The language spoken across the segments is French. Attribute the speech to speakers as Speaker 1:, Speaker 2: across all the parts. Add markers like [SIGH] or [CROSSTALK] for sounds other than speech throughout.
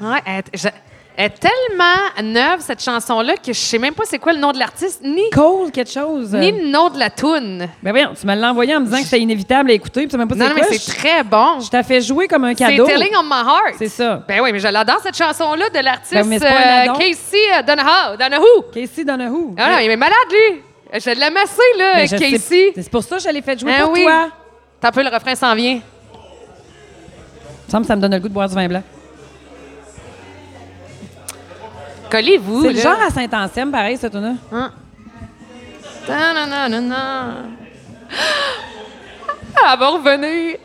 Speaker 1: Ouais, elle, est- je- elle est tellement neuve, cette chanson-là, que je sais même pas c'est quoi le nom de l'artiste, ni,
Speaker 2: Cole, quelque chose.
Speaker 1: ni le nom de la toune.
Speaker 2: Ben voyons, tu me l'as envoyé en me disant que c'était inévitable à écouter, puis tu sais même pas
Speaker 1: Non,
Speaker 2: c'est
Speaker 1: non,
Speaker 2: quoi.
Speaker 1: mais c'est très bon.
Speaker 2: Je, je t'ai fait jouer comme un
Speaker 1: C'est
Speaker 2: cadeau.
Speaker 1: Telling on My Heart.
Speaker 2: C'est ça.
Speaker 1: Ben oui, mais je l'adore, cette chanson-là, de l'artiste
Speaker 2: Ben, mais c'est pas un
Speaker 1: euh,
Speaker 2: addon.
Speaker 1: Casey euh, Donahue. Donahue.
Speaker 2: Casey Donahue.
Speaker 1: Ah non, il est malade, lui. Je l'ai massé, là,
Speaker 2: Ben, je sais-
Speaker 1: Casey.
Speaker 2: C'est pour ça que je l'ai fait jouer
Speaker 1: Hein,
Speaker 2: pour
Speaker 1: oui.
Speaker 2: toi.
Speaker 1: T'as un peu, le refrain s'en vient.
Speaker 2: Il me semble que ça me donne le goût de boire du vin blanc.
Speaker 1: Collez-vous,
Speaker 2: C'est le
Speaker 1: là.
Speaker 2: genre à Saint-Anselme, pareil, ce tune-là.
Speaker 1: Hein? Ta- na- na- na- na. Ah, elle va revenir.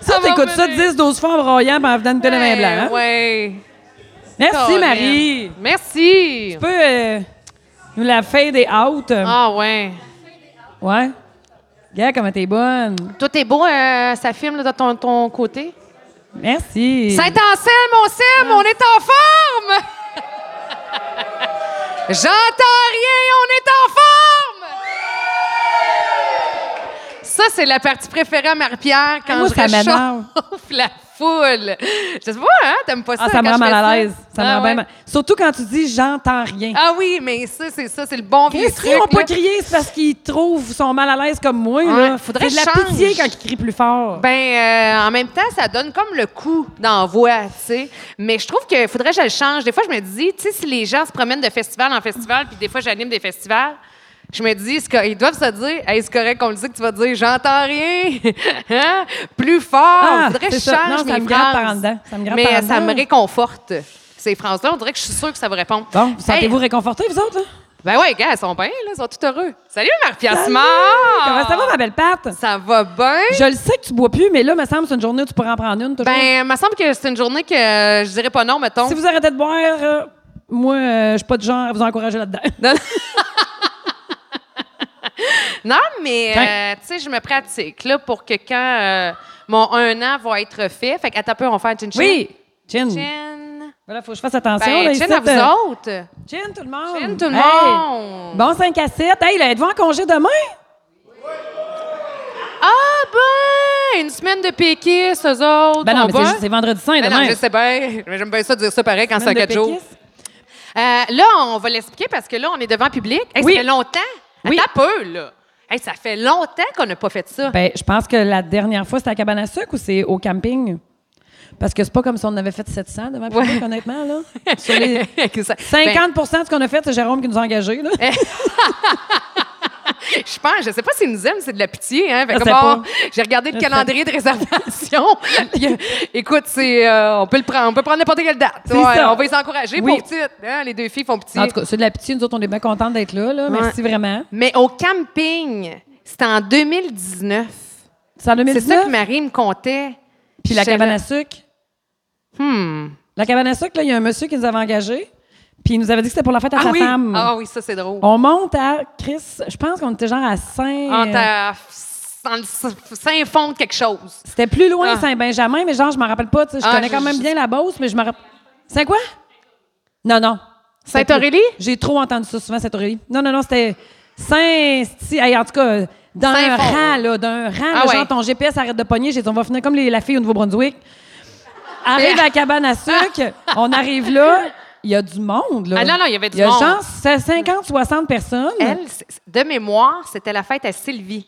Speaker 2: Ça,
Speaker 1: va
Speaker 2: t'écoutes ça
Speaker 1: revenir.
Speaker 2: 10-12 fois en broyant puis en venant de vin blanc. hein?
Speaker 1: Ouais.
Speaker 2: Merci,
Speaker 1: Colin.
Speaker 2: Marie.
Speaker 1: Merci.
Speaker 2: Tu peux euh, nous la fade et out.
Speaker 1: Ah, ouais.
Speaker 2: Ouais. Gars, comment t'es bonne.
Speaker 1: Toi, t'es beau, euh, ça filme là, de ton, ton côté.
Speaker 2: Merci.
Speaker 1: Saint-Anselme, on s'aime, on est en forme! [LAUGHS] J'entends rien, on est en forme! Ça, c'est la partie préférée à Marie-Pierre quand
Speaker 2: Moi,
Speaker 1: je
Speaker 2: ça m'énerve.
Speaker 1: réchauffe [LAUGHS] la foule. Je sais pas, hein? T'aimes pas ça?
Speaker 2: Ah, ça me
Speaker 1: quand
Speaker 2: rend
Speaker 1: je
Speaker 2: mal
Speaker 1: fais
Speaker 2: à l'aise. Ça me
Speaker 1: Ah
Speaker 2: rend bien
Speaker 1: ouais.
Speaker 2: mal- Surtout quand tu dis j'entends rien.
Speaker 1: Ah oui, mais ça, c'est ça, c'est le bon vieux
Speaker 2: Qu'est-ce
Speaker 1: truc.
Speaker 2: qu'ils ont pas
Speaker 1: là.
Speaker 2: crié? C'est parce qu'ils trouvent sont mal à l'aise comme moi.
Speaker 1: Ouais,
Speaker 2: là.
Speaker 1: faudrait
Speaker 2: C'est de la
Speaker 1: que je
Speaker 2: pitié
Speaker 1: change.
Speaker 2: quand ils crient plus fort.
Speaker 1: Ben, euh, en même temps, ça donne comme le coup d'envoi, tu sais. Mais je trouve qu'il faudrait que je le change. Des fois, je me dis, tu sais, si les gens se promènent de festival en festival, puis des fois, j'anime des festivals, je me dis, c'est co- ils doivent se dire, hey, c'est correct qu'on le dit que tu vas dire, j'entends rien, [LAUGHS] Hein? plus fort.
Speaker 2: Ah,
Speaker 1: faudrait que je
Speaker 2: c'est ça.
Speaker 1: change
Speaker 2: Non, ça
Speaker 1: mes
Speaker 2: me gratte par en
Speaker 1: phrases.
Speaker 2: dedans. Ça me gratte
Speaker 1: Mais
Speaker 2: par en
Speaker 1: euh, ça
Speaker 2: dedans.
Speaker 1: me réconforte. Ces phrases-là, on dirait que je suis sûre que ça va répondre.
Speaker 2: Bon, vous
Speaker 1: Hey,
Speaker 2: sentez-vous réconfortés, vous autres? là?
Speaker 1: Ben ouais, gars, ils sont bien, là, ils sont tout heureux. Salut, Marc-Pierre Simard!
Speaker 2: Comment ça va, ma belle patte?
Speaker 1: Ça va bien?
Speaker 2: Je le sais que tu bois plus, mais là, me semble, c'est une journée où tu pourrais en prendre une. Toujours.
Speaker 1: Ben, il me semble que c'est une journée que euh, je dirais pas non, mettons.
Speaker 2: si vous arrêtez de boire, euh, moi, euh, je suis pas du genre à vous encourager là-dedans.
Speaker 1: [LAUGHS] Non, Non, mais
Speaker 2: Tiens.
Speaker 1: euh, tu sais, je me pratique là pour que quand euh, mon un an va être fait, fait qu'à peu, on va faire chin chin.
Speaker 2: Oui, Chin.
Speaker 1: Chin.
Speaker 2: Voilà, faut que je fasse attention. là,
Speaker 1: Ben,
Speaker 2: ici,
Speaker 1: chin à vous
Speaker 2: euh,
Speaker 1: autres.
Speaker 2: Chin, tout le monde.
Speaker 1: Chin tout le
Speaker 2: Hey,
Speaker 1: monde.
Speaker 2: Bon 5 à 7. Hey, là, êtes-vous en congé demain?
Speaker 1: Ah ben, une semaine de péquistes, eux autres.
Speaker 2: Ben non,
Speaker 1: on
Speaker 2: mais
Speaker 1: va.
Speaker 2: c'est juste- c'est vendredi saint
Speaker 1: Ben non,
Speaker 2: demain.
Speaker 1: je sais bien. Mais J'aime bien ça dire ça pareil quand c'est un
Speaker 2: Semaine
Speaker 1: 4
Speaker 2: de
Speaker 1: jours.
Speaker 2: péquistes.
Speaker 1: Euh, là, on va l'expliquer parce que là, on est devant public. Hey,
Speaker 2: Oui.
Speaker 1: Ça fait longtemps.
Speaker 2: Oui.
Speaker 1: Attends un peu, là. Hey, ça fait longtemps qu'on n'a pas fait ça.
Speaker 2: Ben, je pense que la dernière fois, c'était à cabane à sucre ou c'est au camping? Parce que c'est pas comme si on avait fait 700 devant le public,
Speaker 1: Ouais.
Speaker 2: honnêtement,
Speaker 1: [LAUGHS]
Speaker 2: là. Sur les
Speaker 1: Que ça-
Speaker 2: 50 de ce qu'on a fait, c'est Jérôme qui nous a engagés, là.
Speaker 1: Eh. Ben, je pense, je sais pas s'ils nous aiment, c'est de la pitié. Hein? Fait
Speaker 2: Je
Speaker 1: que
Speaker 2: sais
Speaker 1: bon,
Speaker 2: Ah, pas.
Speaker 1: j'ai regardé le
Speaker 2: Je sais
Speaker 1: calendrier de
Speaker 2: [LAUGHS]
Speaker 1: réservation. Puis, euh, Écoute, c'est, euh, on peut le prendre, on peut prendre n'importe quelle date.
Speaker 2: C'est ça.
Speaker 1: On va les encourager
Speaker 2: Oui.
Speaker 1: pour petite. hein, Les deux filles font petit.
Speaker 2: En tout cas, ceux de la pitié, nous autres, on est bien contents d'être là, là. Merci vraiment.
Speaker 1: Mais au camping, c'était en 2019. C'est
Speaker 2: C'est en
Speaker 1: ça
Speaker 2: 2019,
Speaker 1: que Marie me contait.
Speaker 2: puis la
Speaker 1: J'étais
Speaker 2: cabane
Speaker 1: là,
Speaker 2: à sucre.
Speaker 1: hmm.
Speaker 2: La cabane à sucre, là, il y a un monsieur qui nous avait engagés, puis il nous avait dit que c'était pour la fête à
Speaker 1: Ah
Speaker 2: sa
Speaker 1: oui.
Speaker 2: femme.
Speaker 1: ah oui, ça c'est drôle.
Speaker 2: On monte à Chris, je pense qu'on était genre à Saint.
Speaker 1: En
Speaker 2: euh,
Speaker 1: ta- dans le saint fond de quelque chose.
Speaker 2: C'était plus loin,
Speaker 1: Ah.
Speaker 2: Saint-Benjamin, mais genre, je m'en rappelle pas. tu sais, Je
Speaker 1: Ah,
Speaker 2: connais
Speaker 1: je-
Speaker 2: quand même
Speaker 1: je-
Speaker 2: bien la Beauce, mais je me rappelle. Saint quoi? Non, non. C'était plus-
Speaker 1: Sainte-Aurélie?
Speaker 2: J'ai trop entendu ça souvent, Saint-Aurélie. Non, non, non, c'était Saint. si- hey, en tout cas, euh, dans un
Speaker 1: Saint-Fond.
Speaker 2: rang, là, d'un rang,
Speaker 1: Ah
Speaker 2: là, genre,
Speaker 1: ouais.
Speaker 2: ton GPS arrête de pogner. J'ai dit, on va finir comme les- la fille au Nouveau-Brunswick. Arrive à la cabane
Speaker 1: [LAUGHS]
Speaker 2: à sucre, on arrive là, il y a du monde, là.
Speaker 1: Ah non, non, il y avait du
Speaker 2: Il y a
Speaker 1: monde.
Speaker 2: genre 50, 60 personnes.
Speaker 1: Elle, c'est- c'est- de mémoire, c'était la fête à Sylvie.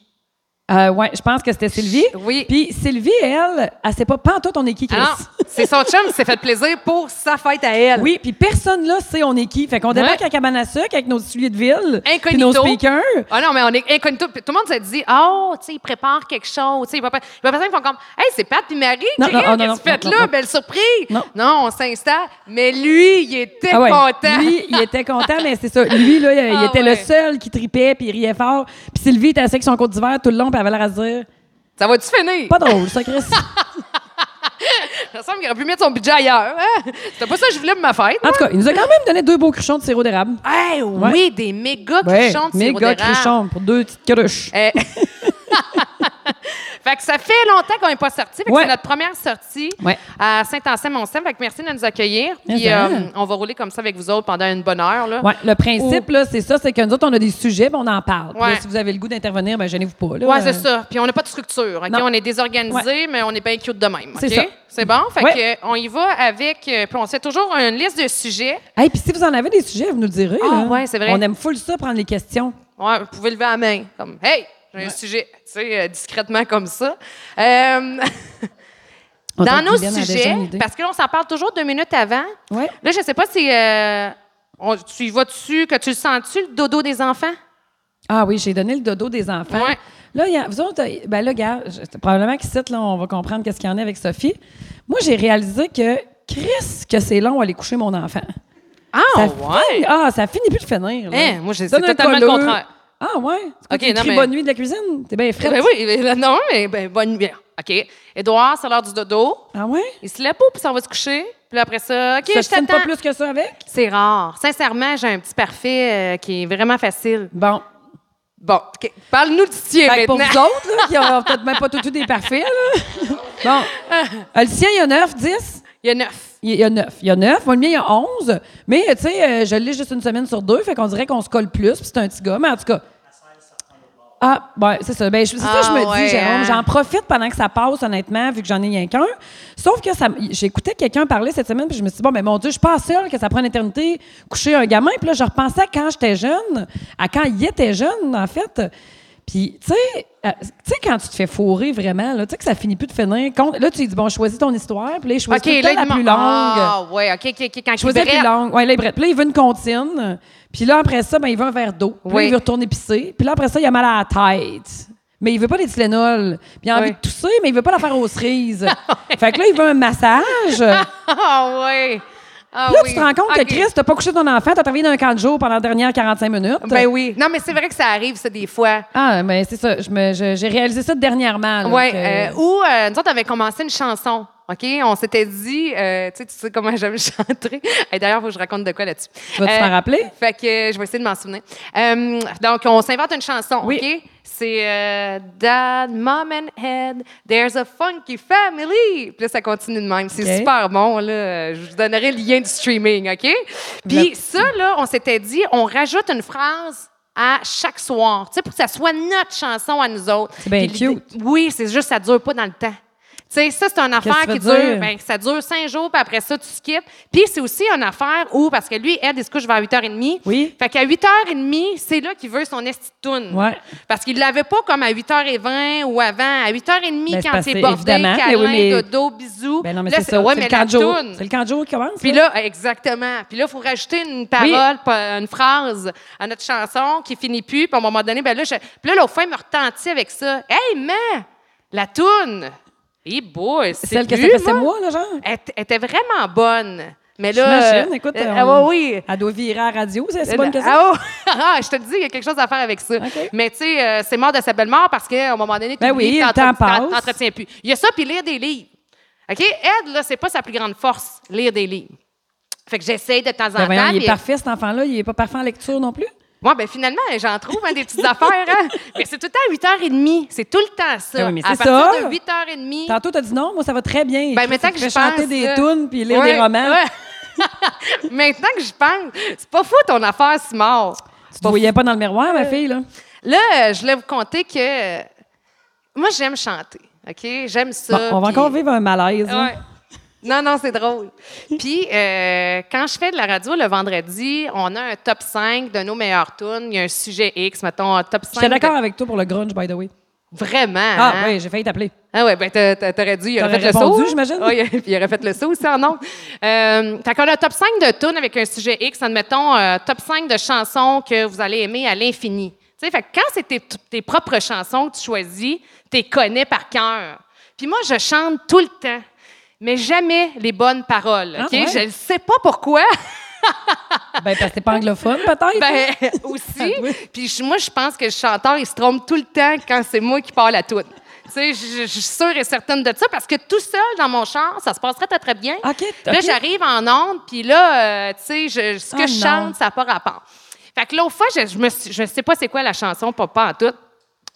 Speaker 2: Euh, ouais, je pense que c'était Sylvie.
Speaker 1: Oui.
Speaker 2: Puis Sylvie, elle, elle sait pas pantoute on est qui, Chris.
Speaker 1: Ah non, c'est son chum qui s'est fait plaisir pour sa fête à elle.
Speaker 2: [LAUGHS] Oui, puis personne là sait on est qui. Fait qu'on débarque
Speaker 1: Ouais.
Speaker 2: à cabane à sucre avec nos souliers de ville, puis
Speaker 1: Incognito.
Speaker 2: nos speakers.
Speaker 1: Ah non, mais on est incognito. Puis Tout le monde s'est dit, oh, tu sais, ils préparent quelque chose. Tu sais, ils préparent- les personnes font comme, hey, c'est Pat puis Marie.
Speaker 2: Non,
Speaker 1: Chris,
Speaker 2: non, non,
Speaker 1: qu'est-ce
Speaker 2: non,
Speaker 1: que tu faites
Speaker 2: non,
Speaker 1: là?
Speaker 2: non.
Speaker 1: Belle surprise.
Speaker 2: Non.
Speaker 1: on s'installe. Mais lui, il était
Speaker 2: Ah ouais.
Speaker 1: content.
Speaker 2: Lui, il était content, mais c'est ça. Lui, là, il
Speaker 1: Ah
Speaker 2: était
Speaker 1: ouais.
Speaker 2: le seul qui tripait, puis il riait fort. Puis Sylvie était assise avec son côte d'hiver tout le long, puis elle avait l'air à se dire
Speaker 1: Ça va-tu finir?
Speaker 2: Pas drôle, ça, Chris.
Speaker 1: Ça semble qu'il aurait pu mettre son budget ailleurs. hein? C'était pas ça que je voulais pour ma fête.
Speaker 2: en tout cas, il nous a quand même donné deux beaux cruchons de sirop d'érable.
Speaker 1: Hey, oui, des méga cruchons Ah, de sirop
Speaker 2: méga
Speaker 1: d'érable. Eh,
Speaker 2: cruchons pour deux petites cruches.
Speaker 1: Euh, [LAUGHS] Fait que ça fait longtemps qu'on n'est pas sorti. Fait que
Speaker 2: Ouais.
Speaker 1: C'est notre première sortie
Speaker 2: Ouais.
Speaker 1: à Saint-Anselme-Anselme. Fait que merci de nous accueillir. Puis
Speaker 2: Mais, hein.
Speaker 1: euh, on va rouler comme ça avec vous autres pendant une bonne heure. Là.
Speaker 2: Ouais, le principe, là, c'est ça, c'est que nous autres, on a des sujets, puis on en parle. Puis là,
Speaker 1: oh. Ouais.
Speaker 2: si vous avez le goût d'intervenir, ben gênez-vous pas. Là,
Speaker 1: Ouais,
Speaker 2: Euh,
Speaker 1: c'est ça. Puis on n'a pas de structure. ok?
Speaker 2: Non.
Speaker 1: On est désorganisé, mais on est bien cute de même.
Speaker 2: C'est
Speaker 1: ok?
Speaker 2: ça.
Speaker 1: C'est bon? Fait
Speaker 2: Ouais.
Speaker 1: que, euh, on y va avec. euh, puis on se fait toujours une liste de sujets.
Speaker 2: Hey, puis si vous en avez des sujets, vous nous le direz.
Speaker 1: Ah,
Speaker 2: là.
Speaker 1: ouais, c'est vrai.
Speaker 2: On aime full ça, prendre les questions.
Speaker 1: Ouais, vous pouvez lever la main. Comme, hey, j'ai un sujet. Tu sais, euh, discrètement comme ça. Euh, dans
Speaker 2: On dirait que
Speaker 1: nos
Speaker 2: Guylaine a déjà
Speaker 1: sujets,
Speaker 2: une idée.
Speaker 1: parce que là, on s'en parle toujours deux minutes avant.
Speaker 2: Ouais.
Speaker 1: Là, je sais pas si. euh, on- tu y vas-tu, que tu le sens-tu, le dodo des enfants?
Speaker 2: Ah oui, j'ai donné le dodo des enfants.
Speaker 1: Ouais.
Speaker 2: Là, il y a, vous autres, euh, ben là, gars, probablement qu'ici, là, on va comprendre qu'est-ce qu'il y en a avec Sophie. Moi, j'ai réalisé que, Chris, que c'est long à aller coucher mon enfant.
Speaker 1: Ah,
Speaker 2: Ça
Speaker 1: ouais!
Speaker 2: finit- ah, ça finit plus de finir. là.
Speaker 1: Hein, moi, j'ai-
Speaker 2: Donne
Speaker 1: c'est
Speaker 2: un
Speaker 1: totalement le
Speaker 2: colo.
Speaker 1: contraire.
Speaker 2: Ah ouais?
Speaker 1: Ok,
Speaker 2: Ok,
Speaker 1: non,
Speaker 2: tu cries
Speaker 1: mais-
Speaker 2: bonne nuit de la cuisine? T'es bien frette.
Speaker 1: Ben oui, ben là, non, mais ben, bonne nuit. OK. Édouard, c'est l'heure du dodo.
Speaker 2: Ah ouais?
Speaker 1: Il se lève, oh, puis ça va se coucher. Puis là, après ça, OK,
Speaker 2: Tu
Speaker 1: je
Speaker 2: t'obstines pas
Speaker 1: t'attends.
Speaker 2: plus que ça avec?
Speaker 1: C'est rare. Sincèrement, j'ai un petit parfait euh, qui est vraiment facile.
Speaker 2: Bon.
Speaker 1: Bon, OK. parle-nous du tien
Speaker 2: Fait que
Speaker 1: Ben maintenant.
Speaker 2: pour vous autres, là, qui ont peut-être même pas tout, tout des parfaits,
Speaker 1: [LAUGHS]
Speaker 2: là. bon. Euh, Le sien, il y a 9, 10.
Speaker 1: Il y a neuf.
Speaker 2: Il y a 9. Il y a 9. Moi, le mien, il y a 11. Mais, euh, tu sais, euh, je l'ai juste une semaine sur deux. Fait qu'on dirait qu'on se colle plus. Puis c'est un petit gars. Mais en tout cas. Ah, ben, c'est ça. Ben, je- c'est ça que je
Speaker 1: Ah,
Speaker 2: me
Speaker 1: ouais,
Speaker 2: dis, Jérôme.
Speaker 1: hein.
Speaker 2: J'en profite pendant que ça passe, honnêtement, vu que j'en ai rien qu'un. Sauf que ça, m- j'écoutais quelqu'un parler cette semaine, puis je me suis dit, bon, ben, mon Dieu, je suis pas seule que ça prend une éternité coucher un gamin. Puis là, je repensais à quand j'étais jeune, à quand il était jeune, en fait. Puis, tu sais, euh, tu sais, quand tu te fais fourrer vraiment, là, tu sais que ça finit plus de finir. Compte- Là, tu dis, bon, choisis ton histoire, puis là, choisis tout le temps la
Speaker 1: il
Speaker 2: plus longue.
Speaker 1: demande- Ah, ouais, OK, OK, OK. Quand
Speaker 2: Je faisais
Speaker 1: il
Speaker 2: plus
Speaker 1: brette.
Speaker 2: long. Ouais, là, il brette. Puis là, il veut une comptine. Puis là, après ça, ben, il veut un verre d'eau. Puis là,
Speaker 1: Oui.
Speaker 2: il veut retourner pisser. Puis là, après ça, il a mal à la tête. Mais il veut pas des Tylenol. Puis il a envie
Speaker 1: Oui.
Speaker 2: de tousser, mais il veut pas la faire
Speaker 1: [LAUGHS]
Speaker 2: aux cerises. fait que là, il veut un massage. Puis là,
Speaker 1: Ah, ouais. Ah,
Speaker 2: tu
Speaker 1: oui.
Speaker 2: te rends compte
Speaker 1: OK.
Speaker 2: que Chris, t'as pas couché ton enfant, t'as travaillé dans un camp de jour pendant les dernières 45 minutes.
Speaker 1: Ben oui. Non, mais c'est vrai que ça arrive, ça, des fois.
Speaker 2: Ah, mais c'est ça. Je me- je- J'ai réalisé ça dernièrement. là,
Speaker 1: Ouais,
Speaker 2: que-
Speaker 1: euh, ou euh, nous autres, on avait commencé une chanson. OK? On s'était dit, euh, tu sais, tu sais comment [LAUGHS] j'aime chanter. Et D'ailleurs, faut que je raconte de quoi là-dessus. Euh,
Speaker 2: Tu vas-tu t'en rappeler?
Speaker 1: Fait que euh, je vais essayer de m'en souvenir. Euh, donc, on s'invente une chanson.
Speaker 2: Oui.
Speaker 1: OK? C'est euh, Dad, Mom and Head, There's a Funky Family. Puis là, ça continue de même. C'est
Speaker 2: OK.
Speaker 1: super bon, là. Je vous donnerai le lien du streaming. OK? Puis
Speaker 2: Mais-
Speaker 1: ça, là, on s'était dit, on rajoute une phrase à chaque soir, tu sais, pour que ça soit notre chanson à nous autres.
Speaker 2: C'est bien
Speaker 1: Puis l'idée-
Speaker 2: cute.
Speaker 1: oui, c'est juste ça dure pas dans le temps. Tu sais, ça, c'est une affaire
Speaker 2: que tu
Speaker 1: qui
Speaker 2: veux dire?
Speaker 1: dure. Ben, ça dure cinq jours, puis après ça, tu skippes. Puis c'est aussi une affaire où, parce que lui, Ed, il se couche vers 8h30.
Speaker 2: Oui.
Speaker 1: Fait qu'à 8h30, c'est là qu'il veut son esti de toune.
Speaker 2: Ouais.
Speaker 1: Parce qu'il l'avait pas comme à 8h20 ou avant. À 8h30,
Speaker 2: Ben, c'est
Speaker 1: quand
Speaker 2: parce
Speaker 1: c'est
Speaker 2: que,
Speaker 1: bordé,
Speaker 2: évidemment,
Speaker 1: câlin,
Speaker 2: mais oui, mais-
Speaker 1: dodo, bisous.
Speaker 2: Ben non, mais
Speaker 1: Là,
Speaker 2: c'est ça.
Speaker 1: ouais,
Speaker 2: c'est
Speaker 1: mais
Speaker 2: le camp
Speaker 1: la
Speaker 2: de jour.
Speaker 1: toune.
Speaker 2: C'est le camp de jour qui commence.
Speaker 1: Puis
Speaker 2: là.
Speaker 1: là, exactement. Puis là, il faut rajouter une parole, pa- une phrase à notre chanson qui finit plus. Puis à un moment donné, ben là, je... puis là, l'autre fois, il me retentit avec ça. Hey, mais la toune! Eh boy, c'est
Speaker 2: Celle que ça
Speaker 1: plus,
Speaker 2: fait c'est
Speaker 1: moi.
Speaker 2: moi, là, genre.
Speaker 1: Elle, t- elle était vraiment bonne. Mais là.
Speaker 2: J'imagine,
Speaker 1: euh,
Speaker 2: écoute.
Speaker 1: euh,
Speaker 2: on-
Speaker 1: ah oui, oui.
Speaker 2: Elle doit virer à la radio, c'est c'est bonne question.
Speaker 1: Ah, oh! [LAUGHS] Ah, je te le dis, il y a quelque chose à faire avec ça.
Speaker 2: OK.
Speaker 1: Mais tu sais, euh, c'est mort de sa belle mort parce qu'à un moment donné, tu
Speaker 2: Ben oui, le temps passe.
Speaker 1: t'entretiens plus. Il y a ça, puis lire des livres. OK? Ed, là, c'est pas sa plus grande force, lire des livres. Fait que j'essaye de temps en temps.
Speaker 2: Ben voyons, il est
Speaker 1: puis-
Speaker 2: parfait, cet enfant-là. Il est pas parfait en lecture non plus.
Speaker 1: Moi, ben finalement, j'en trouve hein, des petites [LAUGHS] affaires. hein. Mais c'est tout le temps à 8h30. C'est tout le temps ça.
Speaker 2: Ben oui, mais
Speaker 1: à
Speaker 2: c'est
Speaker 1: partir
Speaker 2: ça.
Speaker 1: de 8h30.
Speaker 2: Tantôt, t'as dit non, moi, ça va très bien.
Speaker 1: Ben, maintenant
Speaker 2: Tu
Speaker 1: que
Speaker 2: fais
Speaker 1: je
Speaker 2: chanter
Speaker 1: pense,
Speaker 2: des
Speaker 1: là.
Speaker 2: tunes puis lire
Speaker 1: Ouais, [LAUGHS]
Speaker 2: des romans.
Speaker 1: ouais. maintenant que je pense, c'est pas fou ton affaire, si mort.
Speaker 2: Tu te voyais pas dans le miroir, ma fille, là.
Speaker 1: Là, euh, je voulais vous conter que euh, moi, j'aime chanter. OK? J'aime ça.
Speaker 2: Bon, on va
Speaker 1: puis-
Speaker 2: encore vivre un malaise. hein. là.
Speaker 1: Ouais. Non, non, c'est drôle. [LAUGHS] Puis, euh, quand je fais de la radio le vendredi, on a un top 5 de nos meilleures tunes. Il y a un sujet X, mettons, un top 5.
Speaker 2: J'étais d'accord
Speaker 1: de-
Speaker 2: avec toi pour le grunge, by the way.
Speaker 1: Vraiment.
Speaker 2: Ah,
Speaker 1: hein?
Speaker 2: oui, j'ai failli t'appeler.
Speaker 1: Ah ouais, ben t'a- t'a- t'aurais dû, il aurait fait
Speaker 2: T'aurais
Speaker 1: le
Speaker 2: répondu,
Speaker 1: saut. hein?
Speaker 2: j'imagine.
Speaker 1: Oui, [LAUGHS] puis il aurait fait le saut aussi en nom. Euh, fait qu'on a un top 5 de tunes avec un sujet X, admettons, euh, top 5 de chansons que vous allez aimer à l'infini. Tu sais, fait que quand c'est tes, tes propres chansons que tu choisis, tu les connais par cœur. Puis moi, je chante tout le temps, mais jamais les bonnes paroles,
Speaker 2: Ah
Speaker 1: OK?
Speaker 2: ouais?
Speaker 1: Je ne sais pas pourquoi.
Speaker 2: Ben, parce que t'es pas anglophone, peut-être.
Speaker 1: Ben,
Speaker 2: [LAUGHS]
Speaker 1: [LAUGHS] aussi.
Speaker 2: Oui.
Speaker 1: Puis je- moi, je pense que le chanteur, il se trompe tout le temps quand c'est moi qui parle à tout. Tu sais, je je- je suis sûre et certaine de ça parce que tout seul dans mon char, ça se passerait très, très bien.
Speaker 2: OK,
Speaker 1: Là,
Speaker 2: OK.
Speaker 1: j'arrive en onde, puis là, euh, tu sais, je- ce que
Speaker 2: Ah,
Speaker 1: je
Speaker 2: non.
Speaker 1: chante, ça n'a pas rapport. Fait que l'autre fois, je, je me suis- je sais pas c'est quoi la chanson, pas, pas en tout.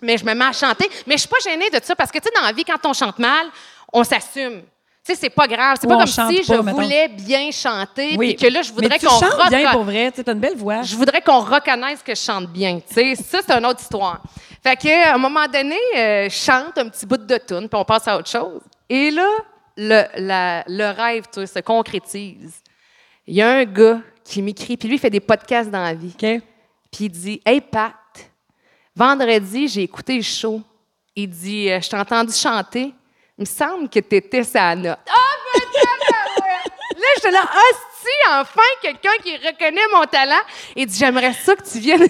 Speaker 1: Mais je me mets à chanter. Mais je suis pas gênée de ça parce que, tu sais, dans la vie, quand on chante mal, on s'assume. Tu sais, c'est pas grave. C'est
Speaker 2: Ou
Speaker 1: pas
Speaker 2: on
Speaker 1: comme
Speaker 2: chante
Speaker 1: si je
Speaker 2: pas, mettons.
Speaker 1: voulais bien chanter
Speaker 2: Oui.
Speaker 1: puis que là, je voudrais
Speaker 2: Mais tu
Speaker 1: qu'on
Speaker 2: chantes bien
Speaker 1: reconna-
Speaker 2: pour vrai. Tu as une belle voix.
Speaker 1: Je voudrais qu'on reconnaisse que je chante bien. tu sais. Ça, c'est une autre histoire. Fait que, à un moment donné, euh, je chante un petit bout de tune, puis on passe à autre chose. Et là, le, la- le rêve tu sais, se concrétise. Il y a un gars qui m'écrit, puis lui, il fait des podcasts dans la vie.
Speaker 2: OK.
Speaker 1: Puis il dit Hey Pat, vendredi, j'ai écouté le show. Il dit Euh, Je t'ai entendu chanter. Il me semble que t'étais sa note. Ah, ben, Là, j'étais là, hostie, enfin, quelqu'un qui reconnaît mon talent. Il dit J'aimerais ça que tu viennes.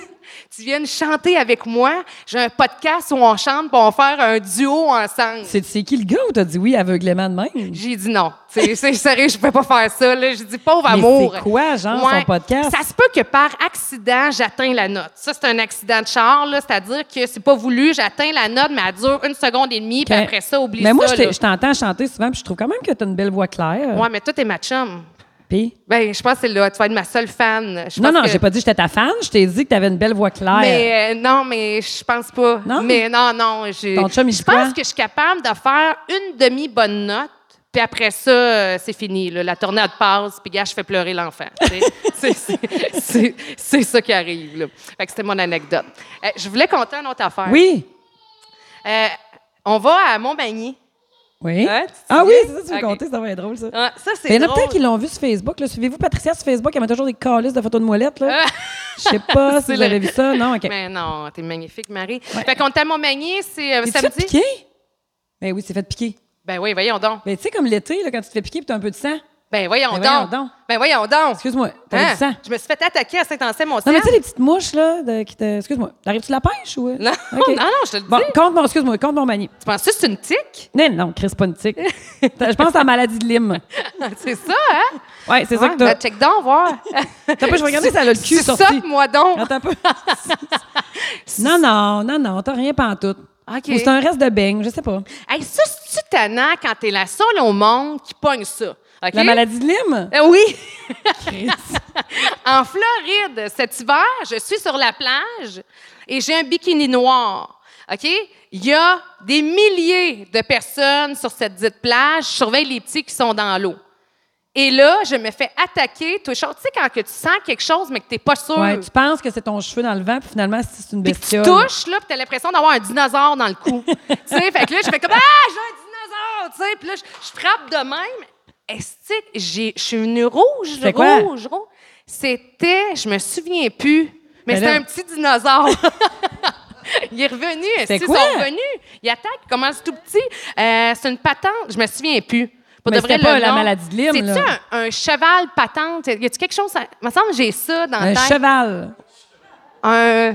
Speaker 1: Tu viennes chanter avec moi. J'ai un podcast où on chante pour on faire un duo ensemble.
Speaker 2: C'est c'est qui le gars ou t'as dit oui aveuglément de même?
Speaker 1: J'ai dit non. Tu sais, C'est sérieux, je pouvais pas faire ça. Là. J'ai dit pauvre
Speaker 2: Mais
Speaker 1: amour.
Speaker 2: c'est quoi, genre, son podcast?
Speaker 1: Ça se peut que par accident, j'atteins la note. Ça, c'est un accident de char. là. C'est-à-dire que c'est pas voulu, j'atteins la note, mais elle dure une seconde et demie, puis
Speaker 2: OK.
Speaker 1: après ça, oublie
Speaker 2: Mais moi,
Speaker 1: ça.
Speaker 2: je t'ai-
Speaker 1: là.
Speaker 2: je t'entends chanter souvent, puis je trouve quand même que t'as une belle voix claire.
Speaker 1: Ouais, mais toi, t'es ma chum.
Speaker 2: Puis-
Speaker 1: Ben, je pense que c'est là. Tu vas être ma seule fan. Je
Speaker 2: Non,
Speaker 1: pense
Speaker 2: non,
Speaker 1: que-
Speaker 2: j'ai pas dit que j'étais ta fan. Je t'ai dit que t'avais une belle voix claire.
Speaker 1: Mais euh, non, mais je pense pas.
Speaker 2: Non?
Speaker 1: Mais non, non. j'ai-
Speaker 2: Ton chum, il dit
Speaker 1: Je pense
Speaker 2: quoi?
Speaker 1: que je suis capable de faire une demi-bonne note. Puis après ça, euh, c'est fini. là. La tornade passe, puis gars, je fais pleurer l'enfant. tu
Speaker 2: [LAUGHS]
Speaker 1: sais. C'est- c'est- c'est- C'est ça qui arrive. Là. Fait que c'était mon anecdote. Euh, je voulais compter une autre affaire.
Speaker 2: Oui.
Speaker 1: Euh, on va à Montmagny.
Speaker 2: Oui.
Speaker 1: Hein, tu te
Speaker 2: ah oui, c'est
Speaker 1: souviens?
Speaker 2: ça, tu veux
Speaker 1: Ok.
Speaker 2: compter, ça va être drôle, ça.
Speaker 1: Ah, ça,
Speaker 2: Ben, Il
Speaker 1: c'est
Speaker 2: y en a
Speaker 1: drôle.
Speaker 2: peut-être qui l'ont vu sur Facebook. là. Suivez-vous Patricia sur Facebook, elle met toujours des calices de photos de moellettes. Là. Je sais [LAUGHS] pas si
Speaker 1: C'est
Speaker 2: vous avez
Speaker 1: le-
Speaker 2: vu ça. Non, OK. Ah.
Speaker 1: Mais
Speaker 2: Mais
Speaker 1: non, t'es magnifique, Marie. Fait qu'on est à Montmagny, c'est euh,
Speaker 2: tu te fait
Speaker 1: samedi.
Speaker 2: piquer? Ben oui, c'est fait piquer.
Speaker 1: Ben oui, voyons donc.
Speaker 2: Ben tu sais, comme l'été, là, quand tu te fais piquer et tu as un peu de sang.
Speaker 1: Ben voyons,
Speaker 2: Ben voyons
Speaker 1: donc.
Speaker 2: donc.
Speaker 1: Ben voyons donc.
Speaker 2: Excuse-moi, t'avais
Speaker 1: Hein?
Speaker 2: du sang.
Speaker 1: Je me suis fait attaquer à Saint-Anselme, mon
Speaker 2: Non, mais tu
Speaker 1: sang.
Speaker 2: sais, les petites mouches, là, de- qui te... Excuse-moi, t'arrives-tu de la pêche ou...
Speaker 1: Non,
Speaker 2: [LAUGHS] OK.
Speaker 1: non, non, je te le
Speaker 2: Bon,
Speaker 1: dis.
Speaker 2: compte mon... Excuse-moi, compte mon manie.
Speaker 1: Tu penses que c'est une tique? [LAUGHS]
Speaker 2: Non, non, Chris, pas une [LAUGHS] tique. Je pense à la maladie de Lyme.
Speaker 1: c'est ça, hein?
Speaker 2: Ouais, c'est ça
Speaker 1: Ouais,
Speaker 2: que t'as.
Speaker 1: ben, check donc, voir.
Speaker 2: Attends
Speaker 1: [LAUGHS]
Speaker 2: un peu, je vais regarder si elle a le cul
Speaker 1: Tu
Speaker 2: sorti.
Speaker 1: sautes, moi donc.
Speaker 2: Attends
Speaker 1: [LAUGHS]
Speaker 2: un peu. non, non, non, non, t'as rien pantoute.
Speaker 1: OK.
Speaker 2: Ou c'est un reste de beigne, je sais pas.
Speaker 1: Hey, ça, c'est-tu tannant quand t'es la seule au monde qui pogne ça? OK?
Speaker 2: La maladie de
Speaker 1: [LAUGHS]
Speaker 2: Lyme?
Speaker 1: Euh, oui. en Floride, cet hiver, je suis sur la plage et j'ai un bikini noir. OK? Il y a des milliers de personnes sur cette dite plage. Je surveille les petits qui sont dans l'eau. Et là, je me fais attaquer. Toi, Charles, Tu sais, quand que tu sens quelque chose, mais que tu n'es pas sûr.
Speaker 2: Ouais, tu penses que c'est ton cheveu dans le vent, puis finalement, c'est c'est une
Speaker 1: Puis que tu
Speaker 2: bestiole.
Speaker 1: touches, là, puis t'as l'impression d'avoir un dinosaure dans le
Speaker 2: [LAUGHS]
Speaker 1: cou. tu sais, fait que là, je fais comme Ah, j'ai un dinosaure! Tu sais, puis là, je, je frappe de même. Est-ce que j'ai- je suis venue rouge,
Speaker 2: C'était quoi?
Speaker 1: rouge, rouge? C'était, je me souviens plus, mais
Speaker 2: Mais
Speaker 1: c'était
Speaker 2: là-
Speaker 1: un petit dinosaure. [LAUGHS] Il est revenu, est-ce
Speaker 2: C'est
Speaker 1: qu'ils sont
Speaker 2: quoi?
Speaker 1: revenus? Il attaque, il commence tout petit. Euh, c'est une patente, je me souviens plus. Pour
Speaker 2: Mais
Speaker 1: de vrai,
Speaker 2: c'était pas
Speaker 1: le
Speaker 2: la
Speaker 1: nom.
Speaker 2: maladie de Lyme,
Speaker 1: C'est-tu
Speaker 2: là?
Speaker 1: un, un cheval patente? Y a-tu quelque chose? à- Il me semble que j'ai ça dans la
Speaker 2: Un
Speaker 1: tête.
Speaker 2: cheval.
Speaker 1: Un.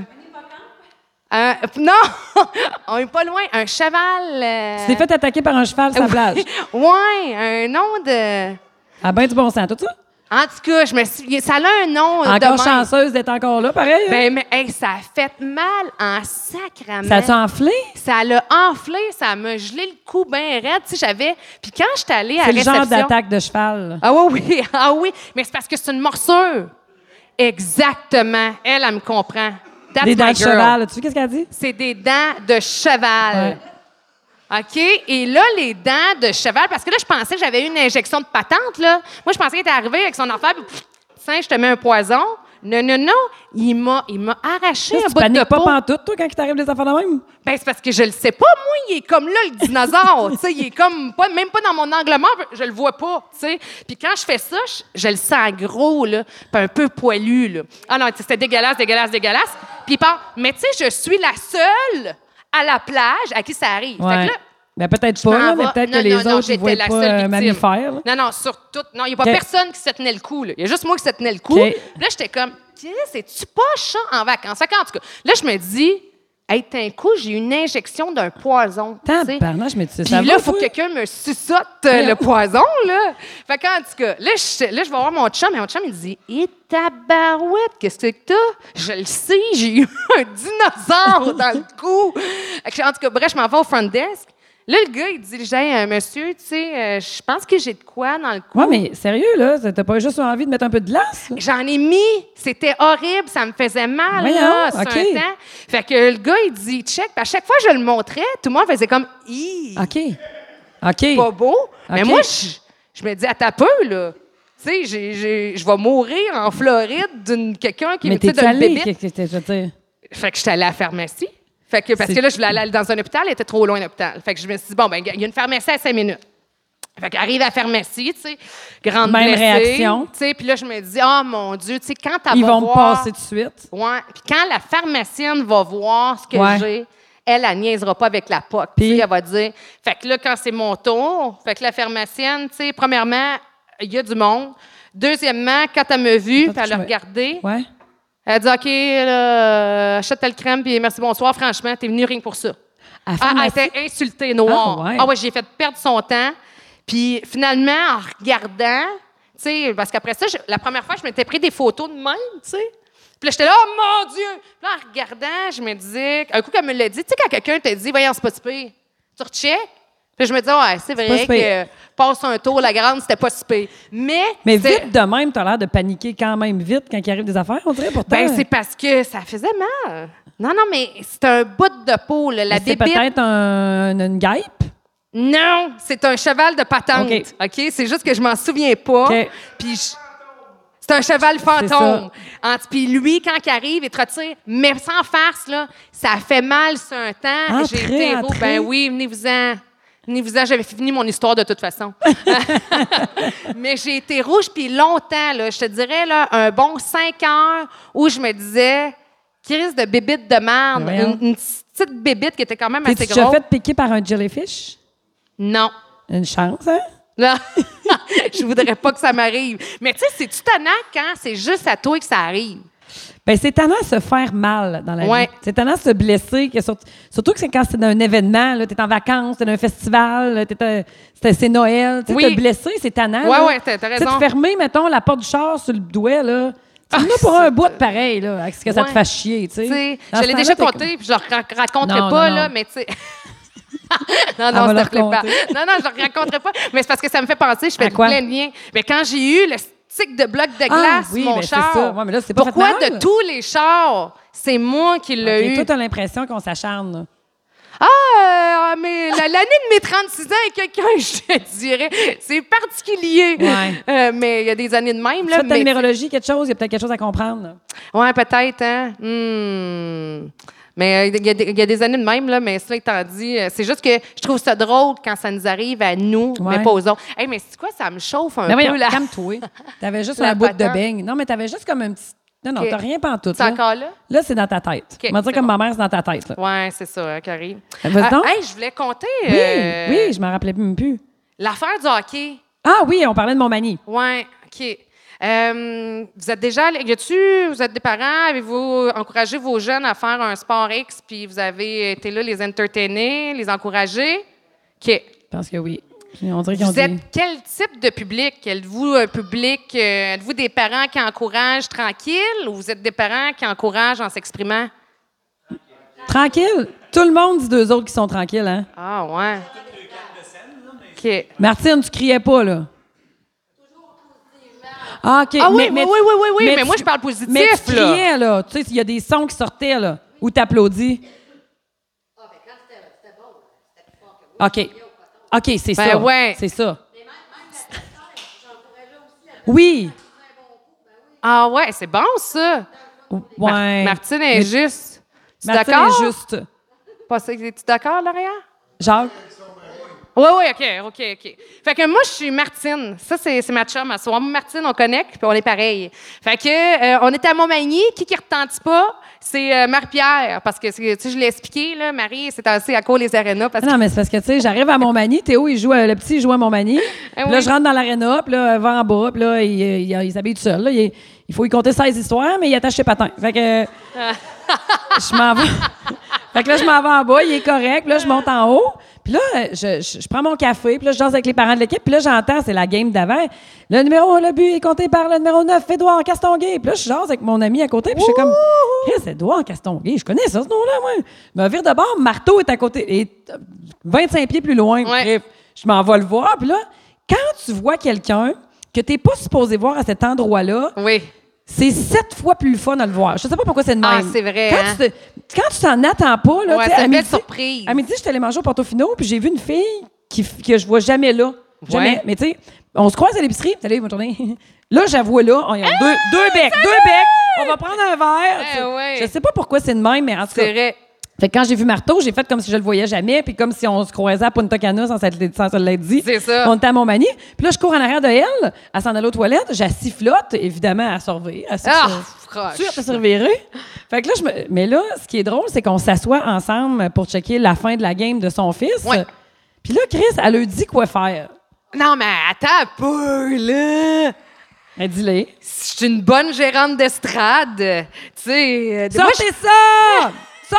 Speaker 1: un- euh, non! [LAUGHS] On est pas loin. Un cheval. euh,
Speaker 2: Tu t'es fait attaquer par un
Speaker 1: [LAUGHS]
Speaker 2: cheval sur la plage.
Speaker 1: Ouais, un nom de.
Speaker 2: Ah ben du bon sang, tout ça.
Speaker 1: En tout cas, je me souviens. Ça a un nom. euh, de
Speaker 2: Encore
Speaker 1: même.
Speaker 2: chanceuse d'être encore là, pareil. hein?
Speaker 1: Ben, mais, hey, ça a fait mal en sacrament.
Speaker 2: ça t'a enflé?
Speaker 1: Ça l'a enflé, ça m'a gelé le cou bien raide. Tu sais, j'avais. Puis quand j'étais allée à la
Speaker 2: C'est le genre
Speaker 1: réception-
Speaker 2: d'attaque de cheval.
Speaker 1: Ah oui, oui, [LAUGHS] ah oui. Mais c'est parce que c'est une morsure. Exactement. Elle, elle me comprend. Ah, That's
Speaker 2: Des dents
Speaker 1: my
Speaker 2: de
Speaker 1: girl.
Speaker 2: cheval. Tu sais qu'est-ce qu'elle dit?
Speaker 1: c'est des dents de cheval. OK? Et là, les dents de cheval, parce que là, je pensais que j'avais eu une injection de patente, là. Moi, je pensais qu'il était arrivé avec son affaire, puis, pff, tiens, je te mets un poison. Non, non, non. Il m'a, il m'a arraché un
Speaker 2: Tu
Speaker 1: bout de
Speaker 2: paniques pas
Speaker 1: peau.
Speaker 2: pantoute, toi, quand il t'arrive des affaires de même?
Speaker 1: Ben, c'est parce que je le sais pas, moi, il est comme là, le dinosaure. tu sais, il est comme pas, même pas dans mon angle mort, je le vois pas, tu sais. Puis quand je fais ça, je, je le sens gros, là, puis un peu poilu, là. Ah non, c'était dégueulasse, dégueulasse, dégueulasse. Puis il part, mais tu sais, je suis la seule à la plage à qui ça arrive. Fait que
Speaker 2: Ouais.
Speaker 1: là,
Speaker 2: Ben peut-être
Speaker 1: je
Speaker 2: pas,
Speaker 1: m'en
Speaker 2: là,
Speaker 1: vais.
Speaker 2: mais peut-être que
Speaker 1: Non,
Speaker 2: les
Speaker 1: non, non,
Speaker 2: autres, ils
Speaker 1: j'étais
Speaker 2: voient
Speaker 1: la
Speaker 2: pas
Speaker 1: seule
Speaker 2: euh,
Speaker 1: victime.
Speaker 2: mammifères. là.
Speaker 1: Non, non, sur tout. Non, il n'y a pas
Speaker 2: OK.
Speaker 1: personne qui se tenait le coup. là. Il y a juste moi qui se tenait le coup.
Speaker 2: OK.
Speaker 1: Puis Là, j'étais comme, Chris, c'est-tu pas chat en vacances? Fait que, En tout cas, là, je me dis, hey, t'as un coup, j'ai eu une injection d'un poison. tu sais.
Speaker 2: Tabarnage, mais tu sais,
Speaker 1: Puis
Speaker 2: ça
Speaker 1: là,
Speaker 2: va,
Speaker 1: faut
Speaker 2: toi?
Speaker 1: que quelqu'un me suçote euh, le poison, là. Fait qu'en tout cas, là, je, là, je vais voir mon chum, et mon chum, il dit « Et tabarouette, qu'est-ce que c'est que t'as? » Je le sais, [LAUGHS]
Speaker 2: [LAUGHS]
Speaker 1: j'ai eu un dinosaure dans le cou. Fait que, En tout cas, bref, je m'en vais au front desk. Là, le gars, il dit J'ai un monsieur, tu sais, euh, je pense que j'ai de quoi dans le cou.
Speaker 2: Ouais, mais sérieux, là, t'as pas juste envie de mettre un peu de glace? là?
Speaker 1: J'en ai mis, c'était horrible, ça me faisait mal,
Speaker 2: Voyons,
Speaker 1: là, sur
Speaker 2: ok.
Speaker 1: un temps. Fait que le gars, il dit check. Puis à chaque fois que je le montrais, tout le monde faisait comme Hi,
Speaker 2: OK. OK.
Speaker 1: pas beau. Mais
Speaker 2: Ok.
Speaker 1: moi, je, je me dis à ta peu, là. Tu sais, j'ai- j'ai- je vais mourir en Floride d'une quelqu'un qui
Speaker 2: mais
Speaker 1: me tu sais,
Speaker 2: t'es
Speaker 1: d'une
Speaker 2: allé,
Speaker 1: bébite.
Speaker 2: je veux dire.
Speaker 1: Fait que j'étais allée à la pharmacie. Fait que, parce
Speaker 2: C'est-
Speaker 1: que là, je voulais aller dans un hôpital, elle était trop loin l'hôpital. Fait que je me suis dit, bon, ben, il y a une pharmacie à cinq minutes. Fait qu'arrive à la pharmacie, tu sais, grande
Speaker 2: Même
Speaker 1: blessée,
Speaker 2: réaction.
Speaker 1: Tu sais, puis là, je me dis, oh mon Dieu, tu sais, quand elle
Speaker 2: Ils
Speaker 1: va
Speaker 2: vont me
Speaker 1: voir-
Speaker 2: passer tout de suite.
Speaker 1: Ouais. Puis quand la pharmacienne va voir ce que
Speaker 2: Ouais.
Speaker 1: j'ai, elle, elle niaisera pas avec la POC.
Speaker 2: Puis-
Speaker 1: Puis elle va dire. Fait que là, quand c'est mon tour, fait que la pharmacienne, tu sais, premièrement, il y a du monde. Deuxièmement, quand elle m'a vu,
Speaker 2: Attends,
Speaker 1: puis elle a
Speaker 2: je me-
Speaker 1: regardé,
Speaker 2: Ouais.
Speaker 1: elle a dit OK, là, achète telle crème, puis merci, bonsoir. Franchement, t'es venu rien que pour ça.
Speaker 2: À la
Speaker 1: Ah, elle
Speaker 2: pharmacie?
Speaker 1: était insultée, noire.
Speaker 2: Ah,
Speaker 1: Ah
Speaker 2: ouais.
Speaker 1: ouais, j'ai fait perdre son temps. Puis finalement, en regardant, tu sais, parce qu'après ça, je- la première fois, je m'étais pris des photos de même, tu sais. Puis là, j'étais là, oh mon Dieu! Puis là, en regardant, je me disais, un coup, comme me l'a dit, tu sais, quand quelqu'un te dit, voyons, c'est pas si pire, tu recheck. Puis je me dis, ouais, c'est
Speaker 2: pas si
Speaker 1: vrai que
Speaker 2: pire.
Speaker 1: euh, passe un tour, la grande, c'était pas si pire. Mais.
Speaker 2: Mais
Speaker 1: c'est-
Speaker 2: vite de même, t'as l'air de paniquer quand même vite quand il arrive des affaires, on dirait, pourtant.
Speaker 1: Ben, c'est parce que ça faisait mal. Non, non, mais c'est un bout de peau, là, la Ben,
Speaker 2: Mais c'est
Speaker 1: bébite.
Speaker 2: peut-être un- une guêpe.
Speaker 1: Non, c'est un cheval de patente.
Speaker 2: OK.
Speaker 1: OK, c'est juste que je m'en souviens pas.
Speaker 2: OK.
Speaker 1: Puis je- c'est un cheval fantôme. En- Puis lui, quand il arrive, il te retire. Mais sans farce, là, ça fait mal sur un temps.
Speaker 2: Entrez,
Speaker 1: J'ai été héros.
Speaker 2: entrez.
Speaker 1: Ben oui, venez-vous-en. Venez-vous-en, j'avais fini mon histoire de toute
Speaker 2: [LAUGHS]
Speaker 1: façon. Mais j'ai été rouge, puis longtemps, là, je te dirais, là, un bon cinq heures où je me disais, crise de bébite de merde,
Speaker 2: Mais voyons.
Speaker 1: une, une petite bébite qui était quand même assez
Speaker 2: T'es-tu déjà
Speaker 1: grosse.
Speaker 2: fait piquer par un jellyfish?
Speaker 1: Non.
Speaker 2: Une chance, hein?
Speaker 1: Non, [LAUGHS] je voudrais pas que ça m'arrive. Mais tu sais, c'est tout tannant quand c'est juste à toi que ça arrive.
Speaker 2: Ben, c'est tannant de se faire mal dans la
Speaker 1: Ouais.
Speaker 2: vie. C'est tannant de se blesser. que surt- surtout que c'est quand c'est dans un événement, là, t'es en vacances, t'es dans un festival, là, t'es à- c'est c'est Noël. Tu sais,
Speaker 1: Oui.
Speaker 2: te blesser, c'est tannant.
Speaker 1: Ouais,
Speaker 2: là.
Speaker 1: ouais, t'as- t'as
Speaker 2: Tu sais,
Speaker 1: raison.
Speaker 2: Te fermer, mettons, la porte du char sur le doigt, là.
Speaker 1: Ah,
Speaker 2: Tu en as pour
Speaker 1: c'est-
Speaker 2: un bout de pareil, là, avec ce que ça te
Speaker 1: Ouais.
Speaker 2: fait chier, tu sais.
Speaker 1: Tu sais,
Speaker 2: Dans
Speaker 1: je
Speaker 2: ce
Speaker 1: l'ai
Speaker 2: temps-là,
Speaker 1: déjà
Speaker 2: t'es
Speaker 1: compté, puis je ne raconterai
Speaker 2: Non,
Speaker 1: pas,
Speaker 2: non,
Speaker 1: là,
Speaker 2: non.
Speaker 1: mais tu sais. [LAUGHS] non, non,
Speaker 2: Elle va
Speaker 1: s'il te plaît
Speaker 2: le
Speaker 1: pas.
Speaker 2: raconter.
Speaker 1: Non, non, je ne raconterai pas. Mais c'est parce que ça me fait penser, je
Speaker 2: À
Speaker 1: fais
Speaker 2: quoi?
Speaker 1: plein de liens. Mais quand j'ai eu le stick de bloc de glace,
Speaker 2: Ah, oui,
Speaker 1: mon
Speaker 2: ben, c'est
Speaker 1: char,
Speaker 2: ça. Ouais, mais là, c'est pas
Speaker 1: pourquoi
Speaker 2: fait
Speaker 1: de
Speaker 2: mal.
Speaker 1: tous les chars, c'est moi qui
Speaker 2: comme-
Speaker 1: l'ai
Speaker 2: Ok,
Speaker 1: eu?
Speaker 2: Toi, t'as l'impression qu'on s'acharne. là.
Speaker 1: Ah, euh, mais la- l'année de mes 36 ans est quelqu'un, [LAUGHS] je te dirais. C'est particulier.
Speaker 2: Ouais.
Speaker 1: Euh, mais il y a des années de même.
Speaker 2: Tu fais
Speaker 1: Là,
Speaker 2: de la
Speaker 1: mais,
Speaker 2: numérologie, quelque chose, il y a peut-être quelque chose à comprendre. là.
Speaker 1: ouais, peut-être. Hein? Hmm. Mais euh, il y, a des- il y a des années de même, là, mais cela étant dit, euh, c'est juste que je trouve ça drôle quand ça nous arrive à nous,
Speaker 2: Ouais.
Speaker 1: mais pas aux autres. Hey, mais c'est quoi, ça me chauffe un
Speaker 2: Mais
Speaker 1: peu,
Speaker 2: voyons,
Speaker 1: là.
Speaker 2: calme-toi. T'avais juste
Speaker 1: La
Speaker 2: un bout de
Speaker 1: patate.
Speaker 2: beigne. Non, mais t'avais juste comme un petit. Non, non,
Speaker 1: Ok.
Speaker 2: t'as rien
Speaker 1: [LAUGHS]
Speaker 2: pantoute.
Speaker 1: C'est
Speaker 2: là.
Speaker 1: encore là?
Speaker 2: Là, c'est dans ta tête.
Speaker 1: Ok,
Speaker 2: On va dire
Speaker 1: c'est
Speaker 2: comme
Speaker 1: bon.
Speaker 2: ma mère, c'est dans ta tête. là.
Speaker 1: Ouais, c'est ça, hein, qui arrive.
Speaker 2: Ben, vas-y
Speaker 1: Ah,
Speaker 2: donc.
Speaker 1: hey, je voulais compter
Speaker 2: Oui,
Speaker 1: euh,
Speaker 2: oui, je m'en rappelais même plus.
Speaker 1: l'affaire du hockey.
Speaker 2: Ah oui, on parlait de mon manie.
Speaker 1: Oui, OK. Euh, vous êtes déjà allé- y a-tu, vous êtes des parents, avez-vous encouragé vos jeunes à faire un sport X, puis vous avez été là les entertainer, les encourager? OK.
Speaker 2: Je pense que oui. On dirait qu'ils ont
Speaker 1: Vous
Speaker 2: dit...
Speaker 1: êtes quel type de public? Êtes-vous un public, euh, êtes-vous des parents qui encouragent tranquille ou vous êtes des parents qui encouragent en s'exprimant?
Speaker 2: Tranquille. Tout le monde dit deux autres qui sont tranquilles, hein?
Speaker 1: Ah, ouais. OK.
Speaker 2: Martine, tu criais pas, là. Ah, OK.
Speaker 1: Ah oui,
Speaker 2: mais,
Speaker 1: oui,
Speaker 2: mais-
Speaker 1: oui, oui, oui, oui, mais
Speaker 2: tu-
Speaker 1: moi, je parle positif,
Speaker 2: Mais tu
Speaker 1: là.
Speaker 2: criais, là. Tu sais, il y a des sons qui sortaient, là, où t'applaudis. OK. OK, c'est
Speaker 1: Ben
Speaker 2: ça.
Speaker 1: ouais.
Speaker 2: C'est ça. Oui.
Speaker 1: Ah, ouais, c'est bon, ça.
Speaker 2: Ouais.
Speaker 1: Martine est juste. Tu es
Speaker 2: Martine
Speaker 1: d'accord?
Speaker 2: est juste.
Speaker 1: Passé- Es-tu d'accord, Lauriane?
Speaker 2: Jacques.
Speaker 1: Oui, oui, OK, OK, OK. Fait que moi, je suis Martine. Ça, c'est c'est ma chum. À soir, Moi, Martine, on connecte, puis on est pareil. Fait que, euh, on est à Montmagny. Qui qui retentit pas? C'est euh, Marie-Pierre. Parce que, c'est- tu sais, je l'ai expliqué, là, Marie, c'est assez à cause les arénas. Parce que,
Speaker 2: Non, mais c'est parce que, tu sais, j'arrive à Montmagny. Théo, il joue, à- le petit, il joue
Speaker 1: [LAUGHS]
Speaker 2: à Montmagny. Puis Là,
Speaker 1: Eh oui.
Speaker 2: je rentre dans l'aréna, puis là, va en bas, puis là, il, il, il s'habille tout seul. là. Il, il faut y compter 16 histoires, mais il attache ses patins. Fait que. [LAUGHS] je m'en vais. fait que là, je m'en vais en bas, il est correct, puis là, je monte en haut. Puis là, je, je- je prends mon café, puis là, je danse avec les parents de l'équipe, puis là, j'entends, c'est la game d'avant. Le numéro, le but est compté par le numéro 9, Édouard Castonguay. Puis là, je jase avec mon ami à côté, puis je suis comme, Chris, Édouard Castonguay, je connais ça, ce nom-là, moi. Je me vire de bord, Marteau est à côté, et 25 pieds plus loin.
Speaker 1: Ouais.
Speaker 2: Chris. Je m'en vais le voir, puis là, quand tu vois quelqu'un que tu n'es pas supposé voir à cet endroit-là,
Speaker 1: Oui.
Speaker 2: c'est sept fois plus fun à le voir. Je sais pas pourquoi c'est de même.
Speaker 1: Ah, c'est vrai,
Speaker 2: Quand,
Speaker 1: hein?
Speaker 2: tu te- quand tu t'en attends pas, là,
Speaker 1: Ouais,
Speaker 2: tu sais,
Speaker 1: c'est
Speaker 2: à
Speaker 1: une belle
Speaker 2: midi-
Speaker 1: surprise.
Speaker 2: À midi, je suis allée manger au Portofino, puis j'ai vu une fille qui, f- que je vois jamais là. Jamais.
Speaker 1: Ouais.
Speaker 2: Mais tu sais, on se croise à l'épicerie. Salut, bonne journée. [LAUGHS] Là, j'avoue, là, on y a deux, deux becs, deux becs. On va prendre un verre.
Speaker 1: Eh
Speaker 2: Tu-
Speaker 1: Ah, ouais.
Speaker 2: Je sais pas pourquoi c'est de même, mais en tout cas.
Speaker 1: C'est vrai.
Speaker 2: Fait que quand j'ai vu Marteau, j'ai fait comme si je le voyais jamais, puis comme si on se croisait à Punta Cana sans, s'être- sans se l'être dit.
Speaker 1: C'est ça.
Speaker 2: On était à Montmagny. Puis là, je cours en arrière de elle, à s'en aller aux toilettes. J'ai flotte, évidemment, à surveiller. À
Speaker 1: Ah,
Speaker 2: sur-
Speaker 1: proche.
Speaker 2: sur- te surveiller. Fait que là, je me... Mais là, ce qui est drôle, c'est qu'on s'assoit ensemble pour checker la fin de la game de son fils.
Speaker 1: Ouais.
Speaker 2: Puis là, Chris, elle lui dit quoi faire.
Speaker 1: Non, mais attends un peu, là.
Speaker 2: Elle dit les.
Speaker 1: Je suis une bonne gérante d'estrade. Tu sais, euh, moi, je-
Speaker 2: Sortez
Speaker 1: [LAUGHS]
Speaker 2: ça! Sors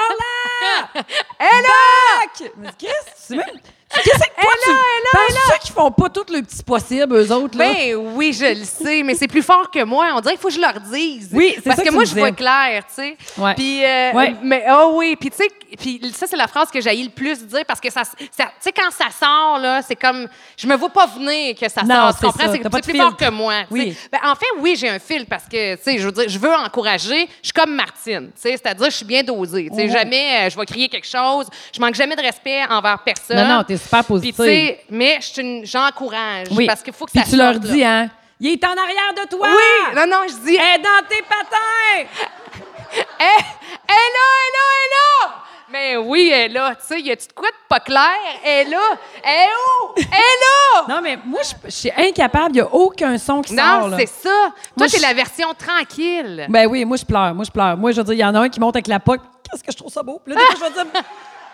Speaker 2: là! Bac! Mais Chris, tu même... tu- Qu'est-ce que toi, tu... Penses-tu qu'ils font pas tout le petit possible, eux autres, là?
Speaker 1: Ben oui, je le sais, mais c'est plus fort que moi. On dirait qu'il faut que je leur dise.
Speaker 2: Oui, c'est
Speaker 1: Parce
Speaker 2: ça
Speaker 1: que
Speaker 2: que tu
Speaker 1: moi,
Speaker 2: me
Speaker 1: je vois
Speaker 2: disais.
Speaker 1: clair, tu sais.
Speaker 2: Ouais.
Speaker 1: Puis, euh,
Speaker 2: Ouais.
Speaker 1: mais oh oui, puis tu sais, puis ça, c'est la phrase que j'haïs le plus dire parce que ça, ça- tu sais, quand ça sort, là, c'est comme, je me vois pas venir que ça
Speaker 2: Non,
Speaker 1: sort. Tu
Speaker 2: c'est
Speaker 1: comprends?
Speaker 2: ça,
Speaker 1: C'est
Speaker 2: t'as pas
Speaker 1: c'est
Speaker 2: de
Speaker 1: plus fort
Speaker 2: filtre.
Speaker 1: que moi. tu sais.
Speaker 2: Oui.
Speaker 1: Ben, en fait, oui, j'ai un fil parce que, tu sais, je veux dire, je veux encourager. Je suis comme Martine, tu sais, c'est-à-dire, je suis bien dosée. Tu sais,
Speaker 2: Mhm.
Speaker 1: jamais, euh, je vais crier quelque chose. Je manque jamais de respect envers personne.
Speaker 2: Non, non, t'es super
Speaker 1: Puis,
Speaker 2: positive.
Speaker 1: tu sais, mais je suis une- j'encourage.
Speaker 2: Oui.
Speaker 1: Parce qu'il faut que
Speaker 2: Puis
Speaker 1: ça
Speaker 2: tu leur
Speaker 1: sorte, là.
Speaker 2: dis, hein? Il est en arrière de toi!
Speaker 1: Oui! Non, non, je dis,
Speaker 2: Elle est dans tes patins!
Speaker 1: Eh, elle est là, elle est là, elle est là! Mais oui, elle est là. Tu sais, y a-tu de quoi de pas clair? Elle est là. Elle est où? Elle est là!
Speaker 2: Non, mais moi, je, je suis incapable. Il n'y a aucun son qui sort,
Speaker 1: Non,
Speaker 2: là.
Speaker 1: c'est ça. Toi,
Speaker 2: Moi,
Speaker 1: t'es
Speaker 2: je-
Speaker 1: la version tranquille.
Speaker 2: Ben oui, moi, je pleure. Moi, je pleure. Moi, je veux dire, il y en a un qui monte avec la poque. Qu'est-ce que je trouve ça beau? Puis là, des fois, je vais dire...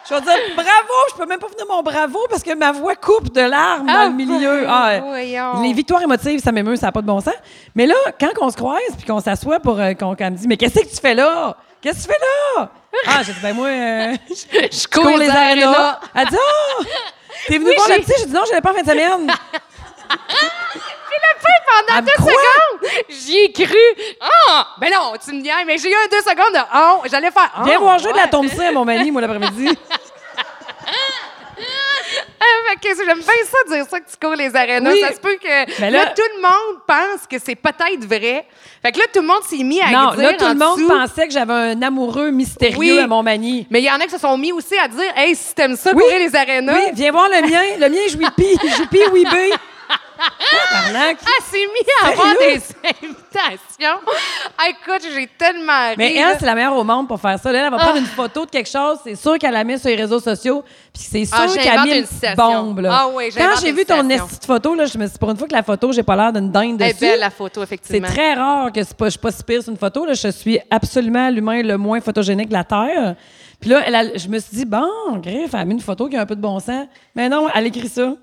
Speaker 2: Je vais dire bravo, je peux même pas finir mon bravo parce que ma voix coupe de larmes
Speaker 1: Ah,
Speaker 2: dans le milieu. Ah,
Speaker 1: voyons.
Speaker 2: les victoires émotives, ça m'émeut, ça n'a pas de bon sens. Mais là, quand on se croise puis qu'on s'assoit pour euh, qu'on qu'elle me dit mais qu'est-ce que tu fais là Qu'est-ce que tu fais là Ah, j'ai dit ben
Speaker 1: [LAUGHS]
Speaker 2: moi euh,
Speaker 1: Je
Speaker 2: je cours les arénas.
Speaker 1: arénas.
Speaker 2: Elle dit oh, t'es venu
Speaker 1: Oui,
Speaker 2: voir la
Speaker 1: j'ai-
Speaker 2: petite J'ai dit non, je l'avais pas en fin
Speaker 1: [LAUGHS]
Speaker 2: de semaine.
Speaker 1: Puis [LAUGHS] pendant
Speaker 2: Elle me
Speaker 1: deux
Speaker 2: croit.
Speaker 1: secondes, j'y ai cru. Ah! Ben non, tu me niaises, mais j'ai eu un deux secondes de honte. J'allais faire honte.
Speaker 2: Viens voir jouer de la
Speaker 1: Oh, ouais.
Speaker 2: tombe à mon mani,
Speaker 1: [LAUGHS]
Speaker 2: moi l'après-midi.
Speaker 1: Ah, fait que J'aime bien ça, dire ça, que tu cours les arénas.
Speaker 2: Oui.
Speaker 1: Ça se peut que.
Speaker 2: Mais
Speaker 1: là,
Speaker 2: là-
Speaker 1: tout le monde pense que c'est peut-être vrai. Fait que là, tout le monde s'est mis à
Speaker 2: Non,
Speaker 1: dire
Speaker 2: là tout
Speaker 1: en
Speaker 2: le monde
Speaker 1: dessous.
Speaker 2: pensait que j'avais un amoureux mystérieux
Speaker 1: Oui.
Speaker 2: à mon mani.
Speaker 1: Mais il y en a qui se sont mis aussi à dire Hey, si t'aimes ça,
Speaker 2: Oui.
Speaker 1: courir les arénas.
Speaker 2: Oui, viens voir le mien. Le mien, je Wipi. Joupi, Wibé. Tabarnak.
Speaker 1: Ah, c'est mis à
Speaker 2: Sérieux?
Speaker 1: avoir des invitations. Ah, écoute, j'ai tellement ri.
Speaker 2: Mais
Speaker 1: là.
Speaker 2: elle, c'est la meilleure au monde pour faire ça. Là, elle va
Speaker 1: Ah.
Speaker 2: prendre une photo de quelque chose. C'est sûr qu'elle la met sur les réseaux sociaux. Puis c'est sûr
Speaker 1: Ah,
Speaker 2: qu'elle a
Speaker 1: j'invente
Speaker 2: mis
Speaker 1: une
Speaker 2: une
Speaker 1: citation.
Speaker 2: petite bombe. Là.
Speaker 1: Ah oui, j'invente
Speaker 2: Quand j'ai
Speaker 1: une
Speaker 2: vu ton
Speaker 1: citation.
Speaker 2: esti de photo, là, je me suis dit, pour une fois que la photo, j'ai pas l'air d'une dingue
Speaker 1: Elle
Speaker 2: dessus.
Speaker 1: est belle, la photo,
Speaker 2: C'est
Speaker 1: effectivement.
Speaker 2: très rare que c'est pas- je ne suis pas si pire sur une photo. Là. Je suis absolument l'humain le moins photogénique de la Terre. Puis là, elle a- je me suis dit, bon, griffe, elle a mis une photo qui a un peu de bon sens. Mais non, elle écrit ça.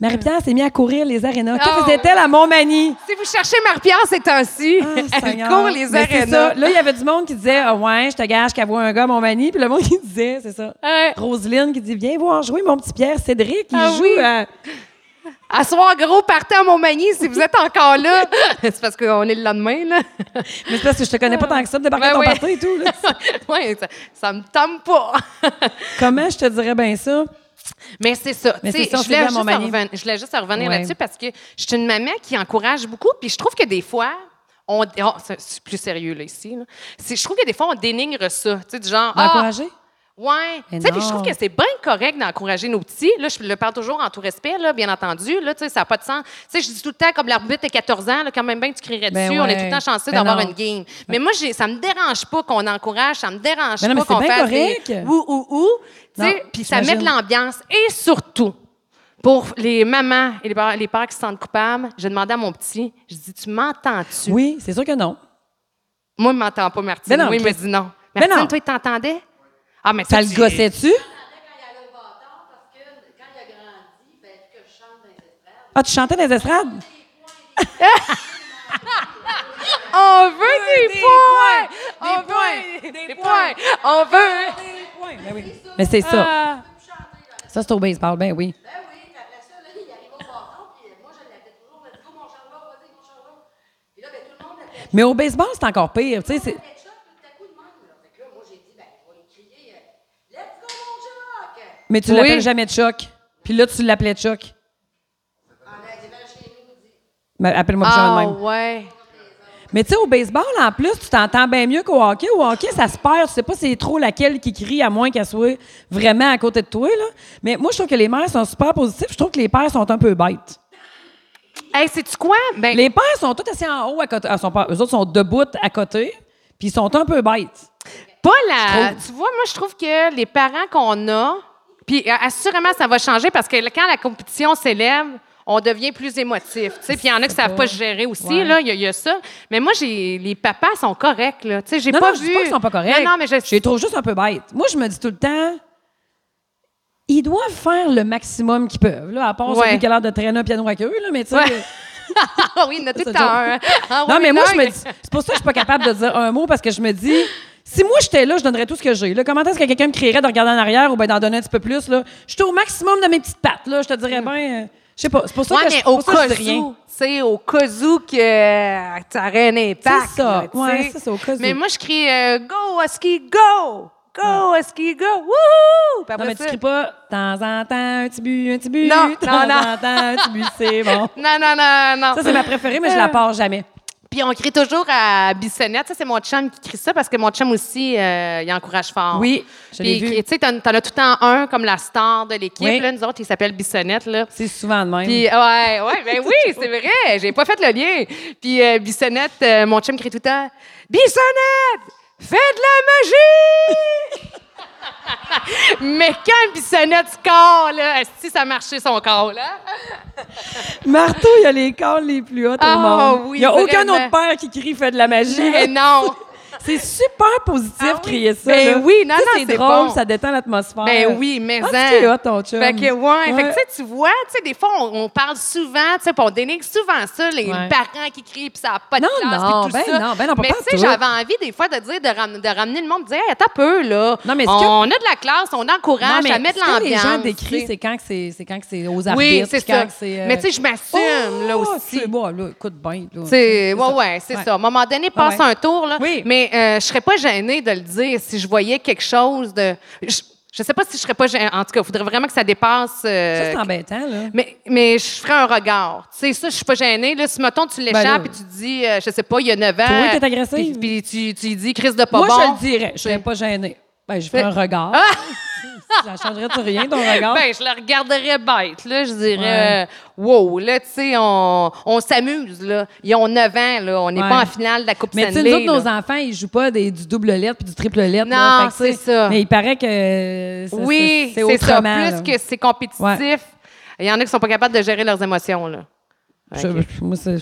Speaker 2: Marie-Pierre s'est mise à courir les arénas. Que
Speaker 1: Oh.
Speaker 2: faisait-elle à Montmagny?
Speaker 1: Si vous cherchez Marie-Pierre ces temps-ci,
Speaker 2: Ah,
Speaker 1: [LAUGHS] elle
Speaker 2: Seigneur.
Speaker 1: court les
Speaker 2: Mais c'est
Speaker 1: arénas.
Speaker 2: ça. Là, il y avait du monde qui disait, ah ouais, je te gage qu'elle voit un gars à Montmagny. Puis le monde qui disait, c'est ça.
Speaker 1: Ah, Ouais.
Speaker 2: Roselyne qui dit, viens voir jouer mon petit Pierre Cédric. Il
Speaker 1: Ah
Speaker 2: joue
Speaker 1: oui.
Speaker 2: à-
Speaker 1: À soir, gros, partez à Montmagny si vous êtes encore là. [LAUGHS] c'est parce qu'on est le lendemain, là.
Speaker 2: Mais c'est parce que je te connais pas tant que ça, de débarquer
Speaker 1: Ben
Speaker 2: ton
Speaker 1: oui.
Speaker 2: party et tout.
Speaker 1: [LAUGHS]
Speaker 2: là.
Speaker 1: ouais, ça, ça me tombe pas. [LAUGHS]
Speaker 2: Comment je te dirais bien ça?
Speaker 1: Mais c'est ça.
Speaker 2: Mais
Speaker 1: Tu sais,
Speaker 2: c'est ça,
Speaker 1: je
Speaker 2: c'est
Speaker 1: voulais
Speaker 2: bien
Speaker 1: juste
Speaker 2: mon manie.
Speaker 1: en reven- je voulais juste en revenir
Speaker 2: Ouais.
Speaker 1: là-dessus parce que je suis une maman qui encourage beaucoup. Puis je trouve que des fois, on. oh, c'est c'est plus sérieux, là, ici. là. C'est- Je trouve que des fois, on dénigre ça. Tu sais, du genre. Ah,
Speaker 2: Encourager?
Speaker 1: Ouais.
Speaker 2: Mais
Speaker 1: Tu sais, puis je
Speaker 2: non.
Speaker 1: trouve que c'est bien correct d'encourager nos petits. Là, je le parle toujours en tout respect, là, bien entendu. Là, tu sais, ça n'a pas de sens. Tu sais, je dis tout le temps, comme l'arbitre est 14 ans, là, quand même bien que tu crierais
Speaker 2: Ben
Speaker 1: dessus, on est
Speaker 2: ouais.
Speaker 1: tout le temps chanceux
Speaker 2: Ben
Speaker 1: d'avoir
Speaker 2: non.
Speaker 1: une game. Mais moi, j'ai, ça me dérange pas qu'on encourage, ça me dérange pas
Speaker 2: Ben non, mais c'est
Speaker 1: qu'on
Speaker 2: bien
Speaker 1: fasse des
Speaker 2: correct.
Speaker 1: ou ou ou. Tu sais,
Speaker 2: Non,
Speaker 1: puis ça met de
Speaker 2: j'imagine.
Speaker 1: l'ambiance. Et surtout, pour les mamans et les parents, les parents qui se sentent coupables, j'ai demandé à mon petit, je dis, tu m'entends-tu?
Speaker 2: Oui, c'est sûr que non.
Speaker 1: Moi, il m'entend pas, Martine.
Speaker 2: Ben non,
Speaker 1: Moi, il me
Speaker 2: Chris.
Speaker 1: dit non.
Speaker 2: Ben
Speaker 1: Martine,
Speaker 2: non.
Speaker 1: toi, il t'entendait? Ah, mais
Speaker 2: Ça
Speaker 1: toi,
Speaker 2: le
Speaker 1: tu-
Speaker 2: gossait-tu? Ah, tu chantais dans les estrades?
Speaker 1: On veut des,
Speaker 2: Euh, Des
Speaker 1: points!
Speaker 2: points!
Speaker 1: On
Speaker 2: Des points! Ben
Speaker 1: veut
Speaker 2: Des
Speaker 1: des points! On veut!
Speaker 2: Ah. Mais c'est ça. Ça, c'est au baseball, ben oui.
Speaker 3: Ben oui, puis après ça, là, il arrive au bâton, puis euh, moi, je l'appelais toujours, vas-y, go, mon Charlot, vas-y, mon Charlot. Puis là, ben, tout le monde l'appelait
Speaker 2: Mais au baseball, c'est encore pire. Tu sais, c'est-
Speaker 3: Chuck, tout à coup, de même, là. Fait que là, moi, j'ai dit, ben, on va lui crier, euh, let's go, mon Chuck!
Speaker 2: Mais tu
Speaker 1: Oui.
Speaker 2: l'appelles jamais Chuck. Puis là, tu l'appelais Chuck. Ah,
Speaker 3: En arrivant chez nous, il dit,
Speaker 2: Mais Appelle-moi plus jamais
Speaker 1: Ah,
Speaker 2: de même.
Speaker 1: ouais.
Speaker 2: Mais tu sais, au baseball, en plus, tu t'entends bien mieux qu'au hockey. Au hockey, ça se perd. Tu sais pas c'est trop laquelle qui crie, à moins qu'elle soit vraiment à côté de toi. Là. Mais moi, je trouve que les mères sont super positives. Je trouve que les pères sont un peu bêtes.
Speaker 1: Hey, sais-tu quoi? Ben,
Speaker 2: Les pères sont tous assis en haut à côté. Ah, sont pas, eux autres sont debout à côté, puis ils sont un peu bêtes.
Speaker 1: Pas la. Tu vois, moi, je trouve que les parents qu'on a, puis euh, assurément, ça va changer parce que le- quand la compétition s'élève, on devient plus émotif. tu sais. Puis il y en a qui savent pas se gérer aussi,
Speaker 2: Ouais.
Speaker 1: là, il y, a- il y a ça. Mais moi, j'ai les papas sont corrects, là. Tu sais, j'ai
Speaker 2: Non,
Speaker 1: pas
Speaker 2: non, je
Speaker 1: vu.
Speaker 2: dis pas qu'ils sont pas corrects.
Speaker 1: Non, non, mais je
Speaker 2: Je les trouve juste un peu bêtes. Moi, je me dis tout le temps, ils doivent faire le maximum qu'ils peuvent. Là, à part
Speaker 1: Ouais.
Speaker 2: celui qui a l'air de traîner un piano à queue, là, mais tu sais.
Speaker 1: Ouais. [LAUGHS] Ah oui, il y en a tout le
Speaker 2: C'est
Speaker 1: temps
Speaker 2: ça.
Speaker 1: un. [LAUGHS] Ah ouais,
Speaker 2: non, mais moi, je me
Speaker 1: il-
Speaker 2: dis. C'est pour ça que je suis pas capable de dire un mot parce que je me dis. Si moi j'étais là, je donnerais tout ce que j'ai. Là, comment est-ce que quelqu'un me crierait de regarder en arrière ou ben d'en donner un petit peu plus là Je suis au maximum de mes petites pattes là. Je te dirais ben, euh, je sais pas. C'est pour ça
Speaker 1: Mm. Ouais,
Speaker 2: que je,
Speaker 1: mais
Speaker 2: pour
Speaker 1: au
Speaker 2: ça que
Speaker 1: cas
Speaker 2: je dis rien.
Speaker 1: où, tu sais, au cas où que euh, ça aurait un impact.
Speaker 2: C'est ça.
Speaker 1: là, tu sais.
Speaker 2: Ouais, ça, c'est au cas où.
Speaker 1: Mais moi, je crie euh, Go, Husky, go! Go, Husky, go! Wouhou! Puis
Speaker 2: Non,
Speaker 1: après
Speaker 2: mais tu
Speaker 1: ça-
Speaker 2: cries pas de temps en temps un petit but, un petit but,
Speaker 1: Non,
Speaker 2: de temps
Speaker 1: non, non.
Speaker 2: en temps un petit but, c'est bon.
Speaker 1: Non, non, non, non.
Speaker 2: Ça, c'est ma préférée, mais je
Speaker 1: Euh.
Speaker 2: la pars jamais.
Speaker 1: [LAUGHS] Puis on crie toujours à Bissonnette. Ça, c'est mon chum qui crie ça parce que mon chum aussi, euh, il encourage fort.
Speaker 2: Oui, je l'ai
Speaker 1: Puis,
Speaker 2: vu.
Speaker 1: Tu sais, t'en, t'en as tout le temps un comme la star de l'équipe.
Speaker 2: Oui.
Speaker 1: Là, nous autres, il s'appelle Bissonnette. Là.
Speaker 2: C'est souvent de même.
Speaker 1: Puis, ouais, ouais, ben oui, c'est vrai. J'ai pas fait le lien. Puis, euh, Bissonnette, euh, mon chum crie tout le temps Bissonnette, fais de la magie! Mais quand Bissonnette score, là, si ça marchait son corps, là.
Speaker 2: Marteau, il a les cordes les plus hautes
Speaker 1: Ah,
Speaker 2: au monde.
Speaker 1: oui,
Speaker 2: il n'y a aucun
Speaker 1: vraiment.
Speaker 2: autre père qui crie fait de la magie.
Speaker 1: Mais Eh non!
Speaker 2: C'est super positif,
Speaker 1: Ah oui.
Speaker 2: crier ça.
Speaker 1: Ben
Speaker 2: là.
Speaker 1: oui, non,
Speaker 2: Tu sais,
Speaker 1: non,
Speaker 2: c'est
Speaker 1: c'est
Speaker 2: drôle,
Speaker 1: bon.
Speaker 2: ça détend l'atmosphère.
Speaker 1: Ben oui, mais
Speaker 2: ah,
Speaker 1: en.
Speaker 2: c'est qu'il est hot, ton chum.
Speaker 1: Fait que, ouais. Fait que,
Speaker 2: Ouais.
Speaker 1: tu sais, tu vois, tu sais, des fois, on, on parle souvent, tu sais, puis on dénigre souvent ça, les
Speaker 2: Ouais.
Speaker 1: parents qui crient, puis ça n'a pas de
Speaker 2: Non,
Speaker 1: classe, puis
Speaker 2: non,
Speaker 1: tout
Speaker 2: ben
Speaker 1: ça.
Speaker 2: non, ben non, pas
Speaker 1: Mais tu sais,
Speaker 2: partout.
Speaker 1: j'avais envie, des fois, de dire, de, ram- de ramener le monde, de dire, hey, attends un peu, là.
Speaker 2: Non, mais ce que-
Speaker 1: on a de la classe, on encourage,
Speaker 2: Non, mais
Speaker 1: ça met de
Speaker 2: ce que
Speaker 1: l'ambiance.
Speaker 2: les gens
Speaker 1: tu
Speaker 2: décrivent,
Speaker 1: sais.
Speaker 2: c'est quand que c'est c'est quand que c'est aux arbitres.
Speaker 1: Oui, c'est
Speaker 2: quand
Speaker 1: ça.
Speaker 2: que c'est, euh,
Speaker 1: Mais tu sais, je m'assume, là,
Speaker 2: oh,
Speaker 1: aussi.
Speaker 2: C'est moi, là, écoute bien. là.
Speaker 1: C'est,
Speaker 2: C'est
Speaker 1: ouais,
Speaker 2: ça.
Speaker 1: ouais, c'est ça. À un moment donné, passe
Speaker 2: ouais.
Speaker 1: un tour, là.
Speaker 2: Oui.
Speaker 1: Mais euh, je serais pas gênée de le dire si je voyais quelque chose de. Je, je sais pas si je serais pas gênée. En tout cas, il faudrait vraiment que ça dépasse. euh,
Speaker 2: Ça, c'est embêtant, là.
Speaker 1: mais, mais je ferais un regard. Tu sais, ça, je suis pas gênée. Là, si, mettons, tu
Speaker 2: Ben là-
Speaker 1: l'échappes et tu dis, euh, je sais pas, il y a 9 ans.
Speaker 2: Toi, t'es agressive.
Speaker 1: Puis, puis tu, tu lui dis, Chris de pas
Speaker 2: Moi,
Speaker 1: bon. Ah!
Speaker 2: je le dirais. Je serais pas gênée. Ben, je fais un regard. [LAUGHS] ça changerait-tu rien,
Speaker 1: [LAUGHS]
Speaker 2: ton regard?
Speaker 1: Ben, je le regarderais bête, là. Je dirais,
Speaker 2: hein.
Speaker 1: euh,
Speaker 2: Ouais.
Speaker 1: wow, là, tu sais, on, on s'amuse, là. Ils ont 9 ans, là. On n'est
Speaker 2: Ouais.
Speaker 1: pas en finale de la Coupe
Speaker 2: mais tu sais,
Speaker 1: Stanley.
Speaker 2: nous autres,
Speaker 1: là.
Speaker 2: nos enfants, ils jouent pas des, du double lettre puis du triple lettre.
Speaker 1: Non,
Speaker 2: là. Fait que, tu sais,
Speaker 1: c'est ça.
Speaker 2: Mais il paraît que euh, ça,
Speaker 1: Oui,
Speaker 2: c'est- c'est
Speaker 1: c'est ça.
Speaker 2: autrement. là.
Speaker 1: Plus que c'est compétitif, il
Speaker 2: Ouais.
Speaker 1: y en a qui sont pas capables de gérer leurs émotions, là.
Speaker 2: Je- moi, c'est...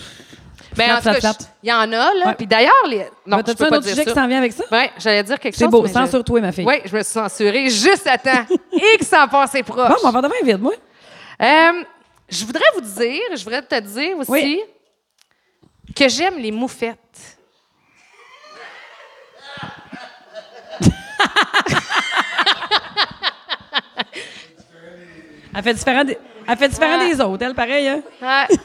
Speaker 1: Ben,
Speaker 2: Flat,
Speaker 1: en tout
Speaker 2: flat,
Speaker 1: cas,
Speaker 2: flat.
Speaker 1: il y en a, là.
Speaker 2: Ouais.
Speaker 1: Puis d'ailleurs, les... non,
Speaker 2: Ben,
Speaker 1: je
Speaker 2: T'as-tu
Speaker 1: peux
Speaker 2: un
Speaker 1: pas
Speaker 2: autre
Speaker 1: dire
Speaker 2: sujet qui
Speaker 1: ça.
Speaker 2: s'en vient avec ça?
Speaker 1: Oui, j'allais dire quelque chose.
Speaker 2: C'est beau.
Speaker 1: mais je-
Speaker 2: Censure-toi, ma fille.
Speaker 1: Oui, je me suis censurée juste à temps. [LAUGHS] Et que ça en passait proche.
Speaker 2: Bon, mon verre de vin est vide, moi.
Speaker 1: Euh, je voudrais vous dire, je voudrais te dire aussi
Speaker 2: Oui.
Speaker 1: que j'aime les
Speaker 2: [LAUGHS]
Speaker 1: moufettes.
Speaker 2: Elle fait différent, des- elle fait différent
Speaker 1: Ouais.
Speaker 2: des autres, elle, pareil. Hein?
Speaker 1: Ouais.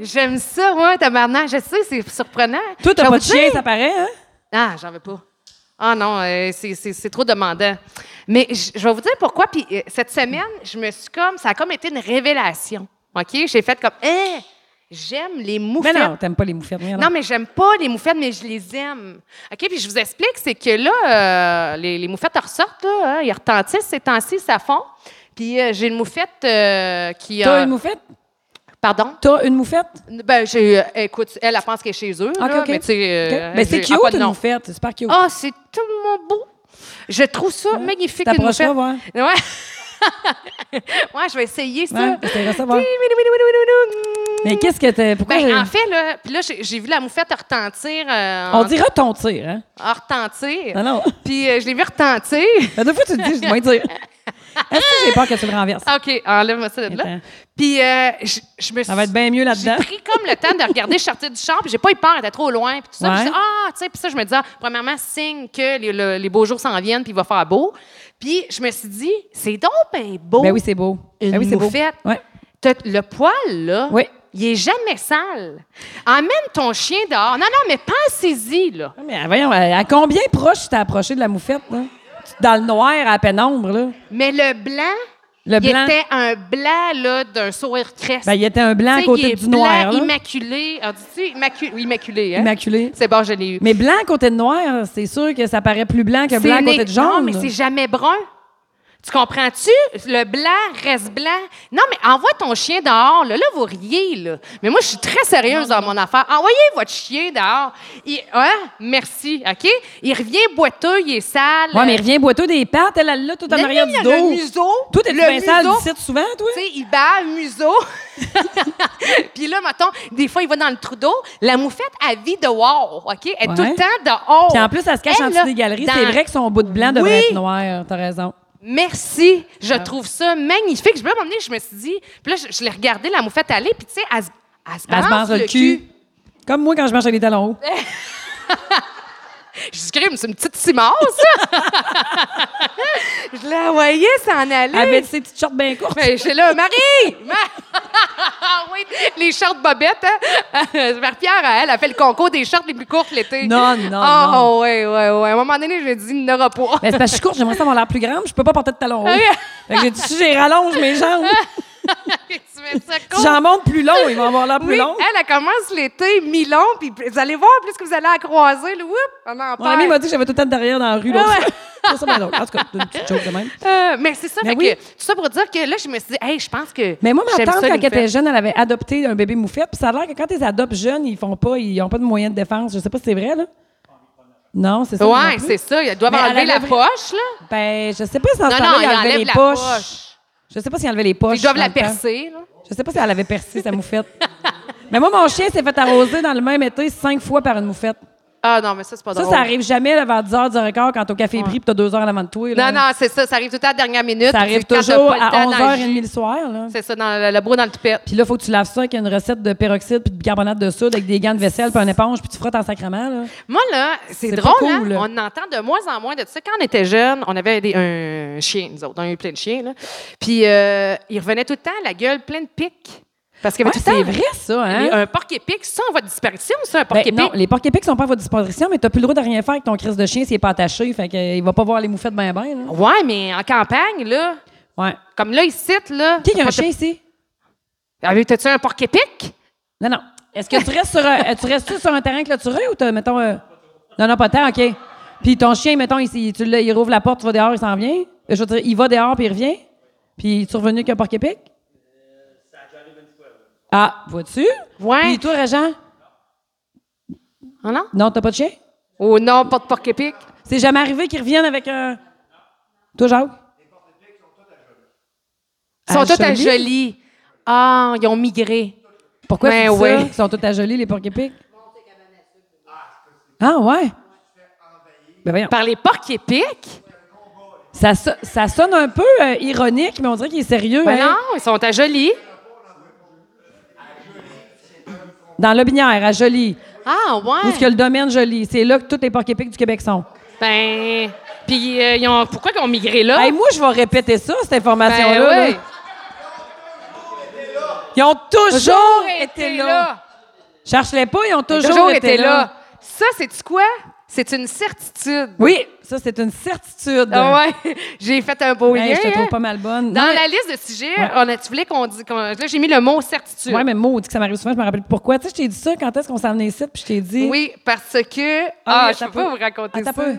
Speaker 1: j'aime ça, ouais, tabarnak. Je sais, c'est surprenant.
Speaker 2: Toi, t'as
Speaker 1: Je vais
Speaker 2: pas de
Speaker 1: vous dire-
Speaker 2: chien, ça paraît, hein?
Speaker 1: Ah, j'en veux pas. Ah non, euh, c'est- c'est c'est trop demandant. Mais j- je vais vous dire pourquoi. Puis euh, cette semaine, je me suis comme, ça a comme été une révélation. OK? J'ai fait comme, eh, j'aime les
Speaker 2: Mais
Speaker 1: moufettes.
Speaker 2: non, t'aimes pas les moufettes. merde.
Speaker 1: Non, mais j'aime pas les moufettes, mais je les aime. OK, puis je vous explique, c'est que là, euh, les, les moufettes elles ressortent, là, hein, ils retentissent ces temps-ci, ça fond. Puis euh, j'ai une moufette euh, qui a...
Speaker 2: T'as une moufette?
Speaker 1: Pardon?
Speaker 2: T'as une moufette?
Speaker 1: Ben, j'ai... euh, écoute, elle, elle pense qu'elle est chez eux,
Speaker 2: OK,
Speaker 1: là,
Speaker 2: OK.
Speaker 1: mais tu sais... euh,
Speaker 2: OK. Ben, c'est
Speaker 1: j'ai- ah, pas
Speaker 2: cute,
Speaker 1: de
Speaker 2: une
Speaker 1: nom.
Speaker 2: moufette. C'est super cute.
Speaker 1: Ah, c'est tellement beau! Je trouve ça magnifique, une
Speaker 2: T'approches
Speaker 1: moufette.
Speaker 2: pas, voir.
Speaker 1: Ouais. ouais, [LAUGHS] je vais essayer ça.
Speaker 2: Ouais, t'essaieras ça, voir.
Speaker 1: Oui, oui, oui, oui, oui, oui, oui.
Speaker 2: Mais qu'est-ce que t'es. Pourquoi.
Speaker 1: Ben,
Speaker 2: j'ai-
Speaker 1: en fait, là, puis là j'ai j'ai vu la moufette retentir. euh,
Speaker 2: On
Speaker 1: en-
Speaker 2: dira ton tir, hein?
Speaker 1: à retentir.
Speaker 2: Non, non.
Speaker 1: Puis euh, je l'ai vu retentir. [LAUGHS]
Speaker 2: La deux fois, tu te dis, je dois dire. Est-ce que j'ai peur que tu le renverses?
Speaker 1: OK, enlève-moi ça de là.
Speaker 2: Attends.
Speaker 1: Puis euh, je, je me suis.
Speaker 2: Ça va être bien mieux là-dedans.
Speaker 1: J'ai pris comme le temps de regarder, je suis sortie du champ, puis j'ai pas eu peur, elle était trop loin, puis tout ça.
Speaker 2: Ouais.
Speaker 1: Puis je dis, ah, tu sais, puis ça, je me disais, ah, premièrement, signe que les, le- les beaux jours s'en viennent, puis il va faire beau. Puis je me suis dit, c'est donc ben beau.
Speaker 2: Ben oui, c'est beau.
Speaker 1: Une
Speaker 2: ben oui, c'est beau.
Speaker 1: moufette.
Speaker 2: Ouais.
Speaker 1: T'as- Le poil, là,
Speaker 2: Oui.
Speaker 1: il est jamais sale. Emmène ton chien dehors. Non, non, mais pensez-y, là.
Speaker 2: Ah, Mais voyons, à à combien proche tu t'es approché de la moufette? Là? Dans le noir, à la pénombre, là.
Speaker 1: Mais le blanc,
Speaker 2: Le
Speaker 1: il
Speaker 2: blanc.
Speaker 1: était un blanc, là, d'un sourire crest.
Speaker 2: Ben, il était un
Speaker 1: Tu
Speaker 2: blanc à
Speaker 1: sais, il
Speaker 2: côté
Speaker 1: est
Speaker 2: du
Speaker 1: blanc,
Speaker 2: noir. là.
Speaker 1: immaculé. Ah, dis-tu immacu- oui, immaculé, hein?
Speaker 2: Immaculé.
Speaker 1: C'est bon, je l'ai eu.
Speaker 2: Mais blanc à côté de noir, c'est sûr que ça paraît plus blanc que blanc à
Speaker 1: C'est
Speaker 2: côté
Speaker 1: né-
Speaker 2: de jaune.
Speaker 1: Non, mais c'est jamais brun. Tu comprends-tu? Le blanc reste blanc. Non, mais envoie ton chien dehors. Là, là vous riez. Là. Mais moi, je suis très sérieuse dans mon affaire. Envoyez votre chien dehors. Il- hein? Merci, OK? Il revient boiteux, il est sale.
Speaker 2: Ouais, mais il revient boiteux des pattes, elle, elle, là, tout en
Speaker 1: Mais
Speaker 2: arrière
Speaker 1: lui,
Speaker 2: du
Speaker 1: il a
Speaker 2: dos.
Speaker 1: le museau,
Speaker 2: Toi, t'es
Speaker 1: le
Speaker 2: bien sale
Speaker 1: museau.
Speaker 2: d'ici souvent, toi?
Speaker 1: Tu sais, il bat le museau. [LAUGHS] Puis là, mettons, des fois, il va dans le trou d'eau. La moufette, elle vit dehors, OK? Elle est tout
Speaker 2: Ouais.
Speaker 1: le temps dehors.
Speaker 2: Puis en plus, elle se cache en
Speaker 1: oh, là,
Speaker 2: dessous des galeries.
Speaker 1: dans-
Speaker 2: C'est vrai que son bout de blanc devrait
Speaker 1: Oui.
Speaker 2: être noir. T'as raison.
Speaker 1: Merci, je trouve ça magnifique. Je peux m'emmener, je me suis dit, puis là, je, je l'ai regardé, la moufette aller, puis tu sais, elle, se- elle se
Speaker 2: Elle se
Speaker 1: balance
Speaker 2: pense
Speaker 1: le, cul. Eh
Speaker 2: Comme moi quand je marche avec les talons hauts.
Speaker 1: Je scream, c'est une petite cimare, ça! [LAUGHS] je la voyais s'en aller.
Speaker 2: Avec ses petites shorts bien courtes.
Speaker 1: Mais j'ai là, Marie! Ma- [LAUGHS] Ah oui, les shorts bobettes, hein? [LAUGHS] Marie-Pierre, elle, a fait le concours des shorts les plus courtes l'été.
Speaker 2: Non, non,
Speaker 1: Ah,
Speaker 2: non.
Speaker 1: oui, oui, oui. À un moment donné, je lui ai dit, il n'y en aura pas.
Speaker 2: Mais c'est parce que je suis courte, j'aimerais ça avoir l'air plus grande. Je peux pas porter de talons hauts.
Speaker 1: Ah oui.
Speaker 2: Fait que j'ai dit, si j'ai rallonge mes jambes,
Speaker 1: [LAUGHS] Ah, tu mets ça
Speaker 2: si
Speaker 1: court.
Speaker 2: j'en monte plus long, ils vont avoir l'air plus
Speaker 1: Oui, Ah,
Speaker 2: long.
Speaker 1: elle, elle commence l'été, mi-long, puis vous allez voir, plus que vous allez la croiser, là, whoop, on en
Speaker 2: Mon
Speaker 1: parle.
Speaker 2: ami m'a dit que j'avais tout le temps de derrière dans la rue.
Speaker 1: Ah
Speaker 2: là.
Speaker 1: ouais.
Speaker 2: C'est [LAUGHS] ça, ben, donc, En tout cas, c'est une petite joke de même.
Speaker 1: Euh, mais c'est ça,
Speaker 2: Mais
Speaker 1: fait
Speaker 2: Ben oui.
Speaker 1: que, tout ça pour dire que là, je me suis dit, hey, je pense que.
Speaker 2: Mais moi, ma
Speaker 1: j'aime
Speaker 2: tante,
Speaker 1: ça,
Speaker 2: quand
Speaker 1: les
Speaker 2: elle était
Speaker 1: moufettes.
Speaker 2: jeune, elle avait adopté un bébé moufette. Puis ça a l'air que quand ils adoptent jeunes, ils font pas, ils ont pas de moyens de défense. Je sais pas si c'est vrai, là. Non, c'est ça. non
Speaker 1: Ouais,
Speaker 2: plus.
Speaker 1: c'est ça, ils doivent
Speaker 2: Mais elle
Speaker 1: enlever la
Speaker 2: avait-
Speaker 1: poche, là.
Speaker 2: Ben, je sais pas si dans ce
Speaker 1: Non, non,
Speaker 2: temps-là,
Speaker 1: ils
Speaker 2: ils enlevaient
Speaker 1: enlèvent
Speaker 2: les
Speaker 1: la
Speaker 2: poches.
Speaker 1: poche.
Speaker 2: Je sais pas s'ils enlevaient les poches.
Speaker 1: Ils doivent
Speaker 2: dans
Speaker 1: la
Speaker 2: le temps.
Speaker 1: percer, là.
Speaker 2: Je sais pas si elle avait percé sa moufette. Mais moi, mon chien s'est fait arroser dans le même été cinq fois par une moufette.
Speaker 1: Ah non, mais ça, c'est pas
Speaker 2: Ça,
Speaker 1: drôle.
Speaker 2: ça arrive jamais là, vers 10 h du record quand ton café est pris puis t'as deux heures à l'avant de toi. là.
Speaker 1: Non, non, c'est ça, ça arrive tout le temps à la dernière minute.
Speaker 2: Ça arrive
Speaker 1: puis quand t'as
Speaker 2: toujours
Speaker 1: pas le
Speaker 2: à
Speaker 1: temps dans le
Speaker 2: 11h30
Speaker 1: jus.
Speaker 2: le soir. Là.
Speaker 1: C'est ça, dans le, le bras dans le toupette.
Speaker 2: Puis là, faut que tu laves ça avec une recette de peroxyde puis de bicarbonate de soude avec des gants de vaisselle puis un éponge puis tu frottes en sacrament. Là.
Speaker 1: Moi, là, c'est
Speaker 2: C'est pas
Speaker 1: drôle, hein?
Speaker 2: cool.
Speaker 1: on entend de moins en moins de ça. Quand on était jeunes, on avait des- un chien, nous autres, on a eu plein de chiens, là. Puis euh, il revenait tout le temps, la gueule pleine de pics. Parce qu'il y
Speaker 2: Ouais,
Speaker 1: avait tout
Speaker 2: c'est
Speaker 1: le temps...
Speaker 2: vrai, ça. Hein?
Speaker 1: Les- Un porc épic, ça, on voit de disparition, ça, un porc
Speaker 2: Ben,
Speaker 1: épic.
Speaker 2: non, les porcs épics sont pas à votre disposition, mais t'as plus le droit de rien faire avec ton crise de chien s'il est pas attaché. Fait que, euh, il va pas voir les moufettes ben ben. là.
Speaker 1: Ouais, mais en campagne, là,
Speaker 2: Ouais.
Speaker 1: comme là, ici, là.
Speaker 2: Qui a un chien ici?
Speaker 1: Avez- T'as-tu un porc épic?
Speaker 2: Non, non. Est-ce que tu restes sur un, tu restes sur un terrain clôturé ou t'as, mettons, euh, non, non, pas tant, OK. Puis ton chien, mettons, il, il- tu l'as- il rouvre la porte, tu vas dehors, il s'en vient. Je veux dire, il va dehors, puis il revient. Puis tu es revenu avec un porc épic? Euh, Ah, vois-tu?
Speaker 1: Ouais.
Speaker 2: Puis toi, Régent?
Speaker 1: Oh non?
Speaker 2: Non, t'as pas de chien?
Speaker 1: Oh non, pas de porc épic.
Speaker 2: C'est jamais arrivé qu'ils reviennent avec un... Toi, Jacques?
Speaker 1: Ils sont tous à
Speaker 2: Ajolis?
Speaker 1: jolis. Ah, ils ont migré.
Speaker 2: Pourquoi
Speaker 1: Ben
Speaker 2: tu dis
Speaker 1: ouais.
Speaker 2: ça? Ils sont tous ajolis, les porcs épics? Ah, ouais? Ben voyons.
Speaker 1: Par les porcs épics?
Speaker 2: Ça, so- ça sonne un peu euh, ironique, mais on dirait qu'il est sérieux.
Speaker 1: Ben
Speaker 2: hein?
Speaker 1: non, ils sont à jolis.
Speaker 2: Dans l'Aubinière, à Jolie,
Speaker 1: Ah,
Speaker 2: où
Speaker 1: ouais.
Speaker 2: est-ce que le domaine Jolie? C'est là que tous les porcs épics du Québec sont.
Speaker 1: Ben. Puis, euh, ils ont... pourquoi ils ont migré là?
Speaker 2: Hey, moi, je vais répéter ça, cette
Speaker 1: Ah. Ben
Speaker 2: information-là.
Speaker 1: ouais.
Speaker 2: là. Ils ont toujours été là. Cherche-les pas, ils ont toujours,
Speaker 1: Toujours été là. Ça, c'est-tu quoi? C'est une certitude.
Speaker 2: Oui, ça, c'est une certitude.
Speaker 1: Ah ouais, [LAUGHS] j'ai fait un beau
Speaker 2: Hey,
Speaker 1: lien.
Speaker 2: Ben je te
Speaker 1: hein?
Speaker 2: trouve pas mal bonne.
Speaker 1: Dans
Speaker 2: Non, mais-
Speaker 1: la liste de sujets,
Speaker 2: Ouais.
Speaker 1: on a, tu voulais qu'on dise. qu'on- là, j'ai mis le mot certitude.
Speaker 2: Ouais, mais maudit que ça m'arrive souvent, je me rappelle plus pourquoi. Tu sais, je t'ai dit ça quand est-ce qu'on s'en venait ici, puis je t'ai dit.
Speaker 1: Oui, parce que.
Speaker 2: oui,
Speaker 1: Ah, je
Speaker 2: attends
Speaker 1: peux pas
Speaker 2: peu.
Speaker 1: vous raconter
Speaker 2: Attends
Speaker 1: ça.
Speaker 2: peu.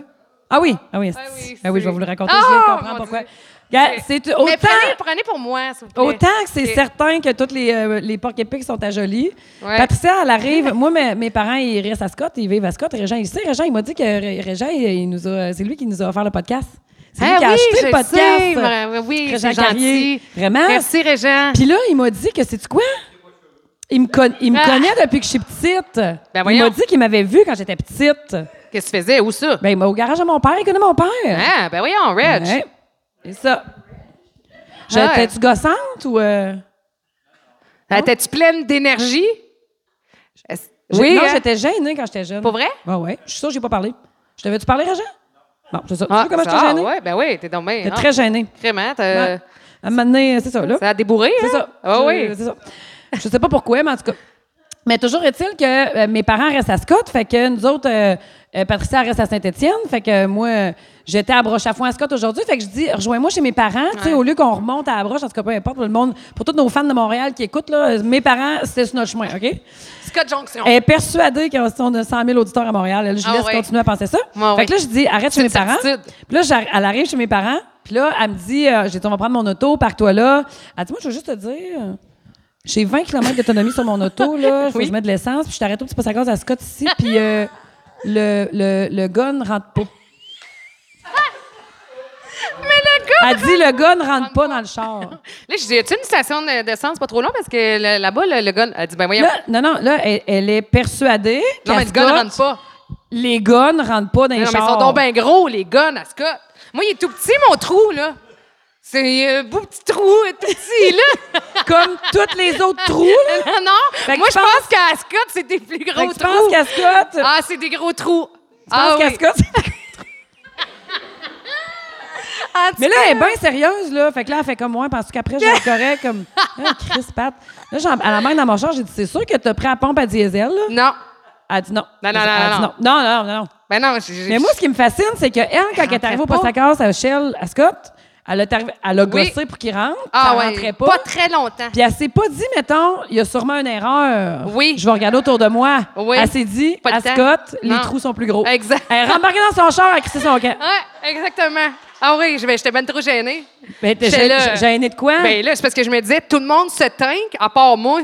Speaker 2: Ah oui, ah oui,
Speaker 1: Ah oui,
Speaker 2: c'est- ah oui, je vais
Speaker 1: c'est-
Speaker 2: vous le raconter,
Speaker 1: Ah,
Speaker 2: je viens de comprendre
Speaker 1: mon
Speaker 2: pourquoi.
Speaker 1: Dieu.
Speaker 2: Regarde, C'est autant,
Speaker 1: Mais prenez, prenez pour moi, s'il vous plaît.
Speaker 2: autant que c'est
Speaker 1: Ok.
Speaker 2: certain que toutes les, euh, les porcs épics sont à Jolie.
Speaker 1: Ouais.
Speaker 2: Patricia,
Speaker 1: [LAUGHS]
Speaker 2: elle arrive. Moi, mes, mes parents, ils restent à Scott, ils vivent à Scott. Régent, il sait, Régent, il m'a dit que Ré- Régent, il- il nous a- c'est lui qui nous a offert le podcast. C'est lui
Speaker 1: Ah
Speaker 2: qui a
Speaker 1: oui,
Speaker 2: acheté le
Speaker 1: je
Speaker 2: podcast.
Speaker 1: sais, vra- oui,
Speaker 2: Régent
Speaker 1: c'est
Speaker 2: Carrier.
Speaker 1: gentil.
Speaker 2: Vraiment?
Speaker 1: Merci, Régent.
Speaker 2: Puis là, il m'a dit que c'est quoi? Il me, con- il me
Speaker 1: Ah! Ben
Speaker 2: connaît depuis que je suis petite. il
Speaker 1: voyons.
Speaker 2: m'a dit qu'il m'avait vu quand j'étais petite.
Speaker 1: Qu'est-ce que tu faisais? Où ça?
Speaker 2: Ben, il m'a au garage à mon père, il connaît mon père.
Speaker 1: Ah, ben voyons, Reg.
Speaker 2: Ouais. C'est ça.
Speaker 1: Ah ouais.
Speaker 2: J'étais-tu gossante ou. euh? Hein?
Speaker 1: Ah, T'es-tu pleine d'énergie? Est-ce-
Speaker 2: J'ai-
Speaker 1: Oui,
Speaker 2: Non,
Speaker 1: hein?
Speaker 2: j'étais gênée quand j'étais jeune.
Speaker 1: Pour vrai?
Speaker 2: Ben ouais. Je suis sûre que j'ai pas parlé. Je t'avais-tu parlé, Régent? Bon, c'est ça.
Speaker 1: Ah,
Speaker 2: tu vois comment
Speaker 1: ça,
Speaker 2: j'étais gênée?
Speaker 1: ouais, ben oui, t'es donc bien.
Speaker 2: J'étais
Speaker 1: ah,
Speaker 2: très gênée.
Speaker 1: vraiment, t'as-
Speaker 2: Ouais. À un moment donné, c'est ça, là.
Speaker 1: ça a débourré, hein?
Speaker 2: C'est ça.
Speaker 1: Ah
Speaker 2: Je-
Speaker 1: oui.
Speaker 2: C'est ça. Je sais pas pourquoi, mais en tout cas. Mais toujours est-il que euh, mes parents restent à Scott, fait que nous autres, euh, euh, Patricia reste à Saint-Étienne, fait que euh, moi, euh, j'étais à broche à foin à Scott aujourd'hui, fait que je dis, rejoins-moi chez mes parents, tu sais, au lieu qu'on remonte à la broche, en tout cas, peu importe, le monde, pour tous nos fans de Montréal qui écoutent, là, euh, mes parents, c'était sur notre chemin, OK?
Speaker 1: Scott Jonction.
Speaker 2: Elle est persuadée qu'on a 100 000 auditeurs à Montréal. Elle, je
Speaker 1: Ah
Speaker 2: laisse
Speaker 1: ouais.
Speaker 2: continuer à penser ça.
Speaker 1: Ouais,
Speaker 2: fait que
Speaker 1: ouais.
Speaker 2: là, je dis, arrête
Speaker 1: C'est
Speaker 2: chez
Speaker 1: une
Speaker 2: mes parents.
Speaker 1: certitude.
Speaker 2: Puis là, j'ar- elle arrive chez mes parents. Puis là, elle me dit, euh, j'ai dit, on va prendre mon auto, parque-toi là. Elle dit, moi, je veux juste te dire, euh, j'ai 20 km d'autonomie sur mon auto,
Speaker 1: [LAUGHS]
Speaker 2: là. Faut que je mette de l'essence. Puis je t'arrête au petit poste à gaz à Scott ici. Puis euh, le, le, le gars ne rentre pas.
Speaker 1: Mais le gars!
Speaker 2: Elle dit, le gars ne rentre pas dans le char.
Speaker 1: Là, je dis, y a-tu une station de- d'essence pas trop loin? Parce que le- là-bas, le, le gars, elle dit, ben voyons.
Speaker 2: Là, non, non, là, elle, elle est persuadée.
Speaker 1: non,
Speaker 2: qu'à
Speaker 1: mais le gars ne
Speaker 2: Scott,
Speaker 1: rentre pas.
Speaker 2: Les gars ne rentrent pas dans les
Speaker 1: Non, mais ils
Speaker 2: chars.
Speaker 1: sont donc bien gros, les guns à Scott. Moi, il est tout petit, mon trou, là. C'est un beau petit trou, euh, tout petit, là. [LAUGHS]
Speaker 2: Comme tous les autres trous, là.
Speaker 1: non, non.
Speaker 2: Fait que
Speaker 1: Moi, je
Speaker 2: tu
Speaker 1: pense
Speaker 2: penses-
Speaker 1: qu'à Scott, c'est des plus
Speaker 2: Fait
Speaker 1: gros
Speaker 2: que tu
Speaker 1: trous.
Speaker 2: penses qu'à Scott? Tu penses
Speaker 1: Ah, c'est des gros trous. Ah,
Speaker 2: qu'à
Speaker 1: oui.
Speaker 2: Scott?
Speaker 1: En tout
Speaker 2: [LAUGHS] Mais là,
Speaker 1: cas,
Speaker 2: elle est bien sérieuse, là. Fait que là, elle fait comme moi, parce qu'après, je vais être
Speaker 1: [LAUGHS]
Speaker 2: correct, comme. Ah, Chris Pat. Là, j'en- elle m'emmène dans mon char, j'ai dit, c'est sûr que t'as pris la pompe à diesel, là?
Speaker 1: Non.
Speaker 2: Elle a dit non.
Speaker 1: Non, non,
Speaker 2: Elle a dit
Speaker 1: non,
Speaker 2: non. Non, non, non, non.
Speaker 1: Ben non, j'ai- j'ai-
Speaker 2: Mais moi, ce qui me fascine, c'est qu'elle, quand elle est
Speaker 1: rentrait
Speaker 2: arrivée au
Speaker 1: pas.
Speaker 2: poste à casse à Shell, à Scott, elle a, tarri- elle a
Speaker 1: Oui.
Speaker 2: gossé pour qu'il rentre.
Speaker 1: ah,
Speaker 2: ça
Speaker 1: ouais,
Speaker 2: rentrait pas.
Speaker 1: très longtemps.
Speaker 2: Puis elle s'est pas dit, mettons, il y a sûrement une erreur.
Speaker 1: Oui.
Speaker 2: Je vais regarder autour de moi.
Speaker 1: Oui.
Speaker 2: Elle s'est dit,
Speaker 1: Pas de
Speaker 2: à
Speaker 1: temps.
Speaker 2: Scott, les
Speaker 1: Non.
Speaker 2: trous sont plus gros.
Speaker 1: Exact.
Speaker 2: Elle est rembarquée dans son char, elle a
Speaker 1: [LAUGHS]
Speaker 2: crissé son camp.
Speaker 1: Ouais, exactement. Ah oui, je- ben, j'étais ben trop gênée.
Speaker 2: Ben, t'es
Speaker 1: J'étais
Speaker 2: gê-
Speaker 1: là.
Speaker 2: gênée de quoi?
Speaker 1: Ben là, c'est parce que je me disais, tout le monde se tinque, à part moi.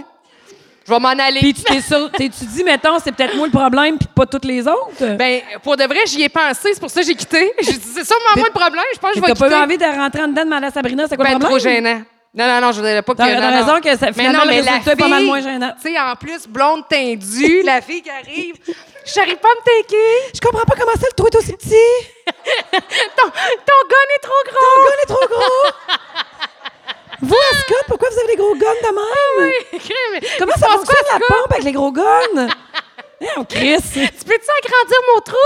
Speaker 1: Je vais m'en aller.
Speaker 2: Puis tu t'es sur- t'es- tu dis, mettons, c'est peut-être moi le problème, puis pas toutes les autres.
Speaker 1: Ben, pour de vrai, j'y ai pensé, c'est pour ça que j'ai quitté. [LAUGHS] J'ai dit, c'est sûrement moi le problème, je pense que je
Speaker 2: Mais
Speaker 1: vais
Speaker 2: T'as
Speaker 1: quitter.
Speaker 2: pas eu envie de rentrer en dedans de Madame Sabrina, c'est quoi
Speaker 1: ben
Speaker 2: le
Speaker 1: trop
Speaker 2: problème?
Speaker 1: gênant. Non, non, non, je voudrais pas que...
Speaker 2: T'as- t'as
Speaker 1: non, non.
Speaker 2: raison que ça- finalement, le
Speaker 1: la
Speaker 2: résultat est pas mal
Speaker 1: fille,
Speaker 2: moins gênant.
Speaker 1: Tu sais, en plus, blonde tendue, la fille qui arrive, j'arrive pas à me tinker.
Speaker 2: Je comprends pas comment ça, le trou est aussi petit.
Speaker 1: [LAUGHS] Ton, ton gun est trop gros.
Speaker 2: Ton gun est trop
Speaker 1: [LAUGHS]
Speaker 2: gros. Vous, à Scott, pourquoi vous avez les gros guns
Speaker 1: Ah
Speaker 2: de même? Comment ça
Speaker 1: passe
Speaker 2: fonctionne la
Speaker 1: quoi,
Speaker 2: pompe avec les
Speaker 1: [LAUGHS]
Speaker 2: gros guns? on Chris!
Speaker 1: Tu peux-tu agrandir mon trou?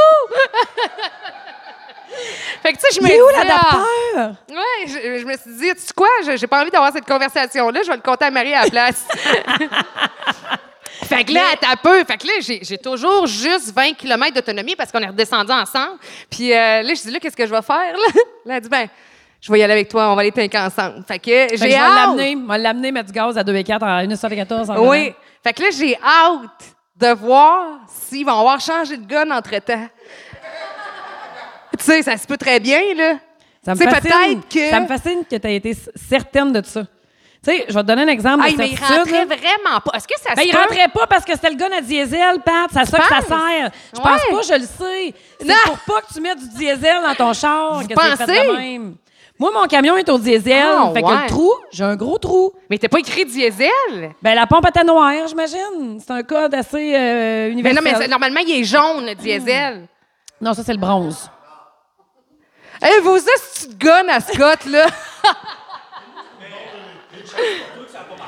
Speaker 1: [LAUGHS] fait que tu sais, je me
Speaker 2: Mais où
Speaker 1: disais,
Speaker 2: l'adapteur?
Speaker 1: ah, ouais, je, je me suis dit, tu sais quoi, Je- j'ai pas envie d'avoir cette conversation-là, je vais le compter à Marie à la
Speaker 2: [LAUGHS]
Speaker 1: place. Fait que là, t'as peu. Fait que là, j'ai j'ai toujours juste 20 km d'autonomie parce qu'on est redescendus ensemble. Puis euh, là, je dis, là, qu'est-ce que je vais faire? Là, [LAUGHS] Là, elle dit, ben, je vais y aller avec toi, on va aller tinker ensemble. Fait que
Speaker 2: Fait que
Speaker 1: j'ai
Speaker 2: je vais
Speaker 1: hâte.
Speaker 2: l'amener, je vais l'amener mettre du gaz à 2 et 4 en 1,74 en
Speaker 1: Oui. Fait que là, j'ai hâte de voir s'ils vont avoir changé de gun entre-temps. tu sais, ça se peut très bien, là.
Speaker 2: Ça me
Speaker 1: Tu sais,
Speaker 2: fascine.
Speaker 1: peut-être que-
Speaker 2: Ça me fascine que tu aies été c- certaine de ça. Tu sais, je vais te donner un exemple.
Speaker 1: Ah,
Speaker 2: de
Speaker 1: mais ils
Speaker 2: certitude,
Speaker 1: rentraient
Speaker 2: là.
Speaker 1: vraiment pas. Est-ce que ça
Speaker 2: Ben,
Speaker 1: se
Speaker 2: il
Speaker 1: peut?
Speaker 2: rentrait pas parce que c'était le gun à diesel, Pat. C'est à ça que ça
Speaker 1: penses?
Speaker 2: sert. Je
Speaker 1: Ouais.
Speaker 2: pense pas, je le sais.
Speaker 1: Non.
Speaker 2: C'est pour pas que tu mettes du diesel dans ton char que c'est fait
Speaker 1: pensez?
Speaker 2: de même. Moi, mon camion est au diesel.
Speaker 1: Ah,
Speaker 2: fait que
Speaker 1: ouais.
Speaker 2: le trou, j'ai un gros trou.
Speaker 1: Mais t'as pas écrit diesel?
Speaker 2: Ben, la pompe était noire, j'imagine. C'est un code assez euh,
Speaker 1: Mais non,
Speaker 2: universel.
Speaker 1: mais c'est- normalement, il est jaune, le diesel.
Speaker 2: Hmm. Non, ça, c'est le bronze.
Speaker 1: Hey, vos astuces de gun à Scott, [LAUGHS] là.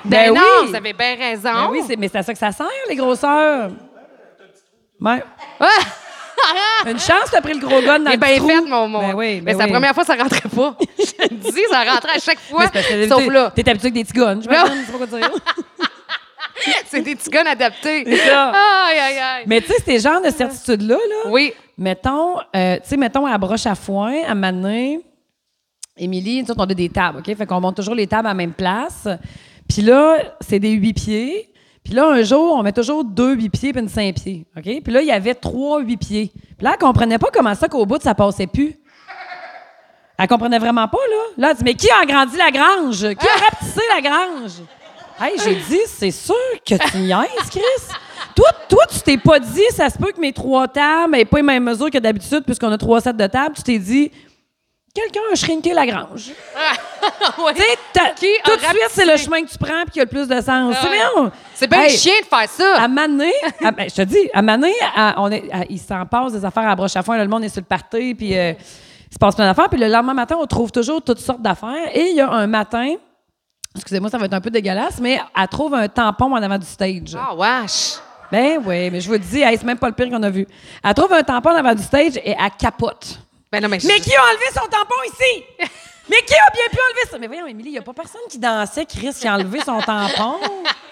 Speaker 1: ben,
Speaker 2: Ben
Speaker 1: non,
Speaker 2: oui.
Speaker 1: vous avez bien raison.
Speaker 2: Ben oui, c'est- mais c'est à ça que ça sert, les grosseurs. Ouais.
Speaker 1: [LAUGHS]
Speaker 2: [LAUGHS]
Speaker 1: Ah!
Speaker 2: Une chance, t'as pris le gros gun dans
Speaker 1: Il Eh est
Speaker 2: le
Speaker 1: bien
Speaker 2: trou.
Speaker 1: fait, mon mon.
Speaker 2: Ben oui,
Speaker 1: mais
Speaker 2: ben
Speaker 1: c'est la
Speaker 2: oui.
Speaker 1: première fois, ça rentrait pas. [LAUGHS] Je te dis, ça rentrait à chaque fois.
Speaker 2: Mais c'est parce que
Speaker 1: Sauf
Speaker 2: t'es-
Speaker 1: là,
Speaker 2: T'es habitué avec des petits guns, je
Speaker 1: Non.
Speaker 2: m'imagine, c'est pas quoi dire.
Speaker 1: c'est des petits guns adaptés.
Speaker 2: C'est ça.
Speaker 1: Aïe, aïe, aïe.
Speaker 2: Mais tu sais, ces genres de certitudes-là, là, [LAUGHS]
Speaker 1: Oui.
Speaker 2: mettons, euh, tu sais, mettons à broche à foin, à maner, Émilie, nous autres, on a des tables, OK? Fait qu'on monte toujours les tables à la même place. Puis là, c'est des huit pieds. Puis là, un jour, on met toujours deux huit pieds puis une cinq pieds, OK? Puis là, il y avait trois huit pieds. Puis là, elle comprenait pas comment ça qu'au bout, ça passait plus. Elle comprenait vraiment pas, là. Là, elle dit, mais qui a agrandi la grange? Qui a rapetissé la grange? Hey, j'ai dit, c'est sûr que tu niaises, Chris. Toi, toi, tu t'es pas dit, ça se peut que mes trois tables aient pas les mêmes mesures que d'habitude, puisqu'on a trois sets de tables. Tu t'es dit, quelqu'un a shrinké la grange.
Speaker 1: Ah, Ouais.
Speaker 2: Tu sais, t'as-
Speaker 1: Qui a
Speaker 2: tout de suite, c'est le
Speaker 1: rapetissé?
Speaker 2: chemin que tu prends puis qui a le plus de sens.
Speaker 1: Ah
Speaker 2: c'est
Speaker 1: ouais.
Speaker 2: bien.
Speaker 1: C'est bien
Speaker 2: Hey, Ah.
Speaker 1: chien de faire
Speaker 2: À
Speaker 1: ça.
Speaker 2: Mané, à- ben, je te dis, à Mané, à- on est, à- il s'en passe des affaires à la broche à foin. là, le monde est sur le party, puis euh, il se passe plein d'affaires. Puis le lendemain matin, on trouve toujours toutes sortes d'affaires. Et il y a un matin, Excusez-moi, ça va être un peu dégueulasse, mais elle trouve un tampon en avant du stage.
Speaker 1: Ah, wesh!
Speaker 2: Ben oui, mais je vous le dis, hey, c'est même pas le pire qu'on a vu. Elle trouve un tampon en avant du stage et elle capote.
Speaker 1: Ben non, mais,
Speaker 2: Mais qui a enlevé son tampon
Speaker 1: [LAUGHS]
Speaker 2: ici? Mais qui a bien pu enlever ça? Mais voyons, Émilie, il n'y a pas personne qui dansait, Chris, qui a enlevé son tampon.
Speaker 1: [LAUGHS]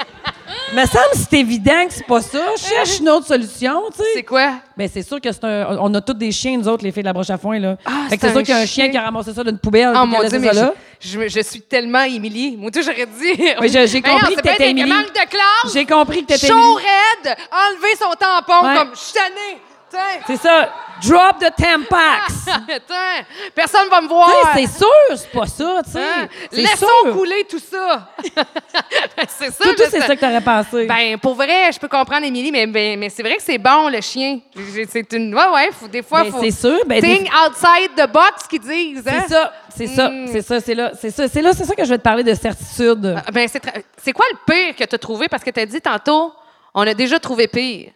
Speaker 2: Me semble que c'est évident que c'est pas ça. Cherche une autre solution, tu sais.
Speaker 1: C'est quoi?
Speaker 2: Ben, c'est sûr que c'est un. On a tous des chiens, nous autres, les filles de la broche à foin, là.
Speaker 1: Ah,
Speaker 2: fait que c'est
Speaker 1: c'est
Speaker 2: sûr
Speaker 1: un
Speaker 2: qu'il y a un chien,
Speaker 1: chien.
Speaker 2: qui a ramassé ça d'une poubelle.
Speaker 1: Oh
Speaker 2: puis qui a
Speaker 1: mon
Speaker 2: laissé
Speaker 1: Dieu, mais
Speaker 2: ça là.
Speaker 1: je, je, je suis tellement Émilie. Mon Dieu, j'aurais dit.
Speaker 2: [LAUGHS] Oui, je- j'ai
Speaker 1: Ben
Speaker 2: compris
Speaker 1: non, c'est
Speaker 2: que
Speaker 1: bien
Speaker 2: t'étais
Speaker 1: des-
Speaker 2: Émilie.
Speaker 1: manque de classe.
Speaker 2: J'ai compris que t'étais
Speaker 1: Ah! Chaud
Speaker 2: Émilie.
Speaker 1: raide, enlever son tampon
Speaker 2: Ouais.
Speaker 1: comme je suis tannée. Tiens,
Speaker 2: C'est ça. Drop the Tampax.
Speaker 1: Ah!
Speaker 2: Tu
Speaker 1: [LAUGHS] tiens, personne va me voir.
Speaker 2: sais, c'est sûr, c'est pas ça, tu sais.
Speaker 1: Hein?
Speaker 2: C'est
Speaker 1: Laissons
Speaker 2: sûr.
Speaker 1: couler tout [LAUGHS] ça. Ben, c'est ça.
Speaker 2: Tout, tout,
Speaker 1: là,
Speaker 2: c'est ça que t'aurais pensé.
Speaker 1: Ben, pour vrai, je peux comprendre, Émilie, mais, mais, mais c'est vrai que c'est bon, le chien. J'ai- C'est une. Ouais, ouais, faut- des fois,
Speaker 2: Ben,
Speaker 1: faut.
Speaker 2: c'est sûr, ben, des-
Speaker 1: Think outside the box, qu'ils disent. hein?
Speaker 2: C'est ça, c'est ça,
Speaker 1: Mm.
Speaker 2: c'est ça, c'est là, c'est ça, c'est là, c'est ça que je vais te parler de certitude.
Speaker 1: Ah, Ben, c'est tra- c'est quoi le pire que tu as trouvé? Parce que tu as dit tantôt, on a déjà trouvé pire.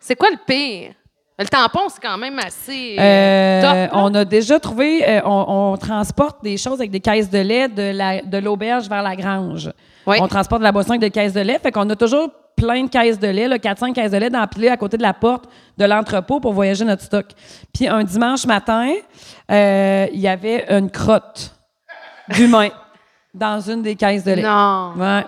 Speaker 1: C'est quoi le pire? Le tampon, c'est quand même assez.
Speaker 2: Euh,
Speaker 1: top,
Speaker 2: on a déjà trouvé, euh, on, on transporte des choses avec des caisses de lait de la- de l'auberge vers la grange.
Speaker 1: Oui.
Speaker 2: On transporte de la boisson avec des caisses de lait, fait qu'on a toujours plein de caisses de lait, là, 400 caisses de lait d'empilées à côté de la porte de l'entrepôt pour voyager notre stock. Puis un dimanche matin, euh, il y avait une crotte d'humain dans une des caisses de lait.
Speaker 1: Non.
Speaker 2: Ouais.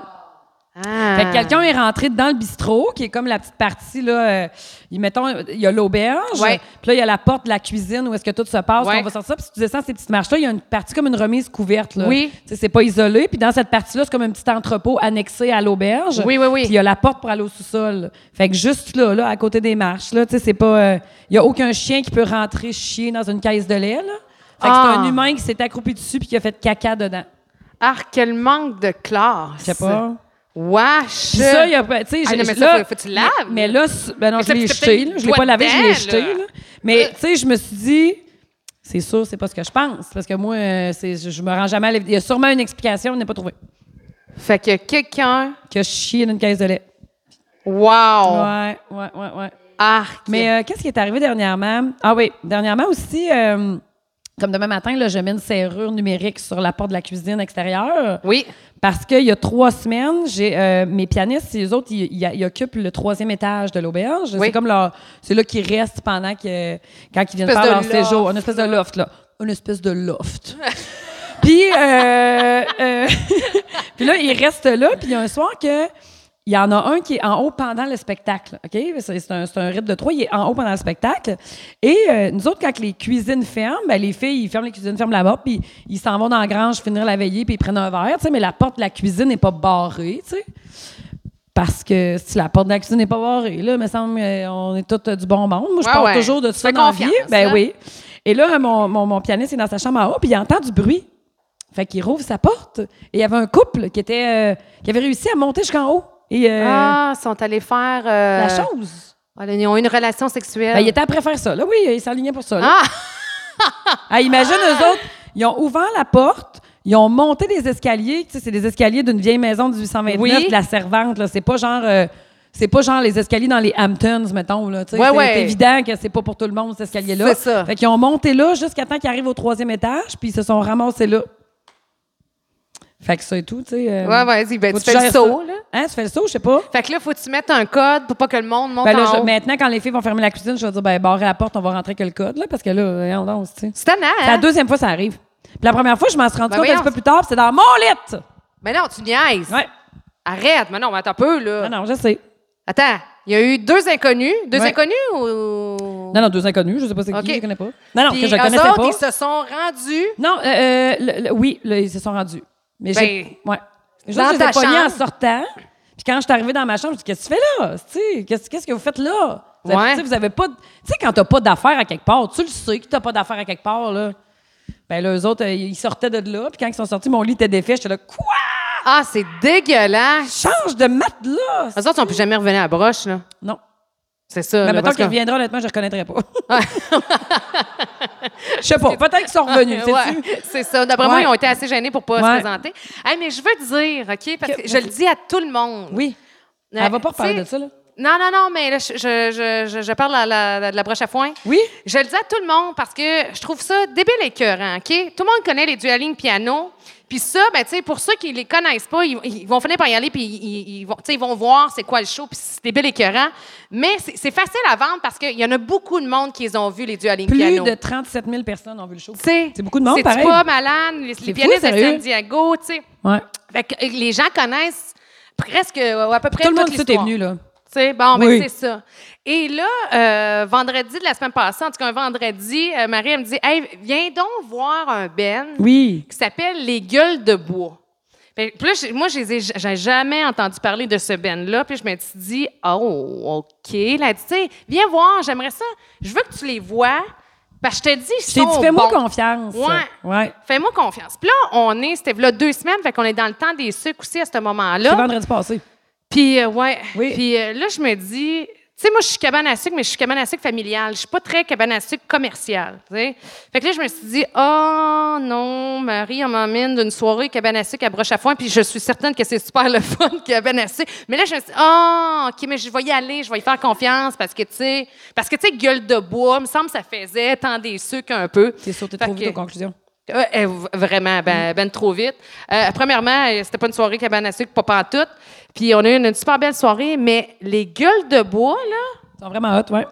Speaker 1: Ah.
Speaker 2: Fait que quelqu'un est rentré dans le bistrot, qui est comme la petite partie, là. euh, il- mettons, il y a l'auberge.
Speaker 1: Ouais.
Speaker 2: Puis là, il y a la porte de la cuisine où est-ce que tout se passe.
Speaker 1: Ouais.
Speaker 2: On va sortir ça. Puis si tu descends ces petites marches-là, il y a une partie comme une remise couverte, là.
Speaker 1: Oui.
Speaker 2: Tu sais, c'est pas isolé. Puis dans cette partie-là, c'est comme un petit entrepôt annexé à l'auberge.
Speaker 1: Oui, oui, oui.
Speaker 2: Puis il y a la porte pour aller au sous-sol. Fait que juste là, là, à côté des marches, là, tu sais, c'est pas. euh, Il y a aucun chien qui peut rentrer chier dans une caisse de lait, là. Fait que
Speaker 1: Ah.
Speaker 2: c'est un humain qui s'est accroupi dessus puis qui a fait caca dedans.
Speaker 1: Ah, quel manque de classe.
Speaker 2: Je sais pas.
Speaker 1: Wesh.
Speaker 2: Puis ça, il y a pas. Tu sais,
Speaker 1: Ah non, mais
Speaker 2: je-
Speaker 1: ça,
Speaker 2: là-
Speaker 1: faut- faut que tu laves.
Speaker 2: Mais, mais là, c- ben non,
Speaker 1: Mais
Speaker 2: je
Speaker 1: ça,
Speaker 2: l'ai
Speaker 1: tu t'es
Speaker 2: jeté.
Speaker 1: peut-être
Speaker 2: là. Je l'ai pas lavé, je l'ai
Speaker 1: dedans,
Speaker 2: jeté.
Speaker 1: là. Euh.
Speaker 2: là. Mais, tu sais, je me suis dit, c'est sûr, c'est pas ce que je pense. Parce que moi, euh, c'est- je, je me rends jamais à l'évi- Il y a sûrement une explication, on n'a pas trouvé.
Speaker 1: Fait que quelqu'un.
Speaker 2: Que je chier dans une caisse de lait.
Speaker 1: Wow.
Speaker 2: Ouais, ouais, ouais, ouais.
Speaker 1: Arc.
Speaker 2: Mais euh, qu'est-ce qui est arrivé dernièrement? Ah oui, dernièrement aussi, euh, comme demain matin, là, je mets une serrure numérique sur la porte de la cuisine extérieure.
Speaker 1: Oui.
Speaker 2: Parce qu'il y a trois semaines, j'ai euh, mes pianistes, les autres, ils, ils- ils occupent le troisième étage de l'auberge.
Speaker 1: Oui.
Speaker 2: C'est comme leur, c'est là qu'ils restent pendant que quand ils
Speaker 1: Espèce
Speaker 2: viennent faire
Speaker 1: de
Speaker 2: leur
Speaker 1: loft,
Speaker 2: séjour, une espèce de loft là, une espèce de loft. [LAUGHS] puis, euh, euh, puis là, ils restent là. Puis il y a un soir que il y en a un qui est en haut pendant le spectacle. OK? C'est c'est un, c'est un rythme de trois. Il est en haut pendant le spectacle. Et euh, nous autres, quand les cuisines ferment, ben, les filles, ils ferment les cuisines, ferment la porte, puis ils s'en vont dans la grange finir la veillée, puis ils prennent un verre. tu sais, Mais la porte de la cuisine n'est pas barrée. tu sais. Parce que si la porte de la cuisine n'est pas barrée, là, il me semble qu'on est tous euh, du bon monde. Moi, je
Speaker 1: Ouais,
Speaker 2: parle
Speaker 1: ouais.
Speaker 2: toujours de
Speaker 1: Tu
Speaker 2: ça
Speaker 1: fais
Speaker 2: dans la vie.
Speaker 1: confiance,
Speaker 2: Ben
Speaker 1: hein?
Speaker 2: oui. Et là, mon, mon, mon pianiste est dans sa chambre en haut, puis il entend du bruit. Fait qu'il rouvre sa porte. Et il y avait un couple qui, était, euh, qui avait réussi à monter jusqu'en haut. Et euh,
Speaker 1: Ah, ils sont allés faire. euh,
Speaker 2: la chose.
Speaker 1: ah, Ils ont eu une relation sexuelle.
Speaker 2: Ben, il était après faire ça. Là, oui, il s'alignait pour ça. là.
Speaker 1: Ah!
Speaker 2: Ah, imagine eux autres, ils ont ouvert la porte, ils ont monté des escaliers. Tu sais, c'est des escaliers d'une vieille maison du 829
Speaker 1: Oui.
Speaker 2: de la servante. Là. C'est pas genre. euh, c'est pas genre les escaliers dans les Hamptons, mettons. Là, tu sais.
Speaker 1: Ouais,
Speaker 2: c'est
Speaker 1: ouais.
Speaker 2: évident que c'est pas pour tout le monde, cet escalier-là.
Speaker 1: C'est ça.
Speaker 2: Fait qu'ils ont monté là jusqu'à temps qu'ils arrivent au troisième étage, puis ils se sont ramassés là. Fait que ça et tout, tu sais. euh,
Speaker 1: Ouais, vas-y, ben,
Speaker 2: faut
Speaker 1: tu
Speaker 2: que
Speaker 1: fais le
Speaker 2: gères
Speaker 1: saut,
Speaker 2: ça.
Speaker 1: là.
Speaker 2: Hein, tu fais le saut, je sais pas.
Speaker 1: Fait que là, faut que tu mettes un code pour pas que le monde monte
Speaker 2: Ben là,
Speaker 1: en
Speaker 2: je-
Speaker 1: haut.
Speaker 2: maintenant, quand les filles vont fermer la cuisine, je vais dire, ben, barrez la porte, on va rentrer que le code, là, parce que là, on danse, tu sais.
Speaker 1: C'est tannant,
Speaker 2: La
Speaker 1: hein?
Speaker 2: deuxième fois, ça arrive. Puis la première fois, je m'en suis rendu
Speaker 1: Ben
Speaker 2: compte un
Speaker 1: voyons.
Speaker 2: petit peu plus tard, puis c'est dans mon lit!
Speaker 1: Mais non, tu niaises.
Speaker 2: Ouais.
Speaker 1: Arrête, mais non, mais attends un peu, là.
Speaker 2: Non, non, je sais.
Speaker 1: Attends, il y a eu deux inconnus. Deux
Speaker 2: Ouais.
Speaker 1: inconnus ou.
Speaker 2: Non, non, deux inconnus, je sais pas c'est qui,
Speaker 1: Ok.
Speaker 2: je les connais pas. Non, non,
Speaker 1: Puis
Speaker 2: que je
Speaker 1: eux
Speaker 2: connaissais
Speaker 1: autres,
Speaker 2: pas.
Speaker 1: ils se sont rendus.
Speaker 2: Non, euh, euh, le- le- oui, là, ils se sont rendus. Mais
Speaker 1: Ben,
Speaker 2: j'ai. Ouais. Je
Speaker 1: dans
Speaker 2: je les ai
Speaker 1: ta
Speaker 2: pognés en
Speaker 1: chambre.
Speaker 2: sortant. Puis quand je suis arrivée dans ma chambre, je dis Qu'est-ce que tu fais là? Tu sais, Qu'est-ce qu'est-ce que vous faites là? Vous avez,
Speaker 1: Ouais.
Speaker 2: tu sais, vous avez pas. de- Tu sais, quand t'as pas d'affaires à quelque part, tu le sais que t'as pas d'affaires à quelque part, là. Ben là, eux autres, euh, ils sortaient de là. Puis quand ils sont sortis, mon lit était défait. J'étais là, quoi?
Speaker 1: Ah, c'est dégueulasse.
Speaker 2: Change de matelas!
Speaker 1: Les autres, on peut jamais revenir à la broche, là.
Speaker 2: Non. Ben,
Speaker 1: C'est ça.
Speaker 2: Mais
Speaker 1: là,
Speaker 2: maintenant
Speaker 1: parce
Speaker 2: qu'ils
Speaker 1: que-
Speaker 2: reviendront, honnêtement, je ne reconnaîtrais pas. [LAUGHS] Je sais pas. Peut-être qu'ils sont revenus, sais-tu?
Speaker 1: [LAUGHS] Ouais, c'est ça. D'après moi,
Speaker 2: Ouais.
Speaker 1: ils ont été assez gênés pour pas
Speaker 2: Ouais.
Speaker 1: se présenter. Hey, mais je veux te dire, OK, parce que,
Speaker 2: Que-
Speaker 1: je le dis à tout le monde.
Speaker 2: Oui.
Speaker 1: Euh,
Speaker 2: Elle va pas reparler
Speaker 1: tu
Speaker 2: de
Speaker 1: sais-
Speaker 2: ça, là.
Speaker 1: Non, non, non, mais là, je, je- je- je- je parle à la, de la broche à foin.
Speaker 2: Oui?
Speaker 1: Je le dis à tout le monde parce que je trouve ça débile et écœurant, OK? Tout le monde connaît les dualings piano Puis ça, ben, tu sais, pour ceux qui les connaissent pas, ils, ils vont finir par y aller, puis ils, ils- ils vont, tu sais, ils vont voir c'est quoi le show, puis c'est débile écœurant. Mais c'est c'est facile à vendre parce qu'il y en a beaucoup de monde qui les ont vus, les dueling
Speaker 2: Plus
Speaker 1: piano.
Speaker 2: de 37 000 personnes ont vu le show.
Speaker 1: Tu sais,
Speaker 2: C'est beaucoup de monde,
Speaker 1: c'est-tu
Speaker 2: pareil.
Speaker 1: pas malade, les, les
Speaker 2: fou,
Speaker 1: pianistes de
Speaker 2: sérieux.
Speaker 1: San Diego, tu sais.
Speaker 2: Ouais.
Speaker 1: Fait que euh, les gens connaissent presque, euh, à peu près
Speaker 2: Tout le monde,
Speaker 1: toute
Speaker 2: tout est
Speaker 1: l'histoire.
Speaker 2: venu, là.
Speaker 1: Tu sais, bon, ben,
Speaker 2: Oui.
Speaker 1: c'est ça. Et là, euh, vendredi de la semaine passée, en tout cas un vendredi, euh, Marie, elle me dit Hey, viens donc voir un Ben
Speaker 2: Oui.
Speaker 1: qui s'appelle Les Gueules de Bois. Fait que- Puis là, j'ai- moi, je les ai- j'ai jamais entendu parler de ce Ben-là. Puis je me suis dit Oh, OK. Là, tu sais, viens voir, j'aimerais ça. Je veux que tu les vois. Parce que je te dis,
Speaker 2: Je
Speaker 1: ils
Speaker 2: t'ai dit,
Speaker 1: sont
Speaker 2: fais-moi
Speaker 1: bons.
Speaker 2: confiance.
Speaker 1: Ouais.
Speaker 2: Ouais.
Speaker 1: Fais-moi confiance. Puis là, on est, c'était là deux semaines, fait qu'on est dans le temps des sucres aussi à ce
Speaker 2: C'est
Speaker 1: moment-là.
Speaker 2: vendredi passé.
Speaker 1: Puis, euh, ouais.
Speaker 2: Oui.
Speaker 1: Puis euh, là, je me dis, tu sais, moi, je suis cabane à sucre, mais je suis cabane à sucre familiale. Je suis pas très cabane à sucre commerciale. tu sais. Fait que là, je me suis dit, oh non, Marie, on m'emmène d'une soirée cabane à sucre à broche à foin, puis je suis certaine que c'est super le [LAUGHS] fun, cabane à sucre. Mais là, je me suis dit, oh, OK, mais je vais y aller, je vais y faire confiance parce que, tu sais, parce que, tu sais, gueule de bois, me semble que ça faisait tant des sucres un peu.
Speaker 2: T'es sûr, t'es
Speaker 1: Fait
Speaker 2: trop vite
Speaker 1: que-
Speaker 2: aux conclusions.
Speaker 1: euh, euh, v- vraiment,
Speaker 2: Mm.
Speaker 1: ben, ben trop vite. Euh, premièrement, euh, c'était pas une soirée cabane à sucre, pas pantoute. Puis on a eu une, une super belle soirée, mais les gueules de bois, là,
Speaker 2: Ils sont vraiment hot, ouais.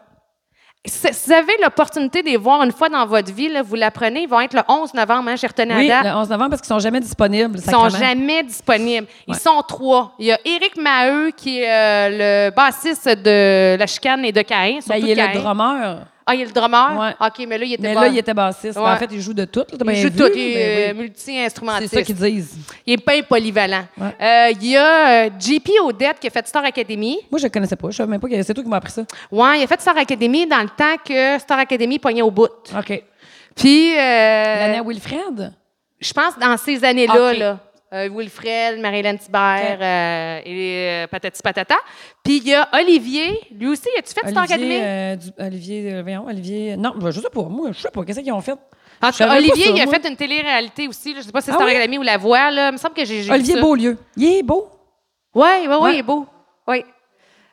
Speaker 1: si si vous avez l'opportunité de les voir une fois dans votre vie, là, vous l'apprenez, ils vont être le 11 novembre, hein, j'ai retenu
Speaker 2: Oui,
Speaker 1: la date.
Speaker 2: le 11 novembre, parce qu'ils sont jamais disponibles.
Speaker 1: Ils sont
Speaker 2: sacrément.
Speaker 1: jamais disponibles. Ils
Speaker 2: Ouais.
Speaker 1: sont trois. Il y a Éric Maheu, qui est euh, le bassiste de La Chicane et de Caïn.
Speaker 2: Ben,
Speaker 1: surtout
Speaker 2: il est
Speaker 1: Caïn.
Speaker 2: le drummer.
Speaker 1: Ah, il est le drummer?
Speaker 2: Ouais.
Speaker 1: OK, mais là, il était
Speaker 2: Mais
Speaker 1: pas-
Speaker 2: là, il était bassiste. Ben,
Speaker 1: Ouais.
Speaker 2: En fait, il joue de tout. là, t'as
Speaker 1: Il
Speaker 2: bien
Speaker 1: joue
Speaker 2: vu,
Speaker 1: tout, il est
Speaker 2: mais
Speaker 1: euh,
Speaker 2: oui. C'est
Speaker 1: multi-instrumentiste.
Speaker 2: ça qu'ils disent.
Speaker 1: Il est bien polyvalent.
Speaker 2: Ouais.
Speaker 1: Euh, Il y a euh, JP Audette qui a fait Star Academy.
Speaker 2: Moi, je le connaissais pas. Je savais même pas que c'est toi qui m'as appris ça.
Speaker 1: Ouais, il a fait Star Academy dans le temps que Star Academy pognait au bout.
Speaker 2: OK.
Speaker 1: Puis, euh,
Speaker 2: Lana Wilfred?
Speaker 1: je pense dans ces années-là,
Speaker 2: Ah, Ok.
Speaker 1: là, euh, Wilfred, Marie-Hélène Thibert euh, et euh, patati patata. Puis il y a Olivier, lui aussi, as-tu fait Star Academy?
Speaker 2: Olivier, euh, du- Olivier, euh, voyons, Olivier, non, ben, je sais pas, moi, je sais pas, qu'est-ce qu'ils ont fait?
Speaker 1: En
Speaker 2: Je
Speaker 1: tout
Speaker 2: savais
Speaker 1: cas,
Speaker 2: pas
Speaker 1: Olivier,
Speaker 2: ça,
Speaker 1: il a
Speaker 2: moi.
Speaker 1: fait une télé-réalité aussi. là, je sais pas si c'est
Speaker 2: Ah
Speaker 1: Star
Speaker 2: oui?
Speaker 1: Academy ou La Voix. Là. Il me semble que j'ai j'ai vu
Speaker 2: Olivier
Speaker 1: ça.
Speaker 2: Beaulieu, il est beau,
Speaker 1: Oui, oui, oui,
Speaker 2: Ouais.
Speaker 1: il est beau. Oui.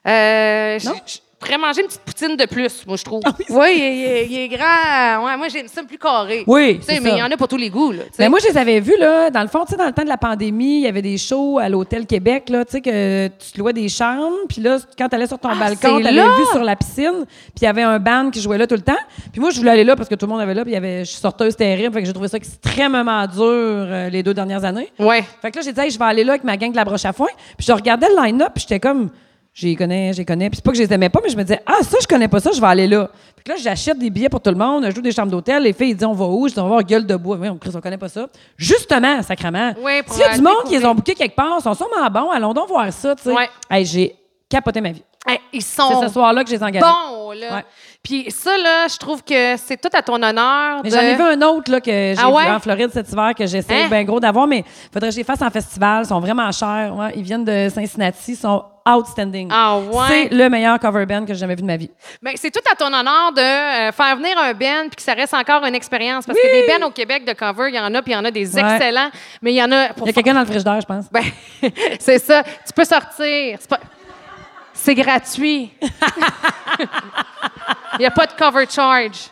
Speaker 1: Euh, je
Speaker 2: Non?
Speaker 1: je pourrais manger une petite poutine de plus, moi, je trouve.
Speaker 2: Ah oui,
Speaker 1: oui, il, est- il est grand. Ouais, moi, j'aime ça plus carré.
Speaker 2: Oui,
Speaker 1: Tu sais,
Speaker 2: c'est
Speaker 1: mais
Speaker 2: ça.
Speaker 1: il y en a pour tous les goûts. Là, tu sais.
Speaker 2: Mais moi, je les avais vus, là, dans le fond, tu sais, dans le temps de la pandémie, il y avait des shows à l'Hôtel Québec, là, tu sais, que tu louais des chambres, puis là, quand t'allais sur ton balcon,
Speaker 1: Ah, c'est
Speaker 2: t'avais
Speaker 1: là!
Speaker 2: vu sur la piscine, puis il y avait un band qui jouait là tout le temps. Puis moi, je voulais aller là parce que tout le monde avait là, puis il y avait, je suis sorteuse terrible, fait que j'ai trouvé ça extrêmement dur euh, les deux dernières années.
Speaker 1: Ouais.
Speaker 2: Fait que là, j'ai dit, Hey, je vais aller là avec ma gang de la broche à foin. Puis je regardais le line-up, puis j'étais comme, je les connais, je les connais. Puis c'est pas que je les aimais pas, mais je me disais, ah, ça, je connais pas ça, je vais aller là. Puis que là, j'achète des billets pour tout le monde, je joue des chambres d'hôtel, les filles, ils disent, on va où? Je dis, on va voir gueule de bois. Oui, on, Chris, on connaît pas ça. Justement, sacrement.
Speaker 1: Ouais, pour
Speaker 2: S'il y a
Speaker 1: la
Speaker 2: du monde qui les
Speaker 1: découvrir.
Speaker 2: ont bouqués quelque part, ils sont sûrement bons, allons donc voir ça, tu sais.
Speaker 1: Ouais.
Speaker 2: Hey, j'ai capoté ma vie.
Speaker 1: Hey, ils
Speaker 2: C'est
Speaker 1: sont
Speaker 2: ce soir-là que je les ai engagés.
Speaker 1: bons. Là.
Speaker 2: Ouais.
Speaker 1: Puis ça, là, je trouve que c'est tout à ton honneur.
Speaker 2: Mais
Speaker 1: de-
Speaker 2: j'en ai vu un autre là, que j'ai
Speaker 1: Ah ouais?
Speaker 2: vu en Floride cet hiver que j'essaie
Speaker 1: Hein?
Speaker 2: bien gros d'avoir, mais faudrait que je les fasse en festival. Ils sont vraiment chers. ouais. Ils viennent de Cincinnati. Ils sont outstanding.
Speaker 1: Ah ouais?
Speaker 2: C'est le meilleur cover band que j'ai jamais vu de ma vie.
Speaker 1: Ben, c'est tout à ton honneur de euh, faire venir un ben puis que ça reste encore une expérience. Parce que
Speaker 2: Oui!
Speaker 1: des ben au Québec de cover, il y en a, puis il y en a des
Speaker 2: Ouais.
Speaker 1: excellents. Mais il y en a pour
Speaker 2: Il y a quelqu'un dans le frigidaire, je pense.
Speaker 1: Ben, [LAUGHS] c'est ça. Tu peux sortir. C'est, pas- c'est gratuit. [LAUGHS] Il n'y a pas de cover charge.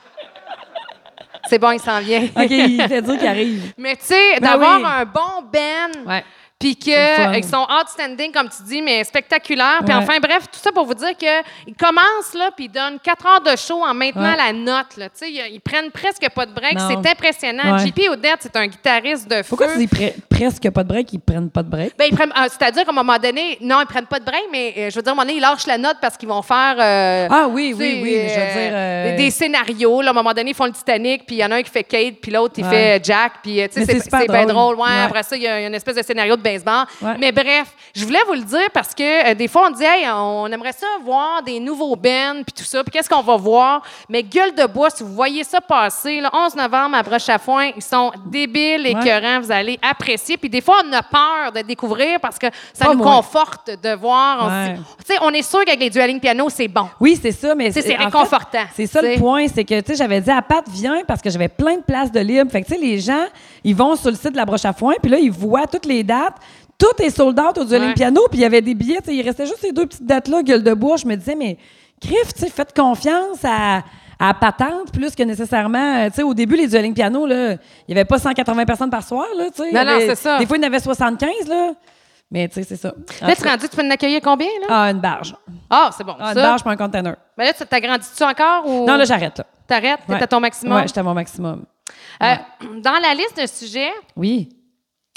Speaker 1: C'est bon, il s'en vient.
Speaker 2: [LAUGHS] OK, il fait dire
Speaker 1: [LAUGHS]
Speaker 2: qu'il arrive.
Speaker 1: Mais tu sais,
Speaker 2: Ben
Speaker 1: d'avoir
Speaker 2: oui.
Speaker 1: un bon band,
Speaker 2: Ouais.
Speaker 1: puis
Speaker 2: C'est le fun.
Speaker 1: qu'ils sont outstanding, comme tu dis, mais spectaculaires. Puis
Speaker 2: Ouais.
Speaker 1: enfin, bref, tout ça pour vous dire qu'ils commencent, là, puis ils donnent quatre heures de show en maintenant
Speaker 2: Ouais.
Speaker 1: la note, là. Tu sais, ils ils prennent presque pas de break.
Speaker 2: Non.
Speaker 1: C'est impressionnant.
Speaker 2: Ouais.
Speaker 1: JP Audette, c'est un guitariste de feu.
Speaker 2: Pourquoi tu dis pre- presque pas de break? Ils prennent pas de break.
Speaker 1: Ben, ils prennent, euh, c'est-à-dire qu'à un moment donné, non, ils prennent pas de break, mais euh, je veux dire, à un moment donné, ils lâchent la note parce qu'ils vont faire. euh,
Speaker 2: Ah oui,
Speaker 1: tu
Speaker 2: oui,
Speaker 1: sais,
Speaker 2: oui, mais je
Speaker 1: euh,
Speaker 2: veux dire, euh,
Speaker 1: des- Des scénarios. Là, à un moment donné, ils font le Titanic, puis il y en a un qui fait Kate, puis l'autre, il
Speaker 2: Ouais.
Speaker 1: fait Jack, puis euh, tu sais,
Speaker 2: Mais
Speaker 1: c'est,
Speaker 2: c'est super
Speaker 1: c'est bien drôle.
Speaker 2: drôle.
Speaker 1: Ouais,
Speaker 2: Ouais.
Speaker 1: Après ça, il y, a il y a une espèce de scénario de baseball.
Speaker 2: Ouais.
Speaker 1: Mais Eh, bref, je voulais vous le dire parce que euh, des fois, on dit, hey, on aimerait ça voir des nouveaux bands, puis tout ça, puis qu'est-ce qu'on va voir? Mais gueule de bois, si vous voyez ça passer, le 11 novembre à Broche à Foin, ils sont débiles,
Speaker 2: Ouais.
Speaker 1: écœurants écœurant, vous allez apprécier. Puis des fois, on a peur de découvrir parce que ça
Speaker 2: Pas
Speaker 1: nous
Speaker 2: moi.
Speaker 1: conforte de voir. On, se
Speaker 2: Ouais.
Speaker 1: dit- tu sais, on est sûr qu'avec les dueling piano, c'est bon.
Speaker 2: Oui, c'est ça, mais
Speaker 1: Tu sais, c'est
Speaker 2: en fait,
Speaker 1: réconfortant,
Speaker 2: C'est ça
Speaker 1: tu sais.
Speaker 2: le point, c'est que tu sais, j'avais dit à Pat viens parce que j'avais plein de places de libre. Fait que tu sais, les gens, ils vont sur le site de la broche à foin, puis là ils voient toutes les dates. Tout est sold out au dueling
Speaker 1: Ouais.
Speaker 2: piano, puis il y avait des billets. tu sais, Il restait juste ces deux petites dates là, gueule de bois. Je me disais mais Criff, tu sais, faites confiance à, à à patente plus que nécessairement. euh, Tu sais, au début, les dueling piano, là, il n'y avait pas 180 personnes par soir, là, tu sais. Il y
Speaker 1: Non, non,
Speaker 2: avait-
Speaker 1: c'est ça.
Speaker 2: Des fois, il y en avait 75, là. Mais, tu sais, Ah, c'est ça. En
Speaker 1: Là,
Speaker 2: tout
Speaker 1: tu
Speaker 2: cas.
Speaker 1: es rendu, tu peux en accueillir combien, là?
Speaker 2: Ah, une barge.
Speaker 1: Ah, c'est bon,
Speaker 2: Ah, une
Speaker 1: ça. Oh.
Speaker 2: barge, pas un container.
Speaker 1: Mais là, tu t'agrandis-tu encore ou.
Speaker 2: Non, là, j'arrête, là.
Speaker 1: T'arrêtes, t'es à ton maximum.
Speaker 2: Oui, j'étais à mon maximum.
Speaker 1: Euh, Dans la liste de sujets,
Speaker 2: Oui,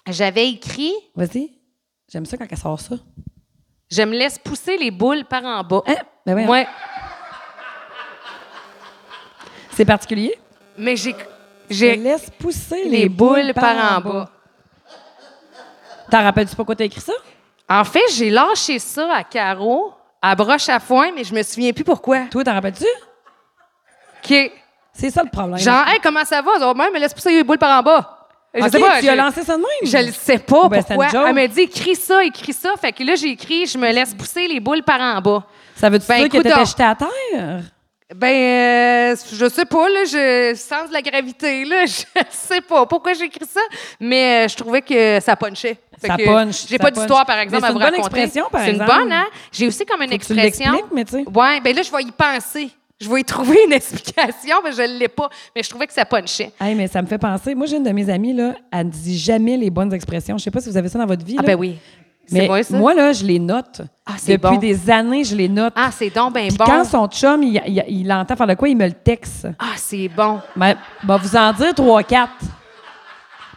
Speaker 1: j'avais écrit
Speaker 2: vas-y. J'aime ça quand elle sort ça.
Speaker 1: Je me laisse pousser les boules par en bas.
Speaker 2: Hein? Ben voyons.
Speaker 1: Ouais.
Speaker 2: C'est particulier.
Speaker 1: Mais j'ai.
Speaker 2: Je
Speaker 1: j'ai-
Speaker 2: laisse pousser les,
Speaker 1: Les boules par en bas.
Speaker 2: T'en rappelles-tu pas quoi t'as écrit ça?
Speaker 1: En fait, j'ai lâché ça à Caro, à broche à foin, mais je me souviens plus pourquoi.
Speaker 2: Toi, t'en rappelles-tu?
Speaker 1: OK.
Speaker 2: C'est ça le problème.
Speaker 1: Genre, hey, comment ça va? Elle dit, Oh, même, me laisse pousser les boules par en bas. Je
Speaker 2: Ok,
Speaker 1: sais pas.
Speaker 2: tu as
Speaker 1: je-
Speaker 2: lancé ça de même?
Speaker 1: Je le sais pas
Speaker 2: Ben, c'est une
Speaker 1: pourquoi.
Speaker 2: joke.
Speaker 1: Elle m'a dit écris ça, écris ça. Fait que là j'ai écrit je me laisse pousser les boules par en bas.
Speaker 2: Ça veut-tu
Speaker 1: Ben,
Speaker 2: dire que t'étais
Speaker 1: coudonc.
Speaker 2: jeté à terre?
Speaker 1: Ben euh, je sais pas là, je sens de la gravité là, [LAUGHS] je sais pas pourquoi j'ai écrit ça, mais euh, je trouvais que ça punchait. Fait
Speaker 2: Ça
Speaker 1: que
Speaker 2: punch,
Speaker 1: J'ai
Speaker 2: ça
Speaker 1: pas d'histoire
Speaker 2: punch.
Speaker 1: par exemple à
Speaker 2: Mais c'est
Speaker 1: vous
Speaker 2: une bonne
Speaker 1: raconter.
Speaker 2: expression, par
Speaker 1: C'est une
Speaker 2: exemple.
Speaker 1: bonne hein. J'ai aussi comme une
Speaker 2: Faut que tu
Speaker 1: expression.
Speaker 2: l'expliques, mais tu sais.
Speaker 1: Ouais, ben là je vais y penser. Je vais y trouver une [LAUGHS] explication, mais je l'ai pas. Mais je trouvais que ça punchait.
Speaker 2: Hey, mais ça me fait penser. Moi, j'ai une de mes amies, là, elle ne dit jamais les bonnes expressions. Je sais pas si vous avez ça dans votre vie.
Speaker 1: Ah
Speaker 2: là.
Speaker 1: ben oui. C'est
Speaker 2: Mais
Speaker 1: vrai, ça?
Speaker 2: moi, là, je les note.
Speaker 1: Ah, c'est
Speaker 2: Depuis
Speaker 1: bon.
Speaker 2: des années, je les note.
Speaker 1: Ah c'est donc ben
Speaker 2: Puis
Speaker 1: bon.
Speaker 2: quand son chum, il, il- il entend faire de quoi, il me le texte.
Speaker 1: Ah c'est bon.
Speaker 2: Ben, ben, vous en dire trois, quatre.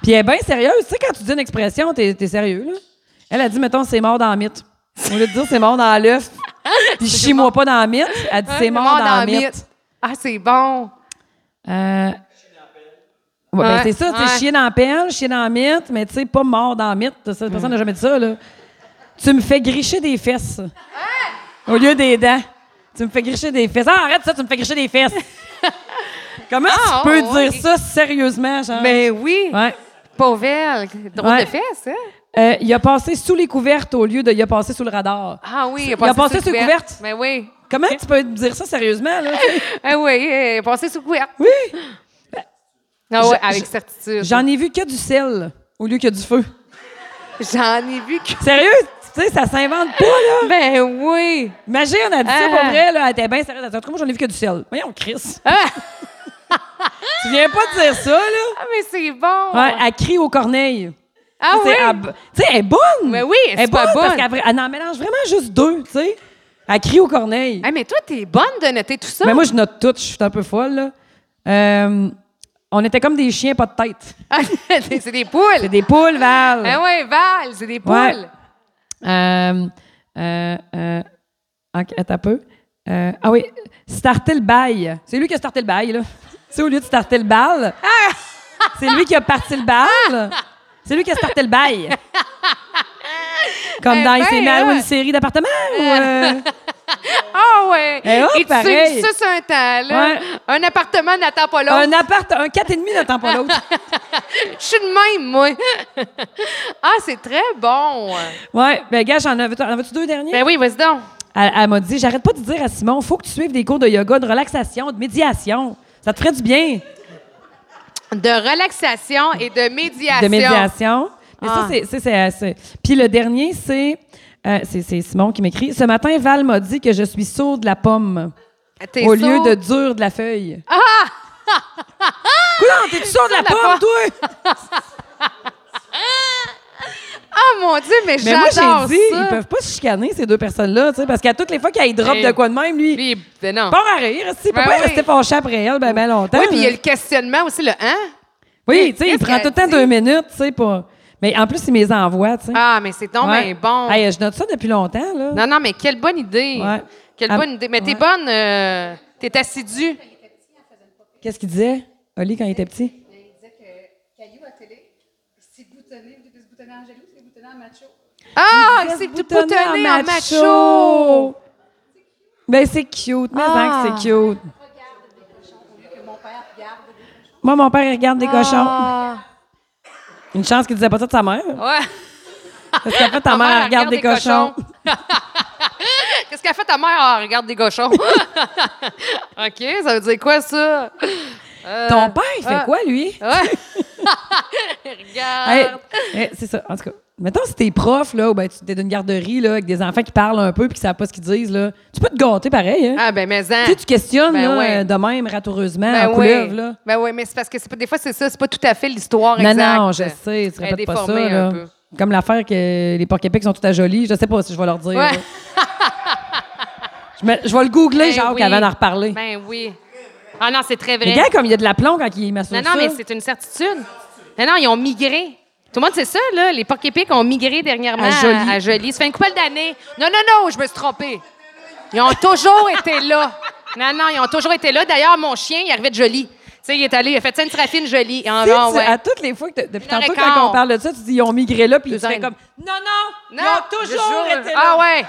Speaker 2: Puis elle est bien sérieuse. Tu sais, quand tu dis une expression, t'es es sérieux, là. Elle a dit, mettons, c'est mort dans la mythe. Au lieu de dire c'est mort
Speaker 1: [LAUGHS]
Speaker 2: dans l'œuf, puis chie-moi pas dans la mythe, elle dit c'est mort dans la mythe.
Speaker 1: Ah, c'est bon.
Speaker 2: Euh, ouais, ben,
Speaker 1: Ouais,
Speaker 2: c'est ça, tu sais,
Speaker 1: ouais.
Speaker 2: chier dans la pelle, chier dans la mythe, mais tu sais, pas mort dans la mythe. ça, Personne
Speaker 1: Hmm.
Speaker 2: n'a jamais dit ça, là. Tu me fais gricher des fesses.
Speaker 1: Hein?
Speaker 2: Au lieu des dents. Tu me fais gricher des fesses. Ah, arrête ça, tu me fais gricher
Speaker 1: [LAUGHS]
Speaker 2: des fesses. Comment
Speaker 1: Ah,
Speaker 2: tu peux
Speaker 1: oh, ouais.
Speaker 2: dire ça sérieusement, genre?
Speaker 1: Ben oui.
Speaker 2: Ouais.
Speaker 1: Pauvre elle. Drôle
Speaker 2: Ouais.
Speaker 1: de fesses, hein?
Speaker 2: Euh, il a passé sous les couvertes au lieu de il a passé sous le radar.
Speaker 1: Ah oui, il a
Speaker 2: Il a passé sous
Speaker 1: couverte.
Speaker 2: couverte.
Speaker 1: Ben oui.
Speaker 2: Comment tu peux dire ça sérieusement,
Speaker 1: [LAUGHS]
Speaker 2: là? tu sais?
Speaker 1: Ah oui, il a passé sous couverte.
Speaker 2: oui!
Speaker 1: Ah oui,
Speaker 2: Je-
Speaker 1: avec
Speaker 2: je-
Speaker 1: certitude.
Speaker 2: J'en ai vu que du sel au lieu que du feu.
Speaker 1: J'en ai vu que.
Speaker 2: Sérieux? Tu sais, ça s'invente pas, là!
Speaker 1: Ben oui.
Speaker 2: Imagine, elle a dit ça
Speaker 1: Ah.
Speaker 2: pour vrai, là. Elle était bien sérieuse. Elle dit, En tout cas, moi, j'en ai vu que du sel. Voyons, Chris. [LAUGHS] tu viens pas de dire ça, là?
Speaker 1: Ah, mais c'est bon.
Speaker 2: Ouais, elle crie aux corneilles.
Speaker 1: ah
Speaker 2: Tu
Speaker 1: oui.
Speaker 2: sais, elle b- Tu sais, elle est bonne!
Speaker 1: Mais oui,
Speaker 2: elle est
Speaker 1: c'est pas
Speaker 2: bonne!
Speaker 1: bonne.
Speaker 2: Parce qu'elle vra- elle en mélange vraiment juste deux, tu sais. Elle crie aux corneilles.
Speaker 1: Ah, mais toi, t'es bonne de noter tout ça.
Speaker 2: Mais Ben moi, je note tout, je suis un peu folle, là. Euh, on était comme des chiens pas de tête.
Speaker 1: Ah, [LAUGHS] c'est c'est des poules.
Speaker 2: C'est des poules, Val.
Speaker 1: Ah oui, Val, c'est des poules.
Speaker 2: Ouais. Euh, euh, euh, ok, attends un peu. Euh, ah oui, starter le bail. C'est lui qui a starté le bail, là. Tu sais, au lieu de starter le bal, c'est lui qui a parti le bal. C'est lui qui a starté le bail. Comme
Speaker 1: Eh
Speaker 2: dans Il
Speaker 1: ben,
Speaker 2: s'est mis à louer
Speaker 1: ouais.
Speaker 2: une série d'appartements. ou, euh,
Speaker 1: Ah ouais.
Speaker 2: Eh, oh,
Speaker 1: Et tu
Speaker 2: pareil.
Speaker 1: sais, ça, c'est un temps, là.
Speaker 2: Ouais.
Speaker 1: Un appartement n'attend pas l'autre.
Speaker 2: un appart, un 4,5 n'attend pas l'autre.
Speaker 1: [LAUGHS] Je suis de même, moi. [LAUGHS] ah, c'est très bon.
Speaker 2: Ouais, ben gars, j'en avais, en avais-tu deux derniers?
Speaker 1: Ben oui, vas-y donc.
Speaker 2: Elle, elle m'a dit J'arrête pas de dire à Simon, faut que tu suives des cours de yoga, de relaxation, de médiation. Ça te ferait du bien,
Speaker 1: De relaxation et de médiation.
Speaker 2: de médiation. Mais
Speaker 1: Ah.
Speaker 2: ça, c'est- c'est- c'est. euh, c'est- Puis le dernier, c'est. euh, c'est c'est Simon qui m'écrit Ce matin, Val m'a dit que je suis sourd de la pomme
Speaker 1: T'es
Speaker 2: au
Speaker 1: sourd?
Speaker 2: lieu de dur de la feuille. Ah
Speaker 1: [LAUGHS]
Speaker 2: Coudon, t'es-tu sourd de la pomme, toi
Speaker 1: Ah, mon Dieu, mais,
Speaker 2: Mais
Speaker 1: j'adore
Speaker 2: moi,
Speaker 1: ça.
Speaker 2: j'ai dit Ils peuvent pas se chicaner, ces deux personnes-là, tu sais, parce qu'à toutes les fois qu'elles drop
Speaker 1: Hey.
Speaker 2: de quoi de même, lui.
Speaker 1: Puis, ben non.
Speaker 2: Pas à rire, si.
Speaker 1: Ben
Speaker 2: Pourquoi
Speaker 1: oui.
Speaker 2: rester fâché après elle, ben, ben longtemps?
Speaker 1: oui, puis il y a
Speaker 2: là?
Speaker 1: le questionnement aussi, le « hein ».
Speaker 2: Oui, tu sais, il
Speaker 1: Qu'est-ce
Speaker 2: prend tout le temps
Speaker 1: qu'elle
Speaker 2: deux minutes, tu sais, pour. Mais en plus, il me les envoie, tu sais.
Speaker 1: Ah, mais c'est donc
Speaker 2: Ouais.
Speaker 1: bien bon.
Speaker 2: Hey, je note ça depuis longtemps, là.
Speaker 1: Non, non, mais quelle bonne idée.
Speaker 2: Ouais.
Speaker 1: Quelle
Speaker 2: Ah,
Speaker 1: bonne idée. Mais t'es
Speaker 2: ouais.
Speaker 1: bonne, euh, t'es assidue.
Speaker 2: Qu'est-ce qu'il disait, Oli, quand il était petit?
Speaker 3: Mais il disait que Caillou à télé, c'est boutonné, au lieu de se boutonner en jaloux, c'est boutonné en macho.
Speaker 1: Ah,
Speaker 2: Il
Speaker 1: c'est
Speaker 2: se
Speaker 1: tout
Speaker 2: boutonnait
Speaker 1: boutonné en macho.
Speaker 2: macho. Ben, c'est cute, mais
Speaker 1: Ah.
Speaker 2: hein, que c'est cute.
Speaker 3: Regarde des cochons, au lieu que mon père regarde des cochons.
Speaker 2: Moi, mon père, il regarde des cochons.
Speaker 1: Ah.
Speaker 2: Une chance qu'il disait pas ça de sa mère.
Speaker 1: Ouais.
Speaker 2: Parce qu'en fait, ta mère, elle regarde des cochons.
Speaker 1: [LAUGHS] Qu'est-ce qu'a fait ta mère? Ah, elle regarde des cochons. [LAUGHS] OK, ça veut dire quoi, ça? Euh,
Speaker 2: Ton père, il fait
Speaker 1: ah.
Speaker 2: quoi, lui?
Speaker 1: Ouais. [LAUGHS]
Speaker 2: Hey,
Speaker 1: Regarde.
Speaker 2: hey, c'est ça, en tout cas. Mettons, si t'es prof, là, ou ben, tu t'es d'une garderie, là, avec des enfants qui parlent un peu puis qui savent pas ce qu'ils disent, là, tu peux te gâter pareil, hein?
Speaker 1: Ah, ben, mais en.
Speaker 2: Tu sais, tu questionnes,
Speaker 1: Ben
Speaker 2: là,
Speaker 1: ouais.
Speaker 2: euh, de même, ratoureusement,
Speaker 1: Ben
Speaker 2: en
Speaker 1: oui.
Speaker 2: couleuvre, là.
Speaker 1: Ben oui, mais c'est parce que c'est pas, des fois, c'est ça, c'est pas tout à fait l'histoire
Speaker 2: Non,
Speaker 1: exacte.
Speaker 2: non, je sais, tu
Speaker 1: Elle est
Speaker 2: répètes pas ça,
Speaker 1: déformée un
Speaker 2: là.
Speaker 1: peu.
Speaker 2: Comme l'affaire que les porcs épics sont tout à jolis, je sais pas si je vais leur dire.
Speaker 1: Ouais.
Speaker 2: là. Je, me- je vais le
Speaker 1: Ben
Speaker 2: googler, genre,
Speaker 1: oui.
Speaker 2: avant d'en reparler.
Speaker 1: Ben oui. Ah non, c'est très vrai.
Speaker 2: Les gars, comme il y a de la plomb quand ils m'assurent
Speaker 1: Non, non,
Speaker 2: ça.
Speaker 1: mais c'est une certitude. Non, non, ils ont migré. Tout le monde sait ça, là. Les porcs épics ont migré dernièrement
Speaker 2: À
Speaker 1: à
Speaker 2: Joly.
Speaker 1: Jolie. À Joly. Ça fait une couple d'années. Non, non, non, je me suis trompée. Ils ont toujours été là. Non, non, ils ont toujours été là. D'ailleurs, mon chien, il arrivait de Jolie. Tu sais, il est allé, il a fait ça une trafine Jolie. Ah,
Speaker 2: Si
Speaker 1: bon,
Speaker 2: tu-
Speaker 1: ouais.
Speaker 2: À toutes les fois, que t- depuis
Speaker 1: Une heure
Speaker 2: tantôt,
Speaker 1: et quart.
Speaker 2: quand on parle de ça, tu dis ils ont migré là, puis tu
Speaker 1: Deux ans
Speaker 2: fais
Speaker 1: et
Speaker 2: comme
Speaker 1: demi.
Speaker 2: non, non, ils ont toujours été là.
Speaker 1: Ah ouais.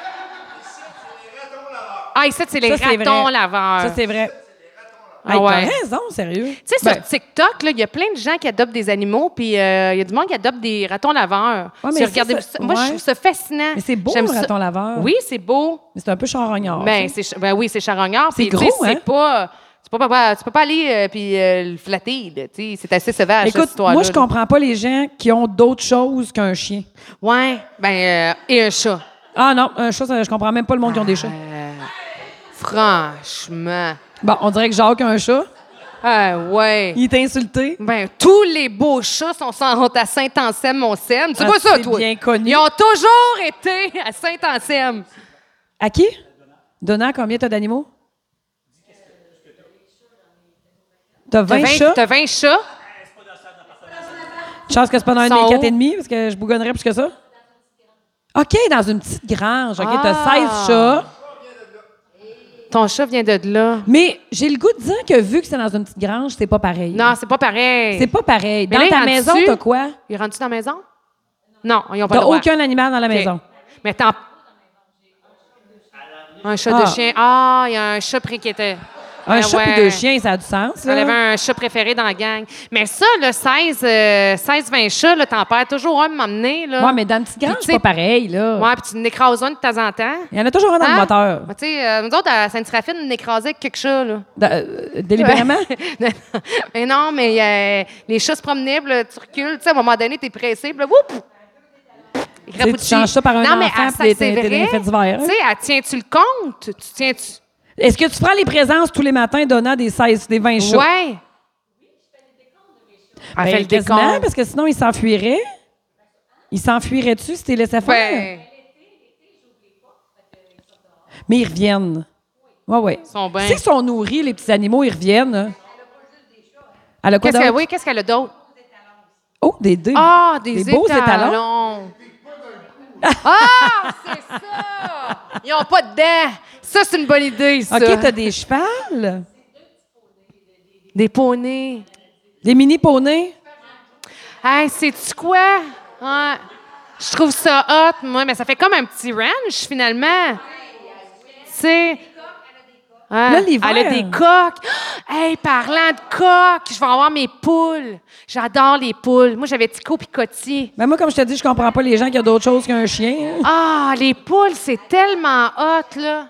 Speaker 1: Ah, et ça, c'est les
Speaker 2: Ça, c'est
Speaker 1: ratons
Speaker 2: vrai.
Speaker 1: laveurs.
Speaker 2: Ça, c'est Ben. vrai.
Speaker 1: Ah
Speaker 2: Hey, t'as
Speaker 1: ouais.
Speaker 2: raison, sérieux.
Speaker 1: Tu sais, sur TikTok, là, il y a plein de gens qui adoptent des animaux, puis euh, il y a du monde qui adopte des ratons laveurs.
Speaker 2: Ouais, mais
Speaker 1: Si
Speaker 2: ça,
Speaker 1: regardez-vous
Speaker 2: ça-
Speaker 1: ça- Moi,
Speaker 2: ouais.
Speaker 1: je trouve ça fascinant.
Speaker 2: Mais c'est beau,
Speaker 1: J'aime
Speaker 2: le
Speaker 1: ça.
Speaker 2: raton laveur.
Speaker 1: Oui, c'est beau.
Speaker 2: Mais c'est un peu charognard.
Speaker 1: Ben,
Speaker 2: ça.
Speaker 1: c'est ch- ben oui, c'est charognard.
Speaker 2: C'est
Speaker 1: puis, tu sais,
Speaker 2: gros, hein?
Speaker 1: C'est pas, c'est pas, papa- tu peux pas aller euh, puis euh, le flatter, là, tu sais, C'est assez sévère, cette
Speaker 2: Écoute,
Speaker 1: histoire-là.
Speaker 2: moi, je
Speaker 1: là.
Speaker 2: comprends pas les gens qui ont d'autres choses qu'un chien.
Speaker 1: Ouais, ben, euh, et un chat.
Speaker 2: Ah non, un chat, ça, je comprends même pas le monde qui ont des chats.
Speaker 1: Euh, franchement.
Speaker 2: Bon, on dirait que Jacques a un chat.
Speaker 1: Ah, ouais.
Speaker 2: Il est insulté.
Speaker 1: Ben, tous les beaux chats sont, sont à Saint-Anselme, mon Sème. C'est
Speaker 2: Ah,
Speaker 1: pas ça,
Speaker 2: c'est
Speaker 1: toi?
Speaker 2: bien connu.
Speaker 1: Ils ont toujours été à Saint-Anselme.
Speaker 2: À qui? Donnant combien t'as d'animaux? T'as 20 chats?
Speaker 1: T'as 20 chats?
Speaker 2: Chance que c'est pas dans un de
Speaker 1: Sont
Speaker 2: mes
Speaker 1: où?
Speaker 2: quatre et demi, parce que je bougonnerais plus que ça. OK, dans une petite grange. OK, t'as
Speaker 1: Ah.
Speaker 2: 16 chats.
Speaker 1: Ton chat vient de là.
Speaker 2: Mais j'ai le goût de dire que vu que c'est dans une petite grange, c'est pas pareil.
Speaker 1: Non, c'est pas pareil.
Speaker 2: C'est pas pareil.
Speaker 1: Mais
Speaker 2: dans
Speaker 1: là,
Speaker 2: ta
Speaker 1: en
Speaker 2: maison,
Speaker 1: dessus-
Speaker 2: t'as quoi?
Speaker 1: Ils rentrent dans la maison? Non, ils n'ont pas
Speaker 2: T'as
Speaker 1: le droit.
Speaker 2: aucun animal dans la
Speaker 1: Ok.
Speaker 2: maison.
Speaker 1: Mais t'en... Un chat
Speaker 2: Ah.
Speaker 1: de chien. Ah, il y a un chat pré- qui était...
Speaker 2: Un
Speaker 1: Ah
Speaker 2: chat
Speaker 1: ouais.
Speaker 2: et deux chiens, ça a du sens.
Speaker 1: On
Speaker 2: là.
Speaker 1: avait un chat préféré dans la gang. Mais ça, le 16, 16-20 chats, là, t'en perds toujours un de m'emmener. là.
Speaker 2: Ouais, mais dans une petite grange,
Speaker 1: Puis,
Speaker 2: c'est
Speaker 1: tu
Speaker 2: pas
Speaker 1: sais-
Speaker 2: pareil. Là.
Speaker 1: Ouais, puis tu n'écrases un de temps en temps.
Speaker 2: Il y en a toujours un dans le
Speaker 1: Hein?
Speaker 2: moteur.
Speaker 1: Ben, tu sais, euh, nous autres, à Sainte-Séraphine, on écrasait quelques chats, là.
Speaker 2: Da- euh, délibérément?
Speaker 1: [LAUGHS] Non, non. mais non, mais euh, les chats se promenaient, puis là, tu recules, tu sais, à un moment donné, t'es pressé, puis là, whoop! Il
Speaker 2: sais, tu
Speaker 1: rapettit.
Speaker 2: changes ça par un
Speaker 1: non, mais
Speaker 2: enfant,
Speaker 1: à
Speaker 2: puis
Speaker 1: ça,
Speaker 2: t'es-
Speaker 1: c'est
Speaker 2: t'es dans les
Speaker 1: vrai.
Speaker 2: faits divers, hein.
Speaker 1: Tu sais, elle tiens-tu le compte? Tu tiens-tu.
Speaker 2: Est-ce que tu prends les présences tous les matins donnant des 16, des 20 chats?
Speaker 1: Ouais! Elle
Speaker 2: Ben,
Speaker 1: fait le
Speaker 2: quasiment,
Speaker 1: décompte.
Speaker 2: Parce que sinon, ils s'enfuiraient. Ils s'enfuiraient-tu si t'es laissé faire?
Speaker 1: Ben,
Speaker 2: Mais ils reviennent. Oui, oui.
Speaker 1: ils sont
Speaker 2: Tu
Speaker 1: bien.
Speaker 2: sais qu'ils sont nourris, les petits animaux, ils reviennent. hein. Elle a quoi
Speaker 1: Qu'est-ce qu'elle
Speaker 2: d'autre?
Speaker 1: oui, qu'est-ce qu'elle a d'autre?
Speaker 2: Oh, des dés.
Speaker 1: [LAUGHS] Ah, des,
Speaker 2: beaux étalons.
Speaker 1: étalons. Ah, c'est ça! Ils n'ont pas de dents. Ça, c'est une bonne idée, ça.
Speaker 2: OK, t'as des chevals,
Speaker 1: Des poneys.
Speaker 2: des mini poneys.
Speaker 1: Hey, sais-tu quoi? Ouais. Je trouve ça hot, moi, mais ça fait comme un petit ranch, finalement. Tu sais. Ouais.
Speaker 2: Là, l'hiver.
Speaker 1: Elle a des coques. Hey, parlant de coques, je vais avoir mes poules. J'adore les poules. Moi, j'avais Tico Picotti.
Speaker 2: Ben moi, comme je te dis, je comprends pas les gens qui ont d'autres choses qu'un chien. hein.
Speaker 1: Ah, les poules, c'est tellement hot, là.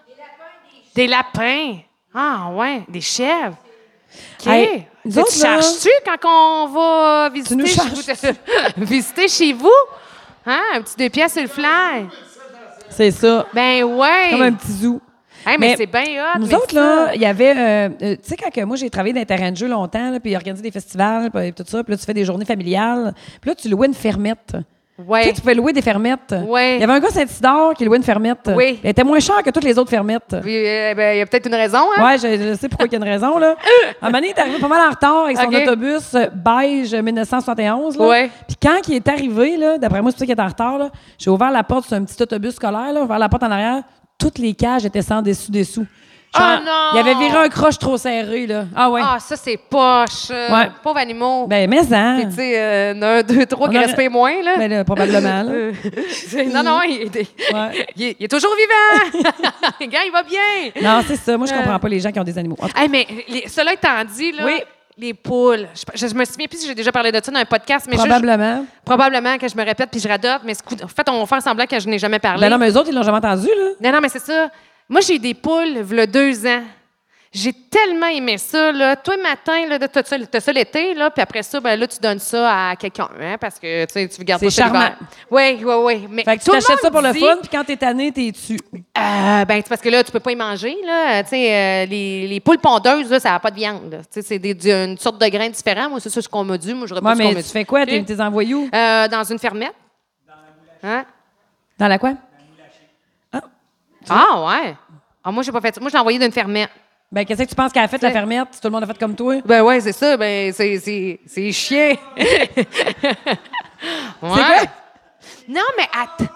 Speaker 1: Des lapins. Ah, ouais, des chèvres. OK.
Speaker 2: Hey, nous
Speaker 1: tu
Speaker 2: autres, là-
Speaker 1: charges-tu quand on va visiter,
Speaker 2: nous
Speaker 1: chez-
Speaker 2: charges.
Speaker 1: [LAUGHS] visiter chez vous? Hein, un petit deux pièces sur le fly.
Speaker 2: C'est ça.
Speaker 1: Ben ouais.
Speaker 2: Comme un petit zoo.
Speaker 1: Hey, mais c'est bien hot.
Speaker 2: Nous
Speaker 1: mais
Speaker 2: autres,
Speaker 1: ça-
Speaker 2: là, il y avait. euh, euh, tu sais, quand que moi, j'ai travaillé dans les terrains de jeu longtemps, là, puis organisé des festivals, puis tout ça, puis là, tu fais des journées familiales, puis là, tu louais une fermette. Tu sais,
Speaker 1: Ouais.
Speaker 2: tu pouvais louer des fermettes.
Speaker 1: Ouais.
Speaker 2: Il y avait un gars Saint-Isidore qui louait une fermette.
Speaker 1: Oui.
Speaker 2: Elle était moins chère que toutes les autres fermettes.
Speaker 1: Puis, euh, ben, Il y a peut-être une raison, hein?
Speaker 2: Ouais, je, je sais pourquoi il y a une raison, là. À un moment donné, il est arrivé pas mal en retard avec son
Speaker 1: Ok.
Speaker 2: autobus euh, beige 1971, là.
Speaker 1: Ouais.
Speaker 2: Puis quand il est arrivé, là, d'après moi, c'est pour ça qu'il est en retard, là, j'ai ouvert la porte, c'est un petit autobus scolaire, là, ouvert la porte en arrière, toutes les cages étaient sans dessus-dessous.
Speaker 1: Oh non!
Speaker 2: Il avait viré un croche trop serré, là. Ah ouais.
Speaker 1: Ah, ça, c'est poche. euh,
Speaker 2: Ouais.
Speaker 1: Pauvres animaux.
Speaker 2: Ben, mais
Speaker 1: Puis,
Speaker 2: hein.
Speaker 1: tu sais, euh, il y en a un, deux, trois
Speaker 2: On
Speaker 1: qui
Speaker 2: aurait-
Speaker 1: respectent moins, là.
Speaker 2: Ben, là, probablement,
Speaker 1: [LAUGHS]
Speaker 2: là.
Speaker 1: C'est- non, non, il, il-
Speaker 2: Ouais.
Speaker 1: [LAUGHS] il est- il est toujours vivant. [LAUGHS] Le gars, il va bien.
Speaker 2: Non, c'est ça. Moi,
Speaker 1: Euh.
Speaker 2: je comprends pas les gens qui ont des animaux. En tout cas,
Speaker 1: Hey, mais les- cela étant dit, là,
Speaker 2: Oui.
Speaker 1: les poules, je, je me souviens plus si j'ai déjà parlé de ça dans un podcast, mais je-
Speaker 2: probablement. Ben,
Speaker 1: je- probablement que je me répète puis je radote, mais ce coup- en fait, on va faire semblant que je n'ai jamais parlé.
Speaker 2: Ben non, mais eux autres, ils l'ont jamais entendu, là.
Speaker 1: non, non, mais c'est ça. Moi, j'ai eu des poules, le deux ans. J'ai tellement aimé ça, là. Toi, matin, là, t'as ça, t'as ça l'été, là, puis après ça, ben là, tu donnes ça à quelqu'un, hein, parce que, tu sais, tu gardes
Speaker 2: C'est
Speaker 1: pas ça l'hiver.
Speaker 2: charmant.
Speaker 1: Oui, oui, oui. Mais
Speaker 2: Fait que tu
Speaker 1: tout le
Speaker 2: t'achètes ça
Speaker 1: monde
Speaker 2: pour le
Speaker 1: dit-
Speaker 2: fun, puis quand t'es tanné, t'es dessus.
Speaker 1: Euh, ben, c'est parce que là, tu peux pas y manger, là. Tu sais, euh, les, les poules pondeuses, là, ça n'a pas de viande, là. Tu sais, c'est des- du- une sorte de grain différent. Moi, c'est ça ce qu'on m'a dit. Moi, je
Speaker 2: Moi,
Speaker 1: pas ce qu'on
Speaker 2: mais
Speaker 1: m'a
Speaker 2: tu
Speaker 1: dit.
Speaker 2: fais quoi? T'es
Speaker 1: Ok.
Speaker 2: t'es envoyé où?
Speaker 1: Euh, dans une fermette. Hein?
Speaker 2: Dans la quoi?
Speaker 1: Ah, ouais. Ah, moi, j'ai pas fait ça. Moi, je l'ai envoyé d'une fermette.
Speaker 2: Ben, qu'est-ce que tu penses qu'elle a fait, la fermette? Si Tout le monde a fait comme toi?
Speaker 1: Ben, ouais, c'est ça. Ben, c'est, c'est, c'est
Speaker 2: [LAUGHS]
Speaker 1: chien. ouais.
Speaker 2: quoi?
Speaker 1: Non, mais attends.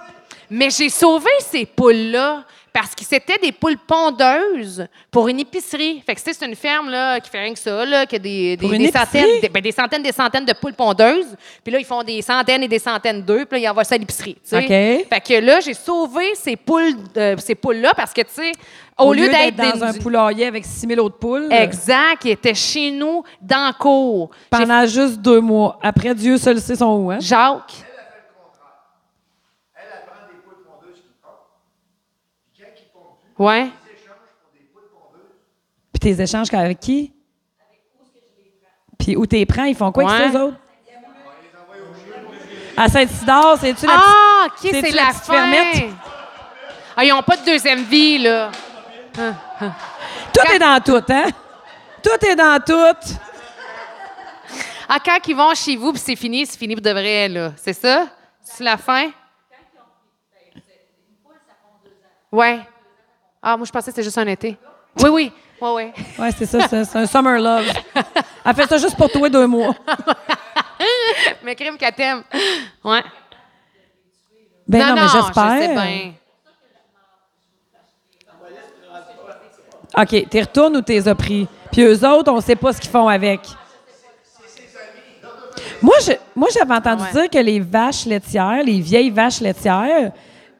Speaker 1: Mais j'ai sauvé ces poules-là parce que c'était des poules pondeuses pour une épicerie. Fait que tu sais, c'est une ferme là, qui fait rien que ça, là, qui a des, des,
Speaker 2: Pour une
Speaker 1: des
Speaker 2: épicerie?
Speaker 1: centaines, des, ben, des centaines des centaines de poules pondeuses. Puis là, ils font des centaines et des centaines d'œufs, puis là, ils envoient ça à l'épicerie. tu sais.
Speaker 2: OK.
Speaker 1: Fait que là, j'ai sauvé ces poules, euh, ces poules-là parce que, tu sais, au, lieu, d'être
Speaker 2: dans
Speaker 1: des-
Speaker 2: un
Speaker 1: du-
Speaker 2: poulailler avec 6000 autres poules, euh,
Speaker 1: Exact, ils étaient chez nous, dans le cours. J'ai
Speaker 2: pendant juste deux mois. Après, Dieu seul sait son où, hein?
Speaker 1: Jacques. Ouais.
Speaker 2: Puis tes échanges avec qui? Puis où t'es prends, ils font quoi
Speaker 1: Ouais.
Speaker 2: avec ces autres? À Saint-Isidore, c'est-tu la petite-
Speaker 1: Ah, ok, c'est
Speaker 2: c'est-tu
Speaker 1: la,
Speaker 2: la petite
Speaker 1: fin.
Speaker 2: fermette?
Speaker 1: Ah, ils n'ont pas de deuxième vie, là.
Speaker 2: Tout est dans tout, hein? Tout est dans tout.
Speaker 1: Ah, quand ils vont chez vous, puis c'est fini, c'est fini pour de vrai, là. C'est ça? C'est la fin? Ouais. Ah, moi, je pensais que c'était juste un été. Oui, oui. Oui, oui.
Speaker 2: Ouais, c'est ça, c'est c'est un summer love. Elle fait ça juste pour toi deux mois.
Speaker 1: [LAUGHS] Mais crime qu'elle t'aime. Ouais.
Speaker 2: Ben non, mais
Speaker 1: Je sais
Speaker 2: j'espère.
Speaker 1: bien.
Speaker 2: OK, t'es retournes ou t'es as pris? Puis eux autres, on sait pas ce qu'ils font avec. Moi, je, moi, j'avais entendu
Speaker 1: Ouais.
Speaker 2: dire que les vaches laitières, les vieilles vaches laitières,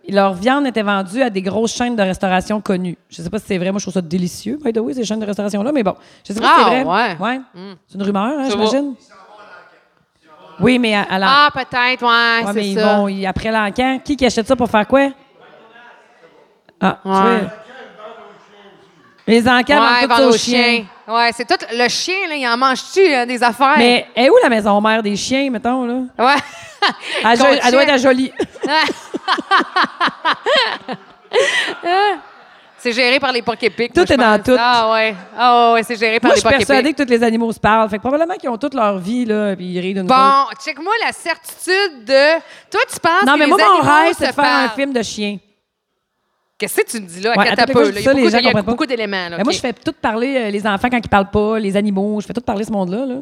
Speaker 2: leur viande était vendue à des grosses chaînes de restauration connues. Je sais pas si c'est vrai. Moi, je trouve ça délicieux, by the way, ces chaînes de restauration-là, mais bon. Je sais pas si c'est
Speaker 1: Ah,
Speaker 2: vrai.
Speaker 1: ouais.
Speaker 2: C'est une rumeur, hein,
Speaker 1: Ça va.
Speaker 2: j'imagine. Oui, mais à, à la-
Speaker 1: Ah, peut-être, ouais,
Speaker 2: Ouais, mais
Speaker 1: c'est
Speaker 2: ils
Speaker 1: ça.
Speaker 2: vont, ils- après l'encan, qui qui achète ça pour faire quoi? Ah, tu
Speaker 1: Ouais.
Speaker 2: vois. Les encans
Speaker 1: ouais,
Speaker 2: vendent tout ça
Speaker 1: vendre
Speaker 2: aux
Speaker 1: aux chiens.
Speaker 2: chiens.
Speaker 1: Ouais, c'est tout. Le chien, là, il en mange-tu hein, des affaires?
Speaker 2: Mais elle est où la maison mère des chiens, mettons, là?
Speaker 1: Ouais.
Speaker 2: [LAUGHS] Elle, jo-
Speaker 1: Qu'on
Speaker 2: elle doit être à jolie. [LAUGHS]
Speaker 1: [LAUGHS] C'est géré par les porcs épics.
Speaker 2: Tout
Speaker 1: moi, je
Speaker 2: est dans
Speaker 1: pense.
Speaker 2: tout.
Speaker 1: Ah, ouais. Ah, ouais, c'est géré par
Speaker 2: Moi, je
Speaker 1: les
Speaker 2: suis
Speaker 1: porcs
Speaker 2: persuadée
Speaker 1: épics.
Speaker 2: que tous les animaux se parlent. Fait que probablement qu'ils ont toute leur vie, là, puis ils rient de nous autres.
Speaker 1: Bon, check-moi la certitude de. Toi, tu penses
Speaker 2: Non,
Speaker 1: que
Speaker 2: mais
Speaker 1: les
Speaker 2: moi,
Speaker 1: animaux
Speaker 2: mon rêve,
Speaker 1: se
Speaker 2: c'est de faire un
Speaker 1: parlent.
Speaker 2: film de chiens.
Speaker 1: Qu'est-ce que tu me dis là?
Speaker 2: Ouais,
Speaker 1: à
Speaker 2: à toutes les fois,
Speaker 1: peu, là. Il y
Speaker 2: je dis
Speaker 1: a
Speaker 2: ça, les
Speaker 1: beaucoup, de-
Speaker 2: gens
Speaker 1: il y a
Speaker 2: comprennent pas.
Speaker 1: beaucoup d'éléments. là,
Speaker 2: Mais moi,
Speaker 1: ok.
Speaker 2: je fais tout parler, euh, les enfants quand ils parlent pas, les animaux. Je fais tout parler ce monde-là, là.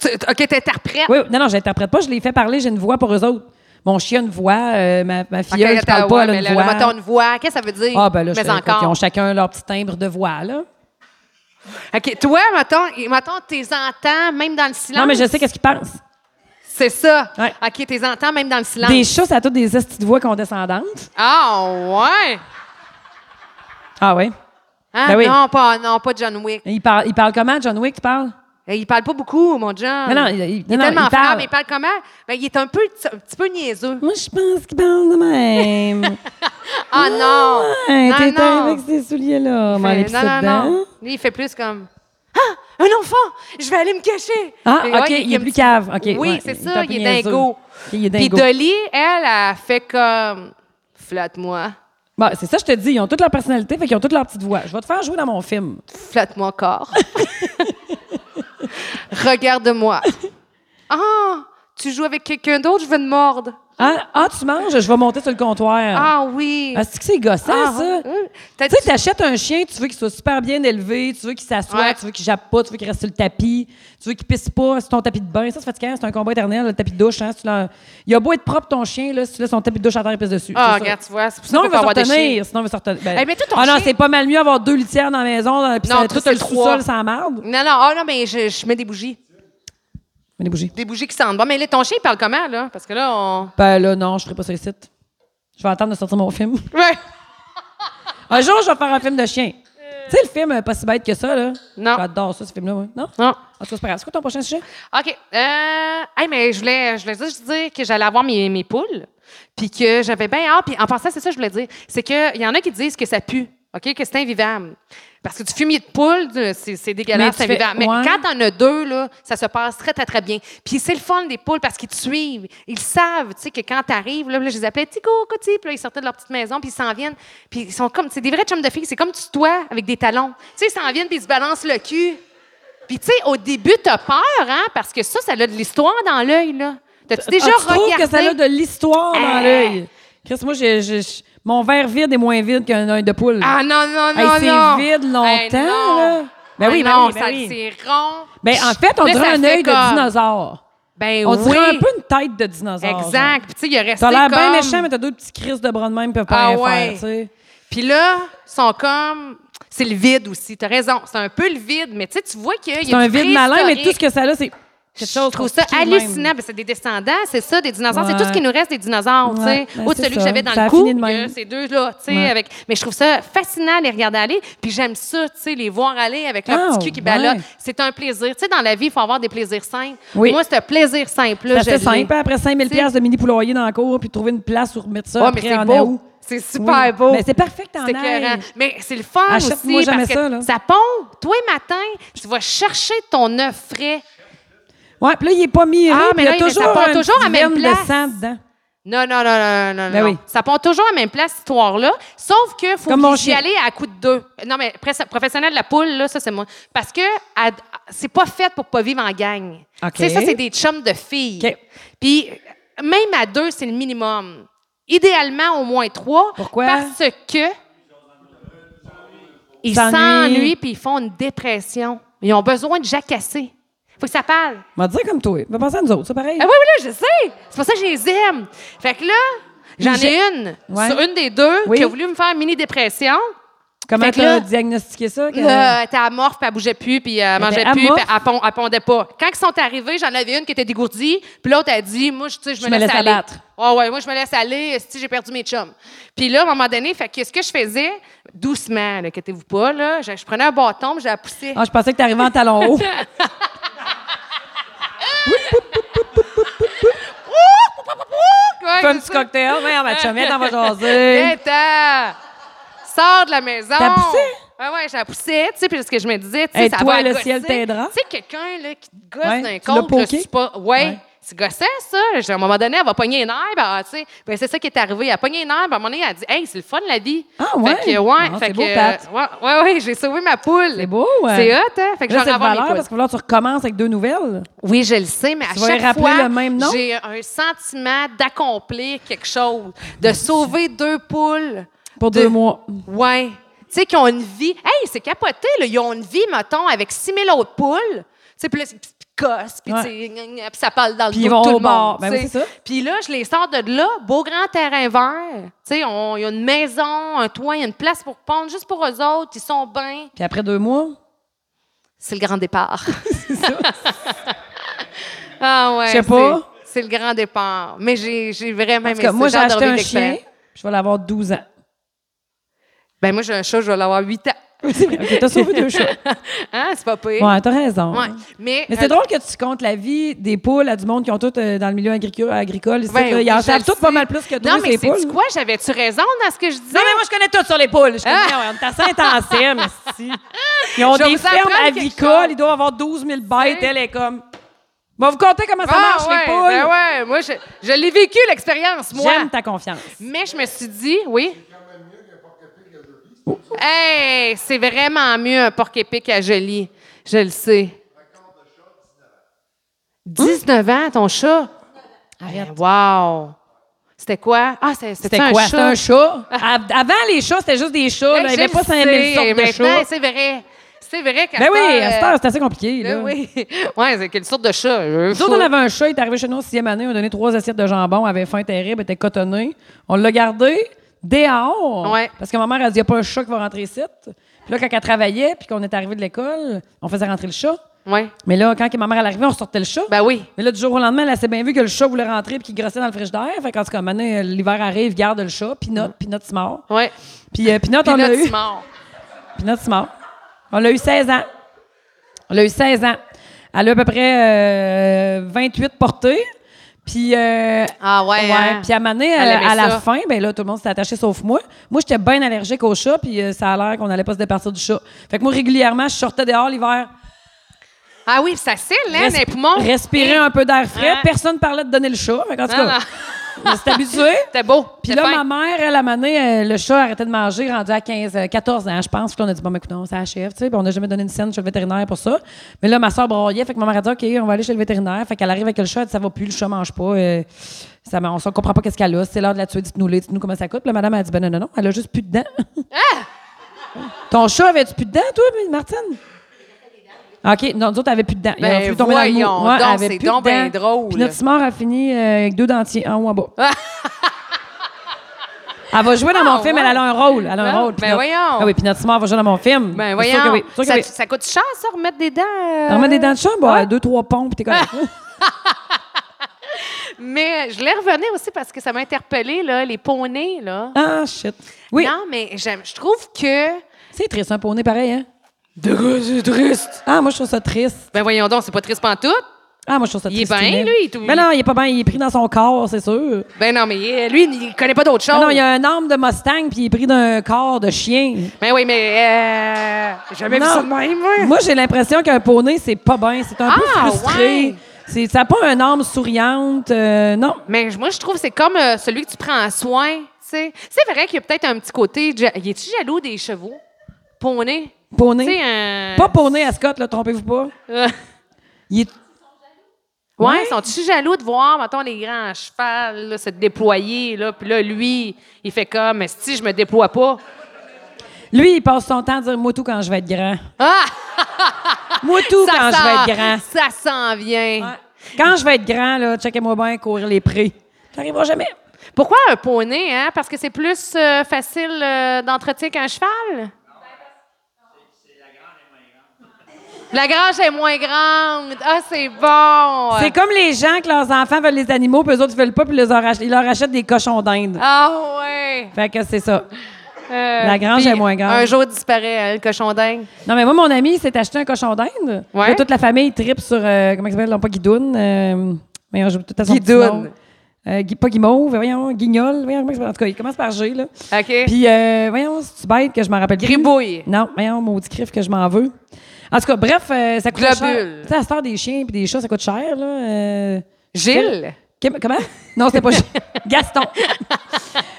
Speaker 1: Tu- tu- OK, t'interprètes.
Speaker 2: Oui, oui. non, non, j'interprète pas. Je les fais parler, j'ai une voix pour eux autres. Mon chien a une voix, euh, ma, ma
Speaker 1: OK,
Speaker 2: filleule, je parle
Speaker 1: attends,
Speaker 2: pas,
Speaker 1: ouais,
Speaker 2: elle a
Speaker 1: mais
Speaker 2: une
Speaker 1: ben, le-
Speaker 2: voix.
Speaker 1: Le, mettons une voix, qu'est-ce que ça veut dire?
Speaker 2: Ah, ben là, je
Speaker 1: mais
Speaker 2: sais pas, ils ont
Speaker 1: encore.
Speaker 2: chacun leur petit timbre de voix, là.
Speaker 1: OK, toi, mettons, et- mettons, t'es entends même dans le silence.
Speaker 2: Non, mais je sais qu'est-ce qu'ils pensent.
Speaker 1: C'est ça.
Speaker 2: Ouais.
Speaker 1: OK, t'es entends même dans le silence.
Speaker 2: Des chats, ça a toutes des estis de voix condescendantes.
Speaker 1: Ah, ouais.
Speaker 2: Ah oui?
Speaker 1: Hein?
Speaker 2: Ben oui.
Speaker 1: non, pas, non, pas John Wick.
Speaker 2: Ils parlent ils parlent comment, John Wick, tu parles?
Speaker 1: Eh, Il parle pas beaucoup, mon John.
Speaker 2: Mais non, il- il-
Speaker 1: est
Speaker 2: non, non,
Speaker 1: tellement
Speaker 2: il parle.
Speaker 1: fort, mais il parle comment? Ben, il est un peu, un petit peu niaiseux.
Speaker 2: Moi, je pense qu'ils parlent de
Speaker 1: [LAUGHS]
Speaker 2: même.
Speaker 1: Ah, non.
Speaker 2: Hey,
Speaker 1: Ah,
Speaker 2: T'es
Speaker 1: non.
Speaker 2: avec ces souliers-là.
Speaker 1: Il
Speaker 2: m'en aller
Speaker 1: fait-
Speaker 2: pisser
Speaker 1: non, non,
Speaker 2: dedans.
Speaker 1: non. Lui, il fait plus comme Ah, un enfant, je vais aller me cacher.
Speaker 2: Ah,
Speaker 1: Puis, ouais,
Speaker 2: OK, il
Speaker 1: un
Speaker 2: est plus
Speaker 1: petit-
Speaker 2: cave. OK,
Speaker 1: Oui,
Speaker 2: ouais,
Speaker 1: c'est
Speaker 2: il est un
Speaker 1: ça,
Speaker 2: peu
Speaker 1: il est
Speaker 2: niaiseux.
Speaker 1: dingo.
Speaker 2: OK, il est
Speaker 1: Puis
Speaker 2: dingo.
Speaker 1: Dolly, elle, a fait comme Flatte-moi,
Speaker 2: Bon, c'est ça, je te dis. Ils ont toute leur personnalité, fait qu'ils ont toute leur petite voix. Je vais te faire jouer dans mon film.
Speaker 1: flatte-moi encore. [LAUGHS] Regarde-moi. Ah, tu joues avec quelqu'un d'autre, je vais te mordre.
Speaker 2: Ah, ah, tu manges, je vais monter sur le comptoir.
Speaker 1: Ah oui.
Speaker 2: Ah, c'est que c'est gossant,
Speaker 1: Ah,
Speaker 2: ça?
Speaker 1: hum.
Speaker 2: Tu
Speaker 1: T'as-
Speaker 2: sais, t'achètes un chien, tu veux qu'il soit super bien élevé, tu veux qu'il s'assoie,
Speaker 1: Ouais.
Speaker 2: tu veux qu'il jappe pas, tu veux qu'il reste sur le tapis, tu veux qu'il pisse pas sur ton tapis de bain. Ça, c'est fatigant, c'est un combat éternel, le tapis de douche. Hein, si tu l'en- Il a beau être propre, ton chien, là, si tu laisses son tapis de douche à terre, il pisse dessus.
Speaker 1: Ah,
Speaker 2: C'est ça.
Speaker 1: regarde, tu vois, c'est pour ça
Speaker 2: Sinon,
Speaker 1: qu'on
Speaker 2: il
Speaker 1: peut
Speaker 2: va se
Speaker 1: avoir des
Speaker 2: retenir.
Speaker 1: chiens.
Speaker 2: Sinon, il va se retenir. Ben,
Speaker 1: Hey, mais toi, ton
Speaker 2: ah non,
Speaker 1: chien-
Speaker 2: c'est pas mal mieux avoir deux litières dans la maison, euh, puis
Speaker 1: Non,
Speaker 2: ça-
Speaker 1: toi,
Speaker 2: tout
Speaker 1: c'est
Speaker 2: le
Speaker 1: trois.
Speaker 2: sous-sol sans marde.
Speaker 1: Non, non, ah non, mais je, je mets des bougies.
Speaker 2: Mais les bougies.
Speaker 1: Des bougies qui sentent bon. Mais là, ton chien, il parle comment, là? Parce que là, on.
Speaker 2: Ben là, non, je ferai pas ça ici. Je vais attendre de sortir mon film.
Speaker 1: Ouais.
Speaker 2: Un jour, je vais faire un film de chien. Tu sais, le film, euh, pas si bête que ça, là.
Speaker 1: Non.
Speaker 2: J'adore ça, ce film-là, ouais. Non?
Speaker 1: Non.
Speaker 2: En tout cas, c'est pas grave. C'est quoi ton prochain sujet?
Speaker 1: OK. Euh, hey, mais je voulais, je voulais juste dire que j'allais avoir mes, mes poules, puis que j'avais bien hâte. Puis en passant, c'est ça que je voulais dire. C'est qu'il y en a qui disent que ça pue. OK? Que c'est invivable. Parce que du fumier de poule, de- c'est c'est dégueulasse, c'est
Speaker 2: Mais tu fais-
Speaker 1: invivable. Mais
Speaker 2: ouais.
Speaker 1: quand t'en as deux, là, ça se passe très, très, très bien. Puis c'est le fun des poules parce qu'ils te suivent. Ils savent, tu sais, que quand t'arrives, là, là, je les appelais Tico, Coti, puis là, ils sortaient de leur petite maison, puis ils s'en viennent. Puis ils sont comme, c'est des vrais chums de filles, c'est comme tu toi avec des talons. Tu sais, ils s'en viennent, puis ils se balancent le cul. Puis tu sais, au début, t'as peur, hein, parce que ça, ça a de l'histoire dans l'œil, là. T'as-tu déjà
Speaker 2: Ah, tu trouves
Speaker 1: regardé? Ah.
Speaker 2: que ça a de l'histoire dans
Speaker 1: Hey.
Speaker 2: l'œil. Chris, moi, j'ai- j'ai- j'ai- mon verre vide est moins vide qu'un œil de poule.
Speaker 1: Ah non, non,
Speaker 2: Hey,
Speaker 1: non,
Speaker 2: c'est
Speaker 1: non.
Speaker 2: vide longtemps,
Speaker 1: Hey, non.
Speaker 2: là. Ben oui, ben
Speaker 1: non,
Speaker 2: oui, ben
Speaker 1: ça-
Speaker 2: oui.
Speaker 1: c'est rond.
Speaker 2: Ben, en fait, on
Speaker 1: Là,
Speaker 2: dirait
Speaker 1: ça
Speaker 2: un
Speaker 1: fait
Speaker 2: œil
Speaker 1: comme-
Speaker 2: de dinosaure.
Speaker 1: Ben
Speaker 2: On
Speaker 1: oui.
Speaker 2: dirait un peu une tête de dinosaure. genre.
Speaker 1: Exact. Puis tu sais, il a resté
Speaker 2: T'as l'air bien
Speaker 1: comme-
Speaker 2: méchant, mais t'as deux petits crises de bras de même, peuvent
Speaker 1: Ah
Speaker 2: pas rien
Speaker 1: ouais.
Speaker 2: faire, tu sais.
Speaker 1: Puis là, ils sont comme... C'est le vide aussi, t'as raison. C'est un peu le vide, mais tu sais, tu vois qu'il y a
Speaker 2: C'est un vide malin, mais tout ce que ça a, c'est quelque chose.
Speaker 1: Je trouve ça
Speaker 2: qu'on se crée
Speaker 1: hallucinant.
Speaker 2: même.
Speaker 1: Ben, C'est des descendants, c'est ça, des dinosaures. C'est
Speaker 2: Ouais.
Speaker 1: tout ce qui nous reste des dinosaures, tu
Speaker 2: Ouais,
Speaker 1: sais.
Speaker 2: ben,
Speaker 1: Ou de
Speaker 2: c'est
Speaker 1: celui que
Speaker 2: ça.
Speaker 1: j'avais dans
Speaker 2: Ça a
Speaker 1: le cou,
Speaker 2: fini de
Speaker 1: il y a
Speaker 2: même.
Speaker 1: ces deux-là, tu sais.
Speaker 2: Ouais.
Speaker 1: Avec... Mais je trouve ça fascinant de les regarder aller. Puis j'aime ça, tu sais, les voir aller avec leur
Speaker 2: Ah,
Speaker 1: petit cul qui
Speaker 2: ouais.
Speaker 1: balade. C'est un plaisir. Tu sais, dans la vie, il faut avoir des plaisirs simples.
Speaker 2: Oui.
Speaker 1: Moi, c'est un plaisir simple. là,
Speaker 2: Ça
Speaker 1: je
Speaker 2: fait
Speaker 1: l'ai.
Speaker 2: simple, après 5000
Speaker 1: Tu sais.
Speaker 2: pièces de mini poulailler dans la cour, puis trouver une place où remettre ça
Speaker 1: Ouais, mais
Speaker 2: hein, après
Speaker 1: c'est
Speaker 2: en
Speaker 1: beau.
Speaker 2: août.
Speaker 1: C'est super
Speaker 2: Oui.
Speaker 1: beau.
Speaker 2: Mais c'est parfait que t'en
Speaker 1: C'est écœurant.
Speaker 2: ailles.
Speaker 1: Mais c'est le fun
Speaker 2: Achète-moi
Speaker 1: aussi
Speaker 2: jamais
Speaker 1: parce que
Speaker 2: ça, là.
Speaker 1: pompe. Toi, matin, tu vas chercher ton œuf frais.
Speaker 2: Ouais, puis là, il n'est pas mis.
Speaker 1: Ah,
Speaker 2: Ah,
Speaker 1: mais
Speaker 2: mais il y
Speaker 1: là,
Speaker 2: a
Speaker 1: mais ça
Speaker 2: toujours,
Speaker 1: part
Speaker 2: une
Speaker 1: toujours
Speaker 2: petite
Speaker 1: à même
Speaker 2: veine
Speaker 1: place.
Speaker 2: de sang dedans.
Speaker 1: Non, non, non, non, non, non.
Speaker 2: Ben
Speaker 1: non.
Speaker 2: oui.
Speaker 1: Ça pond toujours à la même place, cette histoire-là. Sauf que faut
Speaker 2: Comme mon
Speaker 1: que j'y
Speaker 2: chien.
Speaker 1: aller à coup de deux. Non, mais pres- professionnel de la poule, là, ça, c'est moi. Parce que à- c'est pas fait pour pas vivre en gang.
Speaker 2: OK.
Speaker 1: Tu sais, ça, c'est des chums de filles.
Speaker 2: OK.
Speaker 1: Puis même à deux, c'est le minimum. Idéalement, au moins trois.
Speaker 2: Pourquoi?
Speaker 1: Parce que ils
Speaker 2: S'ennuient.
Speaker 1: s'ennuient puis ils font une dépression. Ils ont besoin de jacasser. Faut que ça parle.
Speaker 2: On va dire comme toi. On va penser à nous autres, c'est pareil.
Speaker 1: Ah oui, oui, là, je sais. C'est pour ça que je les aime. Fait que là, j'en ai
Speaker 2: J'ai-
Speaker 1: une.
Speaker 2: Ouais.
Speaker 1: Sur une des deux
Speaker 2: Oui.
Speaker 1: qui a voulu me faire une mini-dépression.
Speaker 2: Comment
Speaker 1: Fait que
Speaker 2: tu as
Speaker 1: là-
Speaker 2: diagnostiqué ça?
Speaker 1: Euh,
Speaker 2: Karen?
Speaker 1: elle était amorphe, puis elle bougeait plus, puis euh, elle mangeait
Speaker 2: était
Speaker 1: plus, puis
Speaker 2: amorphe?
Speaker 1: elle, pon- elle pondait pas. Quand ils sont arrivés, j'en avais une qui était dégourdie, puis l'autre a dit, moi, je, tu sais, je me laisse, aller.
Speaker 2: abattre.
Speaker 1: Ouais, ouais, moi, je me laisse aller, si j'ai perdu mes chums. Puis là, à un moment donné, fait que ce que je faisais, doucement, là, inquiétez-vous pas, là, je, je prenais un bâton, puis je la poussais.
Speaker 2: Ah, je pensais que tu arrivais en talon haut.
Speaker 1: [LAUGHS] Ouais,
Speaker 2: Fais un
Speaker 1: c'est
Speaker 2: petit
Speaker 1: ça.
Speaker 2: cocktail. Merde, ma chum, viens, t'en vas jaser.
Speaker 1: Viens-t'en! Sors de la maison!
Speaker 2: T'as poussé?
Speaker 1: Ouais, ouais, j'ai poussé, tu sais, puis ce que je me disais, tu sais,
Speaker 2: Hey,
Speaker 1: ça
Speaker 2: toi,
Speaker 1: va
Speaker 2: le
Speaker 1: agosser.
Speaker 2: ciel t'aidera.
Speaker 1: Tu sais, quelqu'un, là, qui te gosse
Speaker 2: Ouais,
Speaker 1: d'un
Speaker 2: tu l'as
Speaker 1: compte, là,
Speaker 2: poké?
Speaker 1: c'est pas... Ouais,
Speaker 2: Ouais.
Speaker 1: c'est gossant, ça. J'ai- À un moment donné, elle va pogner une herbe, ah, tu sais. Ben, c'est ça qui est arrivé. Elle a pogné une herbe, à un moment donné, elle a dit « Hey, c'est le fun, la vie! »
Speaker 2: Ah, ouais?
Speaker 1: Fait que, ouais,
Speaker 2: Ah,
Speaker 1: fait
Speaker 2: c'est
Speaker 1: que...
Speaker 2: beau, Pat.
Speaker 1: ouais, ouais, ouais, j'ai sauvé ma poule.
Speaker 2: C'est beau, ouais.
Speaker 1: C'est hot, hein? Fait que
Speaker 2: Là,
Speaker 1: j'en
Speaker 2: c'est de
Speaker 1: avoir mes
Speaker 2: valeur
Speaker 1: poules.
Speaker 2: parce que là, tu recommences avec deux nouvelles.
Speaker 1: Oui, je le sais, mais à
Speaker 2: Tu vas y
Speaker 1: chaque
Speaker 2: rappeler
Speaker 1: fois,
Speaker 2: le même nom?
Speaker 1: j'ai un sentiment d'accomplir quelque chose, de sauver deux poules.
Speaker 2: Pour
Speaker 1: de-
Speaker 2: deux mois.
Speaker 1: Ouais. Tu sais, qui ont une vie. Hey, c'est capoté, là. Ils ont une vie, mettons, avec 6000 autres poules. Tu sais, puis là, c'est puis ils cossent, puis
Speaker 2: Ouais.
Speaker 1: tu sais, gna, gna, puis ça parle dans le
Speaker 2: Puis
Speaker 1: dos
Speaker 2: ils
Speaker 1: de
Speaker 2: vont
Speaker 1: tout
Speaker 2: au
Speaker 1: le monde.
Speaker 2: bar. Ben
Speaker 1: tu
Speaker 2: oui,
Speaker 1: sais.
Speaker 2: c'est ça.
Speaker 1: Puis là, je les sors de là, beau grand terrain vert. Tu sais, on- il y a une maison, un toit, il y a une place pour pondre, juste pour eux autres. Ils sont bien.
Speaker 2: Puis après deux mois,
Speaker 1: C'est le grand
Speaker 2: [LAUGHS]
Speaker 1: départ. [LAUGHS] Ah ouais.
Speaker 2: Je sais pas.
Speaker 1: c'est- C'est le grand départ. Mais j'ai j'ai vraiment
Speaker 2: parce
Speaker 1: aimé
Speaker 2: que
Speaker 1: ça.
Speaker 2: moi, j'ai
Speaker 1: adoré
Speaker 2: acheté un
Speaker 1: l'expérience.
Speaker 2: chien. Je vais l'avoir 12 ans. [LAUGHS]
Speaker 1: Ben moi, j'ai un chat, je vais l'avoir 8 ans.
Speaker 2: C'est vrai. Ok, T'as sauvé deux chats.
Speaker 1: Hein, c'est pas pire.
Speaker 2: Ouais, t'as raison.
Speaker 1: Ouais. Mais,
Speaker 2: Mais c'est
Speaker 1: euh,
Speaker 2: drôle que tu comptes la vie des poules à du monde qui ont toutes euh, dans le milieu agricole. agricole ici,
Speaker 1: ben
Speaker 2: là.
Speaker 1: oui,
Speaker 2: ils en
Speaker 1: je le
Speaker 2: savent toutes
Speaker 1: sais.
Speaker 2: pas mal plus que toi,
Speaker 1: Non, mais
Speaker 2: ces poules.
Speaker 1: c'est quoi? J'avais-tu raison dans ce que je disais?
Speaker 2: Non, mais moi, je connais tout sur les poules. Je connais,
Speaker 1: Ah!
Speaker 2: on est à Saint-Anselme, ici. Ils ont
Speaker 1: Je vais
Speaker 2: des
Speaker 1: vous apprendre
Speaker 2: fermes
Speaker 1: quelque
Speaker 2: avicoles.
Speaker 1: chose.
Speaker 2: Ils doivent avoir 12 000 bêtes.
Speaker 1: Hein?
Speaker 2: Elle est comme... Bon, vous comptez comment ça
Speaker 1: Ah,
Speaker 2: marche,
Speaker 1: ouais,
Speaker 2: les poules?
Speaker 1: ben ouais, moi, je, je l'ai vécu, l'expérience, moi.
Speaker 2: J'aime ta confiance.
Speaker 1: Mais je me suis dit, oui. Hey, c'est vraiment mieux un porc épic à joli. Je le sais. 19 ans, ton chat? Eh,
Speaker 2: Arrête.
Speaker 1: Wow! C'était quoi? Ah, c'est- Ah, c'était
Speaker 2: C'était
Speaker 1: un
Speaker 2: quoi? C'était
Speaker 1: chat.
Speaker 2: un chat? Av- Avant, les chats, c'était juste des chats.
Speaker 1: Hey,
Speaker 2: là. Il
Speaker 1: je
Speaker 2: n'y
Speaker 1: le
Speaker 2: avait pas 5
Speaker 1: sais,
Speaker 2: 000 sortes de
Speaker 1: maintenant,
Speaker 2: chats.
Speaker 1: C'est euh, vrai. C'est vrai qu'à
Speaker 2: Ben
Speaker 1: cette
Speaker 2: oui,
Speaker 1: heure,
Speaker 2: à cette heure, c'est assez compliqué.
Speaker 1: Là,
Speaker 2: Là.
Speaker 1: oui. [LAUGHS] Ouais, c'est quelle sorte de chat? Euh,
Speaker 2: Nous autres, on avait un chat, il est arrivé chez nous en sixième année, on a donné trois assiettes de jambon, on avait faim terrible, il était cotonné. On l'a gardé dehors.
Speaker 1: Ouais.
Speaker 2: Parce que ma mère, elle dit, il n'y a pas un chat qui va rentrer ici. Puis là, quand elle travaillait, puis qu'on est arrivé de l'école, on faisait rentrer le chat.
Speaker 1: Ouais.
Speaker 2: Mais là, quand ma mère elle arrivait, on sortait le chat.
Speaker 1: Ben oui.
Speaker 2: Mais là, du jour au lendemain, elle a s'est bien vu que le chat voulait rentrer puis qu'il grossait dans le frigidaire. Fait qu'en tout cas, maintenant, l'hiver arrive, garde le chat, Pinot, Pinot se mord.
Speaker 1: Ouais.
Speaker 2: Puis euh, Pinot, on
Speaker 1: Pinot,
Speaker 2: l'a eu.
Speaker 1: c'est mort.
Speaker 2: Pinot c'est mort. On l'a eu 16 ans. On l'a eu 16 ans. Elle a eu à peu près euh, 28 portées. Puis, euh,
Speaker 1: Ah ouais, hein?
Speaker 2: Puis à un moment donné,
Speaker 1: Elle
Speaker 2: euh,
Speaker 1: aimait
Speaker 2: à la
Speaker 1: ça.
Speaker 2: fin, ben là, tout le monde s'est attaché sauf moi. Moi, j'étais bien allergique au chat, puis euh, ça a l'air qu'on allait pas se départir du chat. Fait que moi, régulièrement, je sortais dehors l'hiver.
Speaker 1: Ah oui, ça scelle, hein,
Speaker 2: respi-
Speaker 1: les poumons.
Speaker 2: Respirer un peu d'air frais.
Speaker 1: Hein?
Speaker 2: Personne parlait de donner le chat. Fait qu'en tout
Speaker 1: Non,
Speaker 2: cas,
Speaker 1: non.
Speaker 2: on s'est
Speaker 1: [LAUGHS]
Speaker 2: habitué.
Speaker 1: C'était beau.
Speaker 2: Puis
Speaker 1: c'était
Speaker 2: là,
Speaker 1: fin.
Speaker 2: ma mère, elle, à mané, euh, le chat arrêtait de manger, rendu à 15, euh, 14 ans, je pense. Puis là, on a dit, bon, mais écoute, non, ça achève, tu sais. Puis on n'a jamais donné une scène chez le vétérinaire pour ça. Mais là, ma soeur broyait. Fait que ma mère a dit, OK, on va aller chez le vétérinaire. Fait qu'elle arrive avec le chat, elle dit, ça va plus, le chat mange pas. euh, ça, m'a- on ne comprend pas qu'est-ce qu'elle a. C'est l'heure de la tuer, dites-nous-le, dites-nous comment ça coûte. Puis la madame, a dit, ben non, non, non, elle a juste plus de dents.
Speaker 1: Ah!
Speaker 2: [LAUGHS] Ton chat avait-tu plus de dents, toi, Martine? OK, non, nous autres, elle avait plus de dents. Ils
Speaker 1: Ben,
Speaker 2: ont fait tomber dans le
Speaker 1: voyons
Speaker 2: mou. Ouais,
Speaker 1: donc,
Speaker 2: elle avait
Speaker 1: c'est
Speaker 2: plus de
Speaker 1: donc ben
Speaker 2: dents.
Speaker 1: drôle.
Speaker 2: Puis notre mort a fini euh, avec deux dentiers, en haut en bas. Elle va jouer dans mon
Speaker 1: Ah,
Speaker 2: film,
Speaker 1: ouais.
Speaker 2: elle a un rôle. Elle a
Speaker 1: Ben,
Speaker 2: un rôle.
Speaker 1: ben
Speaker 2: puis notre-
Speaker 1: voyons.
Speaker 2: Ah oui, puis notre mort va jouer dans mon film.
Speaker 1: Ben
Speaker 2: C'est sûr
Speaker 1: voyons.
Speaker 2: que oui, c'est sûr
Speaker 1: ça,
Speaker 2: que oui.
Speaker 1: ça coûte cher, ça, remettre des dents. euh,
Speaker 2: On remet des dents de chat, bon, deux, trois ponts, puis t'es correct.
Speaker 1: Ah. Mais je voulais revenir aussi parce que ça m'a interpellée, là, les poneys, là.
Speaker 2: ah, shit. Oui,
Speaker 1: Non, mais j'aime- je trouve que.
Speaker 2: c'est triste, un poney pareil, hein?
Speaker 1: De c'est triste.
Speaker 2: Ah, moi, je trouve ça triste.
Speaker 1: Ben voyons donc, c'est pas triste pantoute.
Speaker 2: Ah, moi, je trouve ça
Speaker 1: Il est
Speaker 2: triste.
Speaker 1: bien,
Speaker 2: Lynette.
Speaker 1: lui, il est tout-
Speaker 2: Ben non, il est pas bien, il est pris dans son corps, c'est sûr.
Speaker 1: Ben non, mais il- lui, il connaît pas d'autre chose.
Speaker 2: Ben non, il y a un arme de Mustang, puis il est pris d'un corps de chien.
Speaker 1: Ben oui, mais. Euh, j'ai jamais vu
Speaker 2: Non.
Speaker 1: ça de même, moi.
Speaker 2: Moi, j'ai l'impression qu'un poney, c'est pas bien. C'est un
Speaker 1: Ah,
Speaker 2: peu frustré.
Speaker 1: ouais.
Speaker 2: C'est, ça n'a pas un âme souriante. euh, non.
Speaker 1: Mais moi, je trouve que c'est comme euh, celui que tu prends en soin, tu sais. C'est vrai qu'il y a peut-être un petit côté. ja- Il est-tu jaloux des chevaux? Poney. Tu sais,
Speaker 2: Poney.
Speaker 1: un. [LAUGHS]
Speaker 2: Pas poney à Scott, là, trompez-vous pas.
Speaker 1: Euh,
Speaker 2: Il est-
Speaker 1: ouais,
Speaker 2: Ouais.
Speaker 1: sont-tu jaloux de voir, mettons, les grands à cheval là, se déployer, là? Puis là, lui, il fait comme, si je me déploie pas.
Speaker 2: Lui, il passe son temps à dire Moi tout quand je vais être
Speaker 1: [LAUGHS]
Speaker 2: grand.
Speaker 1: Ah!
Speaker 2: Moi tout
Speaker 1: Ça
Speaker 2: quand
Speaker 1: s'en-
Speaker 2: je vais être grand.
Speaker 1: Ça s'en vient.
Speaker 2: Ouais. Quand je vais être grand, là, checkez-moi bien courir les prés. T'arriveras jamais.
Speaker 1: Pourquoi un poney, hein? Parce que c'est plus euh, facile euh, d'entretien qu'un cheval? La grange est moins grande. Ah, c'est bon.
Speaker 2: C'est comme les gens que leurs enfants veulent les animaux, puis eux autres, ils veulent pas, puis ils leur ach- ils leur achètent des cochons d'Inde.
Speaker 1: Ah, ouais.
Speaker 2: Fait que c'est ça.
Speaker 1: Euh,
Speaker 2: La grange
Speaker 1: puis
Speaker 2: est moins grande.
Speaker 1: Un jour disparaît, hein, le cochon dingue.
Speaker 2: Non, mais moi, mon ami, il s'est acheté un cochon d'Inde.
Speaker 1: Ouais.
Speaker 2: Là, toute la famille tripe sur. euh, comment il s'appelle? Non, pas Guidoune. Euh, voyons, je tout à son petit
Speaker 1: Guidoune.
Speaker 2: nom. Euh, Gui- pas Guimauve, voyons, Guignol. Voyons, comment il s'appelle? en tout cas, il commence par G, là.
Speaker 1: OK.
Speaker 2: Puis, euh, voyons, c'est-tu bête que je m'en rappelle plus?
Speaker 1: Gribouille.
Speaker 2: Non, voyons, maudit crif que je m'en veux. En tout cas, bref, euh, ça coûte
Speaker 1: Globule.
Speaker 2: cher. Tu sais, à cette heure des chiens puis des chats, ça coûte cher, là. euh,
Speaker 1: Gilles?
Speaker 2: Kim- comment? Non, c'était
Speaker 1: [LAUGHS]
Speaker 2: pas Gilles. Gaston.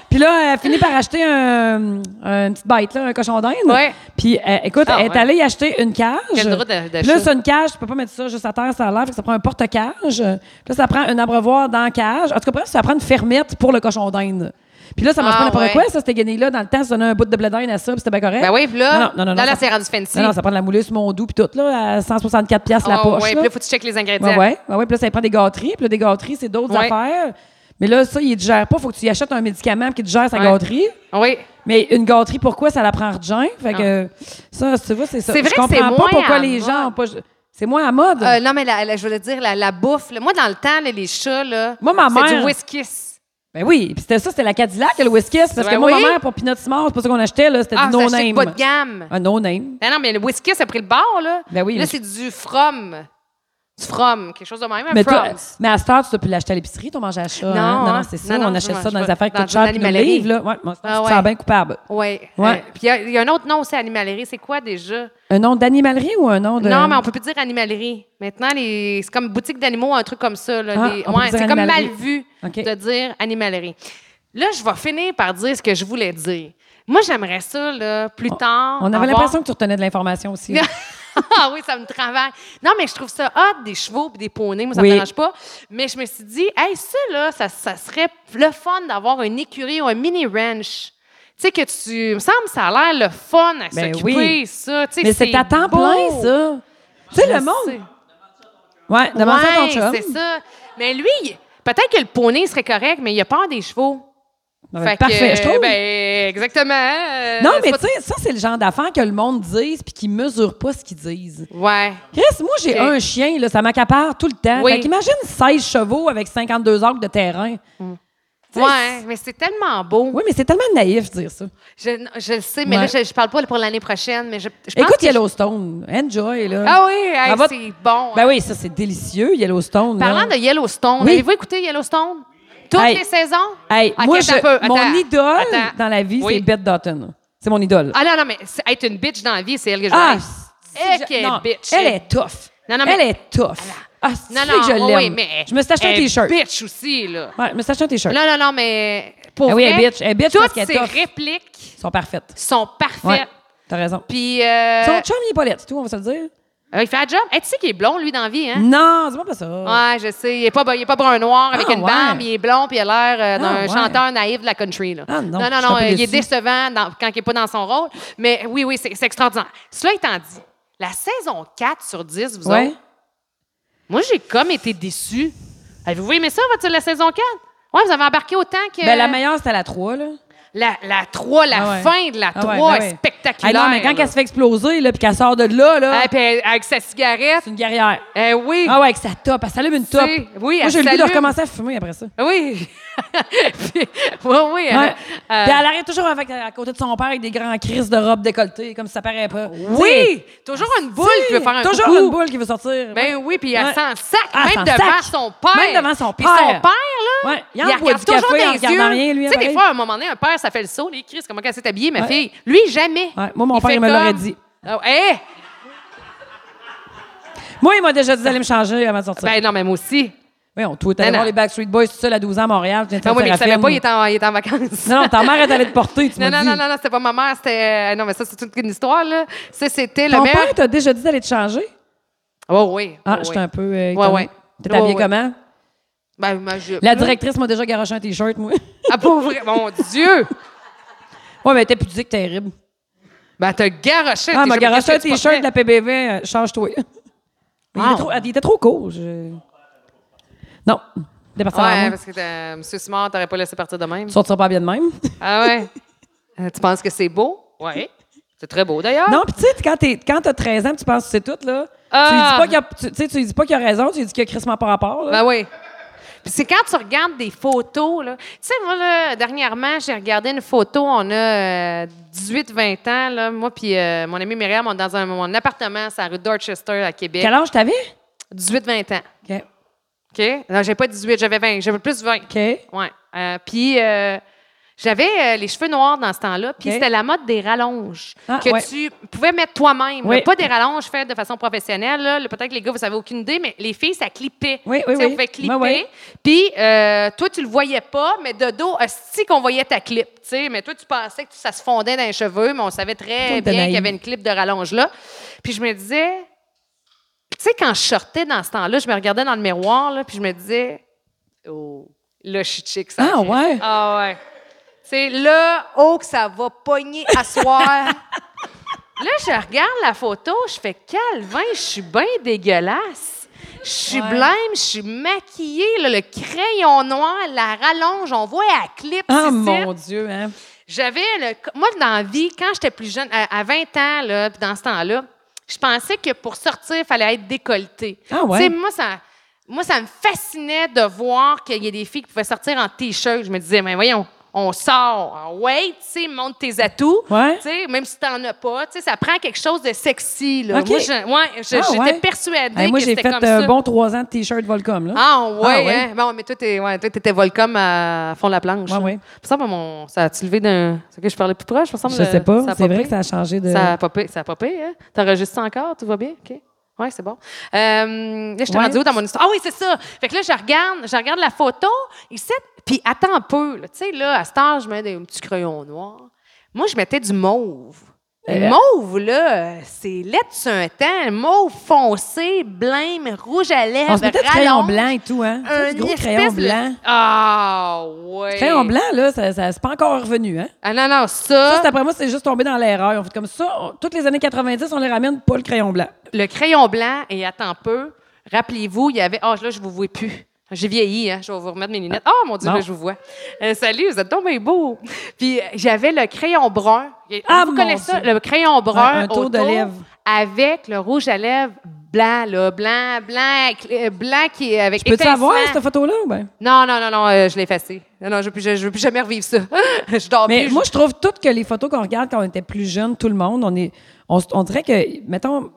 Speaker 2: puis là, elle a fini par acheter un, un petite bête, là, un cochon d'Inde.
Speaker 1: Ouais.
Speaker 2: Puis euh, écoute,
Speaker 1: Ah,
Speaker 2: elle est
Speaker 1: ouais.
Speaker 2: allée y acheter une cage.
Speaker 1: Quel droit d'a- d'achat.
Speaker 2: Puis là, c'est une cage, tu peux pas mettre ça juste à terre, ça a l'air, fait que ça prend un porte-cage. Puis là, ça prend un abreuvoir dans la cage. En tout cas, bref, ça prend une fermette pour le cochon d'Inde. Puis là, ça marche
Speaker 1: Ah,
Speaker 2: pas n'importe
Speaker 1: ouais.
Speaker 2: quoi, ça, c'était gagné là. Dans le temps, ça donnait un bout de blé d'Inde à ça, puis c'était bien correct.
Speaker 1: Ben oui, puis là,
Speaker 2: Non, non, non, non,
Speaker 1: là, là,
Speaker 2: ça-
Speaker 1: c'est rendu fancy.
Speaker 2: non, non, ça prend de la moulisse, mon doux, puis tout, là, à 164$ piastres la
Speaker 1: Ah,
Speaker 2: poche.
Speaker 1: ouais,
Speaker 2: là.
Speaker 1: puis là, faut que tu checkes les ingrédients.
Speaker 2: Ouais, ouais, ouais, ouais. Puis là, ça prend des gâteries. Puis là, des gâteries, c'est d'autres
Speaker 1: Ouais.
Speaker 2: affaires. Mais là, ça, il ne digère pas. Faut que tu y achètes un médicament qui digère sa
Speaker 1: Ouais.
Speaker 2: gâterie.
Speaker 1: Oui.
Speaker 2: Mais une gâterie, pourquoi ça la prend argent? Fait que ça, tu vois, c'est ça.
Speaker 1: Ah. C'est vrai
Speaker 2: Je
Speaker 1: que c'est
Speaker 2: comprends
Speaker 1: moins
Speaker 2: pas pourquoi
Speaker 1: à
Speaker 2: les
Speaker 1: mode.
Speaker 2: gens ont pas. C'est moins à mode.
Speaker 1: Euh, non, mais la- la- je voulais dire, la, la bouffe. là. Moi, dans le temps, là, les chats, là,
Speaker 2: Moi, ma
Speaker 1: c'est
Speaker 2: mère-
Speaker 1: du whiskies.
Speaker 2: Ben oui. Puis c'était ça, c'était la Cadillac, le whisky. Parce
Speaker 1: Ben
Speaker 2: que moi,
Speaker 1: oui.
Speaker 2: ma mère, pour Pinot Simard, c'est pas ça qu'on achetait, là. C'était
Speaker 1: Ah,
Speaker 2: du Ah,
Speaker 1: ça achetait
Speaker 2: no-name.
Speaker 1: pas de gamme.
Speaker 2: Un no-name.
Speaker 1: Ben Non, non, mais le whisky, ça a pris le bord, là.
Speaker 2: Ben oui,
Speaker 1: Là,
Speaker 2: mais-
Speaker 1: c'est du from. Du from, quelque chose de même. un
Speaker 2: Mais, toi,
Speaker 1: from.
Speaker 2: mais à cette heure, tu as pu l'acheter à l'épicerie, ton manger à chat.
Speaker 1: Non,
Speaker 2: hein? non,
Speaker 1: hein.
Speaker 2: c'est ça.
Speaker 1: Non, non,
Speaker 2: on
Speaker 1: je
Speaker 2: achète
Speaker 1: mange
Speaker 2: ça dans
Speaker 1: pas.
Speaker 2: les affaires qui
Speaker 1: Dans
Speaker 2: coûtent cher,
Speaker 1: une
Speaker 2: puis nous
Speaker 1: animalerie.
Speaker 2: livrent, là. Ouais, moi, je
Speaker 1: Ah
Speaker 2: me sens
Speaker 1: ouais.
Speaker 2: bien coupable.
Speaker 1: Oui.
Speaker 2: Ouais.
Speaker 1: Puis il y a- il y, a un autre nom, c'est animalerie. C'est quoi déjà?
Speaker 2: Un nom d'animalerie ou un nom de.
Speaker 1: Non, mais on peut plus dire animalerie. Maintenant, les... c'est comme boutique d'animaux, un truc comme ça. là.
Speaker 2: Ah,
Speaker 1: Les-
Speaker 2: on peut
Speaker 1: ouais,
Speaker 2: dire
Speaker 1: c'est comme mal
Speaker 2: animalerie.
Speaker 1: vu
Speaker 2: OK.
Speaker 1: de dire animalerie. Là, je vais finir par dire ce que je voulais dire. Moi, j'aimerais ça, là, plus tard.
Speaker 2: On avait
Speaker 1: avoir-
Speaker 2: l'impression que tu retenais de l'information
Speaker 1: [LAUGHS]
Speaker 2: aussi.
Speaker 1: ah oui, ça me travaille. Non, mais je trouve ça hot, des chevaux puis des poneys. Moi, ça
Speaker 2: Oui.
Speaker 1: me dérange pas. Mais je me suis dit, hey, ça, là, ça, ça serait le fun d'avoir une écurie ou un mini ranch. Tu sais, que tu. Il me semble que ça a l'air le fun à
Speaker 2: Ben
Speaker 1: s'occuper,
Speaker 2: oui.
Speaker 1: ça. Tu sais,
Speaker 2: Mais c'est à temps
Speaker 1: beau.
Speaker 2: plein, ça. Tu sais, le
Speaker 1: sais.
Speaker 2: monde. Ouais, demande ça à ton
Speaker 1: Ouais,
Speaker 2: chum.
Speaker 1: c'est ça. Mais lui, il- peut-être que le poney serait correct, mais il a peur des chevaux.
Speaker 2: Non, mais
Speaker 1: Fait que,
Speaker 2: parfait, je trouve.
Speaker 1: Ben, exactement. euh,
Speaker 2: non,
Speaker 1: c'est
Speaker 2: mais
Speaker 1: pas-
Speaker 2: tu sais, ça, c'est le genre d'affaires que le monde dise puis qui mesure pas ce qu'ils disent.
Speaker 1: Ouais.
Speaker 2: Chris, moi, j'ai
Speaker 1: Ok.
Speaker 2: un chien, là, ça m'accapare tout le temps.
Speaker 1: Oui.
Speaker 2: Fait qu'imagine 16 chevaux avec 52 arcs de terrain. Tu sais,
Speaker 1: Mm. Ouais, mais c'est tellement beau.
Speaker 2: Oui, mais c'est tellement naïf de dire ça.
Speaker 1: Je, je le sais, mais
Speaker 2: Ouais.
Speaker 1: là, je, je parle pas pour l'année prochaine, mais je, je pense
Speaker 2: Écoute
Speaker 1: que je-
Speaker 2: Yellowstone, enjoy là.
Speaker 1: Ah oui, hey,
Speaker 2: Elle va-
Speaker 1: c'est bon. hein.
Speaker 2: Ben oui, ça c'est délicieux Yellowstone. là.
Speaker 1: Parlant de Yellowstone,
Speaker 2: Oui.
Speaker 1: avez-vous écouté Yellowstone? Toutes
Speaker 2: Hey.
Speaker 1: les saisons?
Speaker 2: Hey,
Speaker 1: Ok,
Speaker 2: moi,
Speaker 1: attends
Speaker 2: je-
Speaker 1: un peu,
Speaker 2: mon
Speaker 1: attends,
Speaker 2: idole
Speaker 1: attends.
Speaker 2: dans la vie,
Speaker 1: Oui.
Speaker 2: c'est Bette Dutton. C'est mon idole.
Speaker 1: Ah non, non, mais c'est- être une bitch dans la vie, c'est elle que je
Speaker 2: Ah,
Speaker 1: veux.
Speaker 2: si
Speaker 1: Eh,
Speaker 2: je-
Speaker 1: qu'elle
Speaker 2: non,
Speaker 1: bitch.
Speaker 2: Elle est tough.
Speaker 1: Non, non, mais-
Speaker 2: Elle est tough. Ah, non,
Speaker 1: Non, non,
Speaker 2: que je l'aime.
Speaker 1: oui, oui, mais
Speaker 2: je me suis acheté un
Speaker 1: elle est
Speaker 2: T-shirt.
Speaker 1: bitch aussi, là.
Speaker 2: Ouais, je me suis acheté un T-shirt.
Speaker 1: Non, non, non, mais pour
Speaker 2: Ah oui,
Speaker 1: vrai,
Speaker 2: elle est bitch, elle est bitch parce
Speaker 1: toutes
Speaker 2: qu'elle
Speaker 1: ses
Speaker 2: est tough.
Speaker 1: répliques
Speaker 2: Ils sont parfaites.
Speaker 1: sont
Speaker 2: Ouais,
Speaker 1: parfaites.
Speaker 2: t'as raison.
Speaker 1: Puis, euh,
Speaker 2: Son chum, il est pas laid, c'est tout, on va se le dire.
Speaker 1: euh, il fait un job. Hey, tu sais qu'il est blond, lui, dans la vie, hein?
Speaker 2: Non, dis-moi pas ça.
Speaker 1: Ouais, je sais. Il est pas, il est pas brun-noir avec
Speaker 2: Ah,
Speaker 1: une
Speaker 2: ouais.
Speaker 1: barbe. Il est blond, puis il a l'air euh, d'un
Speaker 2: Ah, ouais.
Speaker 1: chanteur naïf de la country. Là.
Speaker 2: Ah, non,
Speaker 1: non,
Speaker 2: je suis un peu
Speaker 1: euh, il est
Speaker 2: déçue.
Speaker 1: décevant dans- quand il est pas dans son rôle. Mais oui, oui, c'est c'est extraordinaire. Cela étant dit, la saison 4 sur 10, vous
Speaker 2: Ouais.
Speaker 1: autres, moi, j'ai comme été déçue. Avez-vous aimé ça, votre la saison 4? Oui, vous avez embarqué autant que...
Speaker 2: Ben, la meilleure, c'était la 3, là.
Speaker 1: euh, La, la 3, la
Speaker 2: Ah ouais.
Speaker 1: fin de la
Speaker 2: Ah
Speaker 1: 3
Speaker 2: ouais, ben
Speaker 1: est
Speaker 2: ouais.
Speaker 1: spectaculaire.
Speaker 2: Ah non, mais quand
Speaker 1: là.
Speaker 2: elle se fait exploser, là, puis qu'elle sort de là, là,
Speaker 1: Ah, puis elle- avec sa cigarette.
Speaker 2: c'est une guerrière.
Speaker 1: Eh oui. [LAUGHS]
Speaker 2: Ah ouais, avec sa top. Elle s'allume une top.
Speaker 1: C'est- oui,
Speaker 2: Moi,
Speaker 1: elle
Speaker 2: j'ai eu le goût de
Speaker 1: s'allume.
Speaker 2: recommencer à fumer après ça.
Speaker 1: Oui. Puis- oui, oui. elle-
Speaker 2: Ouais.
Speaker 1: euh,
Speaker 2: Puis elle arrive toujours avec, à côté de son père avec des grands crises de robe décolletées, comme si ça paraît pas.
Speaker 1: oui. Toujours une boule qui veut faire un
Speaker 2: Toujours
Speaker 1: coucou.
Speaker 2: une boule qui veut sortir.
Speaker 1: Ben oui, puis elle
Speaker 2: Ouais.
Speaker 1: s'en sac,
Speaker 2: Ah,
Speaker 1: même
Speaker 2: s'en
Speaker 1: devant
Speaker 2: sac.
Speaker 1: son père.
Speaker 2: Même devant son
Speaker 1: Puis son père,
Speaker 2: père.
Speaker 1: là,
Speaker 2: Ouais.
Speaker 1: il,
Speaker 2: Il en boit
Speaker 1: regarde
Speaker 2: du
Speaker 1: toujours
Speaker 2: café
Speaker 1: dans
Speaker 2: en
Speaker 1: les
Speaker 2: regardant
Speaker 1: yeux.
Speaker 2: rien, lui,
Speaker 1: Tu sais, des
Speaker 2: pareil.
Speaker 1: fois, à un moment donné, un père, ça fait le saut, les crises, comment elle s'est habillée, ma
Speaker 2: Ouais.
Speaker 1: fille. Lui, jamais.
Speaker 2: Ouais. Moi, mon
Speaker 1: Il
Speaker 2: père,
Speaker 1: fait
Speaker 2: il me l'aurait
Speaker 1: comme-
Speaker 2: dit.
Speaker 1: Ah, eh!
Speaker 2: Moi, il m'a déjà dit d'aller me changer avant de sortir.
Speaker 1: Ben non, même aussi.
Speaker 2: oui, on tout
Speaker 1: Non,
Speaker 2: allé
Speaker 1: non.
Speaker 2: voir les Backstreet Boys tout seul à 12 ans à Montréal.
Speaker 1: Ah oui, mais tu savais pas, il était en, il était en vacances.
Speaker 2: Non, non, ta mère est allée te porter,
Speaker 1: [LAUGHS]
Speaker 2: tu
Speaker 1: Non,
Speaker 2: m'as
Speaker 1: non,
Speaker 2: dit.
Speaker 1: non, non, non, c'était pas ma mère, c'était. euh, non, mais ça, c'est toute une histoire, là. Ça, c'était le
Speaker 2: Ton
Speaker 1: meilleur.
Speaker 2: père t'a déjà dit d'aller te changer?
Speaker 1: Oh, oui.
Speaker 2: Ah,
Speaker 1: oh,
Speaker 2: j'étais
Speaker 1: oui.
Speaker 2: un peu. Euh,
Speaker 1: Ouais,
Speaker 2: étonnée.
Speaker 1: ouais.
Speaker 2: T'es
Speaker 1: Ouais,
Speaker 2: habillée
Speaker 1: ouais.
Speaker 2: comment?
Speaker 1: Ben, moi, je-
Speaker 2: La directrice m'a déjà garoché un t-shirt, moi. [LAUGHS]
Speaker 1: Ah, pour vrai, mon Dieu!
Speaker 2: ouais, mais t'es pudique, terrible.
Speaker 1: Ben, t'as garoché
Speaker 2: Ah, elle m'a
Speaker 1: tes jambes.
Speaker 2: garoché un
Speaker 1: Qu'est-ce que tu portais?
Speaker 2: t-shirt de la PBV, euh, [LAUGHS] change-toi. Mais il,
Speaker 1: Ah.
Speaker 2: était trop, il était trop court. je- Non, département.
Speaker 1: Ouais,
Speaker 2: Ouais,
Speaker 1: parce que euh, M. Simard, t'aurais pas laissé partir de même.
Speaker 2: Tu sortiras pas bien de
Speaker 1: [LAUGHS]
Speaker 2: même.
Speaker 1: Ah, ouais. Euh, tu penses que c'est beau? Oui. C'est très beau, d'ailleurs.
Speaker 2: Non, puis tu sais, quand, t'es- quand t'as 13 ans, pis tu penses que c'est tout, là. Tu lui
Speaker 1: Ah.
Speaker 2: dis pas qu'il y a, tu, tu sais, tu lui dis pas qu'il y a raison, tu lui dis qu'il y a crissement par rapport. Là.
Speaker 1: Ben oui. Puis c'est quand tu regardes des photos, là. Tu sais, moi, là, dernièrement, j'ai regardé une photo, on a 18-20 ans, là. Moi, puis euh, mon ami Myriam, on est dans un, mon appartement, c'est à la rue Dorchester, à Québec.
Speaker 2: Quel âge t'avais?
Speaker 1: 18-20 ans.
Speaker 2: OK.
Speaker 1: OK? Non, j'ai pas 18, j'avais 20. J'avais plus de 20.
Speaker 2: OK.
Speaker 1: Ouais. Euh, puis euh, j'avais euh, les cheveux noirs dans ce temps-là, puis
Speaker 2: OK.
Speaker 1: c'était la mode des rallonges
Speaker 2: Ah,
Speaker 1: que
Speaker 2: ouais.
Speaker 1: tu pouvais mettre toi-même,
Speaker 2: Oui.
Speaker 1: là. pas des rallonges faites de façon professionnelle. là. Le- Peut-être que les gars vous savez aucune idée, mais les filles ça clippait.
Speaker 2: Oui, oui,
Speaker 1: Tu sais,
Speaker 2: oui.
Speaker 1: On pouvait clipper.
Speaker 2: Ouais, ouais.
Speaker 1: Puis euh, toi tu le voyais pas, mais de dos si qu'on voyait ta clip, tu sais, mais toi tu pensais que ça se fondait dans les cheveux, mais on savait
Speaker 2: On
Speaker 1: très
Speaker 2: était
Speaker 1: bien qu'il y
Speaker 2: naïfs.
Speaker 1: avait une clip de rallonge là. Puis je me disais tu sais quand je sortais dans ce temps-là, je me regardais dans le miroir là, puis je me disais oh là je suis chic ça.
Speaker 2: Ah,
Speaker 1: fait.
Speaker 2: ouais.
Speaker 1: Ah ouais. C'est là, oh, que ça va pogner à
Speaker 2: [LAUGHS]
Speaker 1: soir. là, je regarde la photo, je fais Calvin, je suis bien dégueulasse. Je suis blême, je suis maquillée, là, le crayon noir, la rallonge, on voit à clip.
Speaker 2: Ah,
Speaker 1: c'est ça.
Speaker 2: mon Dieu, hein.
Speaker 1: J'avais le- moi dans la vie quand j'étais plus jeune à, à 20 ans là, puis dans ce temps-là, je pensais que pour sortir, il fallait être décolleté.
Speaker 2: Ah ouais?
Speaker 1: Tu sais, moi ça moi ça me fascinait de voir qu'il y a des filles qui pouvaient sortir en t-shirt, je me disais mais voyons, on sort. Ah Ouais, tu sais, montre tes atouts.
Speaker 2: Ouais.
Speaker 1: Tu sais, même si t'en as pas, tu sais, ça prend quelque chose de sexy là.
Speaker 2: OK.
Speaker 1: Moi je- ouais, je-
Speaker 2: Ah,
Speaker 1: j'étais
Speaker 2: ouais.
Speaker 1: persuadée
Speaker 2: Hey, moi,
Speaker 1: que
Speaker 2: j'ai
Speaker 1: c'était
Speaker 2: fait euh,
Speaker 1: comme
Speaker 2: un
Speaker 1: ça.
Speaker 2: bon 3 ans de T-shirt Volcom, là.
Speaker 1: Ah ouais,
Speaker 2: Ah, ouais.
Speaker 1: hein? Bon, mais toi, t'es, ouais, toi, t'étais Volcom à fond de la planche.
Speaker 2: Ouais,
Speaker 1: hein?
Speaker 2: ouais.
Speaker 1: Il me semble que mon, ça a-tu levé d'un... C'est que je parlais plus proche? il me semble
Speaker 2: Je
Speaker 1: que
Speaker 2: sais pas.
Speaker 1: ça a
Speaker 2: C'est vrai
Speaker 1: popé.
Speaker 2: que ça a changé de.
Speaker 1: Ça a popé, ça a popé, hein? T'enregistres ça encore? Tout va bien? OK. Oui, c'est bon. Euh, là, je t'ai
Speaker 2: Ouais.
Speaker 1: rendue où dans mon histoire? Ah oui, c'est ça! Fait que là, je regarde, je regarde la photo, ici, puis attends un peu. là. Tu sais, là, à cette heure, je mets des petits crayons noirs. Moi, je mettais du mauve. Le
Speaker 2: Euh.
Speaker 1: mauve, là, c'est laid sur un temps. Mauve foncé, blême, rouge à lèvres,
Speaker 2: On se mettait du Ah, crayon
Speaker 1: rallonge.
Speaker 2: blanc et tout, hein. Tu sais,
Speaker 1: Un
Speaker 2: du gros crayon
Speaker 1: espèce de-
Speaker 2: blanc.
Speaker 1: Ah, ouais.
Speaker 2: Crayon blanc, là, ça, ça- c'est pas encore revenu, hein.
Speaker 1: Ah, non, non, ça.
Speaker 2: Ça, c'est après moi, c'est juste tombé dans l'erreur. On fait comme ça. on- toutes les années 90, on les ramène pas le crayon blanc.
Speaker 1: le crayon blanc, et attends peu, rappelez-vous, il y avait. Ah, là, je vous vois plus. J'ai vieilli, hein? je vais vous remettre mes lunettes. Ah, mon Dieu,
Speaker 2: Bon.
Speaker 1: là, je vous vois. Euh, salut, vous êtes donc bien beau. Puis euh, j'avais le crayon brun. Et-
Speaker 2: Ah,
Speaker 1: vous
Speaker 2: mon
Speaker 1: connaissez ça?
Speaker 2: Dieu.
Speaker 1: Le crayon brun
Speaker 2: un tour de
Speaker 1: autour
Speaker 2: lèvres.
Speaker 1: avec le rouge à lèvres blanc, là, blanc, blanc, écl- euh, blanc qui est avec
Speaker 2: Je peux-tu avoir
Speaker 1: étincelant.
Speaker 2: cette photo-là? ou Ben?
Speaker 1: Non, non, non, non, euh, je l'ai effacé. Non, non, je veux plus, je, je veux plus jamais revivre ça. [LAUGHS] je dors
Speaker 2: Mais
Speaker 1: plus.
Speaker 2: moi, je trouve toutes que les photos qu'on regarde quand on était plus jeune, tout le monde, on est, on, s- on dirait que, mettons,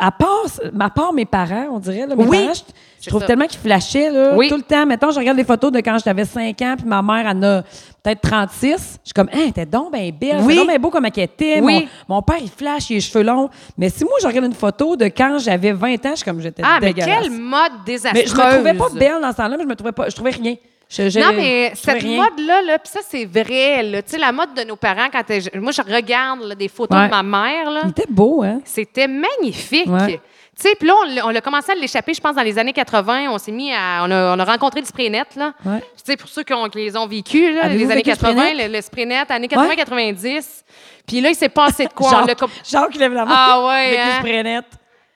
Speaker 2: à part, à part mes parents, on dirait, là, mes
Speaker 1: Oui,
Speaker 2: parents, je- je,
Speaker 1: c'est
Speaker 2: trouve
Speaker 1: ça.
Speaker 2: tellement qu'ils flashaient là,
Speaker 1: Oui.
Speaker 2: tout le temps. Mettons, je regarde les photos de quand j'avais 5 ans, puis ma mère en a peut-être 36. Je suis comme, hein, t'es donc ben belle,
Speaker 1: Oui.
Speaker 2: t'es donc ben beau comme elle était.
Speaker 1: Oui.
Speaker 2: Mon, mon père, il flash, il a les cheveux longs. Mais si moi, je regarde une photo de quand j'avais 20 ans, je suis comme, j'étais
Speaker 1: ah, mais
Speaker 2: dégueulasse.
Speaker 1: quelle mode désastreuse.
Speaker 2: mais je me trouvais pas belle dans ce temps-là, mais je me trouvais pas, je trouvais rien. Je- je-
Speaker 1: Non, mais
Speaker 2: je trouvais
Speaker 1: cette
Speaker 2: rien.
Speaker 1: mode-là, là, puis ça, c'est vrai. là. Tu sais, la mode de nos parents, quand elle- moi, je regarde là, des photos
Speaker 2: Ouais.
Speaker 1: de ma mère, là,
Speaker 2: Il était beau, hein?
Speaker 1: c'était magnifique.
Speaker 2: Ouais.
Speaker 1: Tu sais, puis là, on l'a- on a commencé à l'échapper, je pense, dans les années 80. On s'est mis à. On a, on a rencontré le spray net, là.
Speaker 2: Ouais.
Speaker 1: Tu sais, pour ceux qui, ont- qui les ont vécu, là,
Speaker 2: Avez-vous
Speaker 1: les années
Speaker 2: vécu le spray
Speaker 1: 80,
Speaker 2: net?
Speaker 1: le, le spray net, années 80-90. Puis là, il s'est passé
Speaker 2: [LAUGHS]
Speaker 1: de quoi? on l'a com-
Speaker 2: Jacques lève la main.
Speaker 1: Ah ouais,
Speaker 2: Avec
Speaker 1: hein?
Speaker 2: les sprays nets.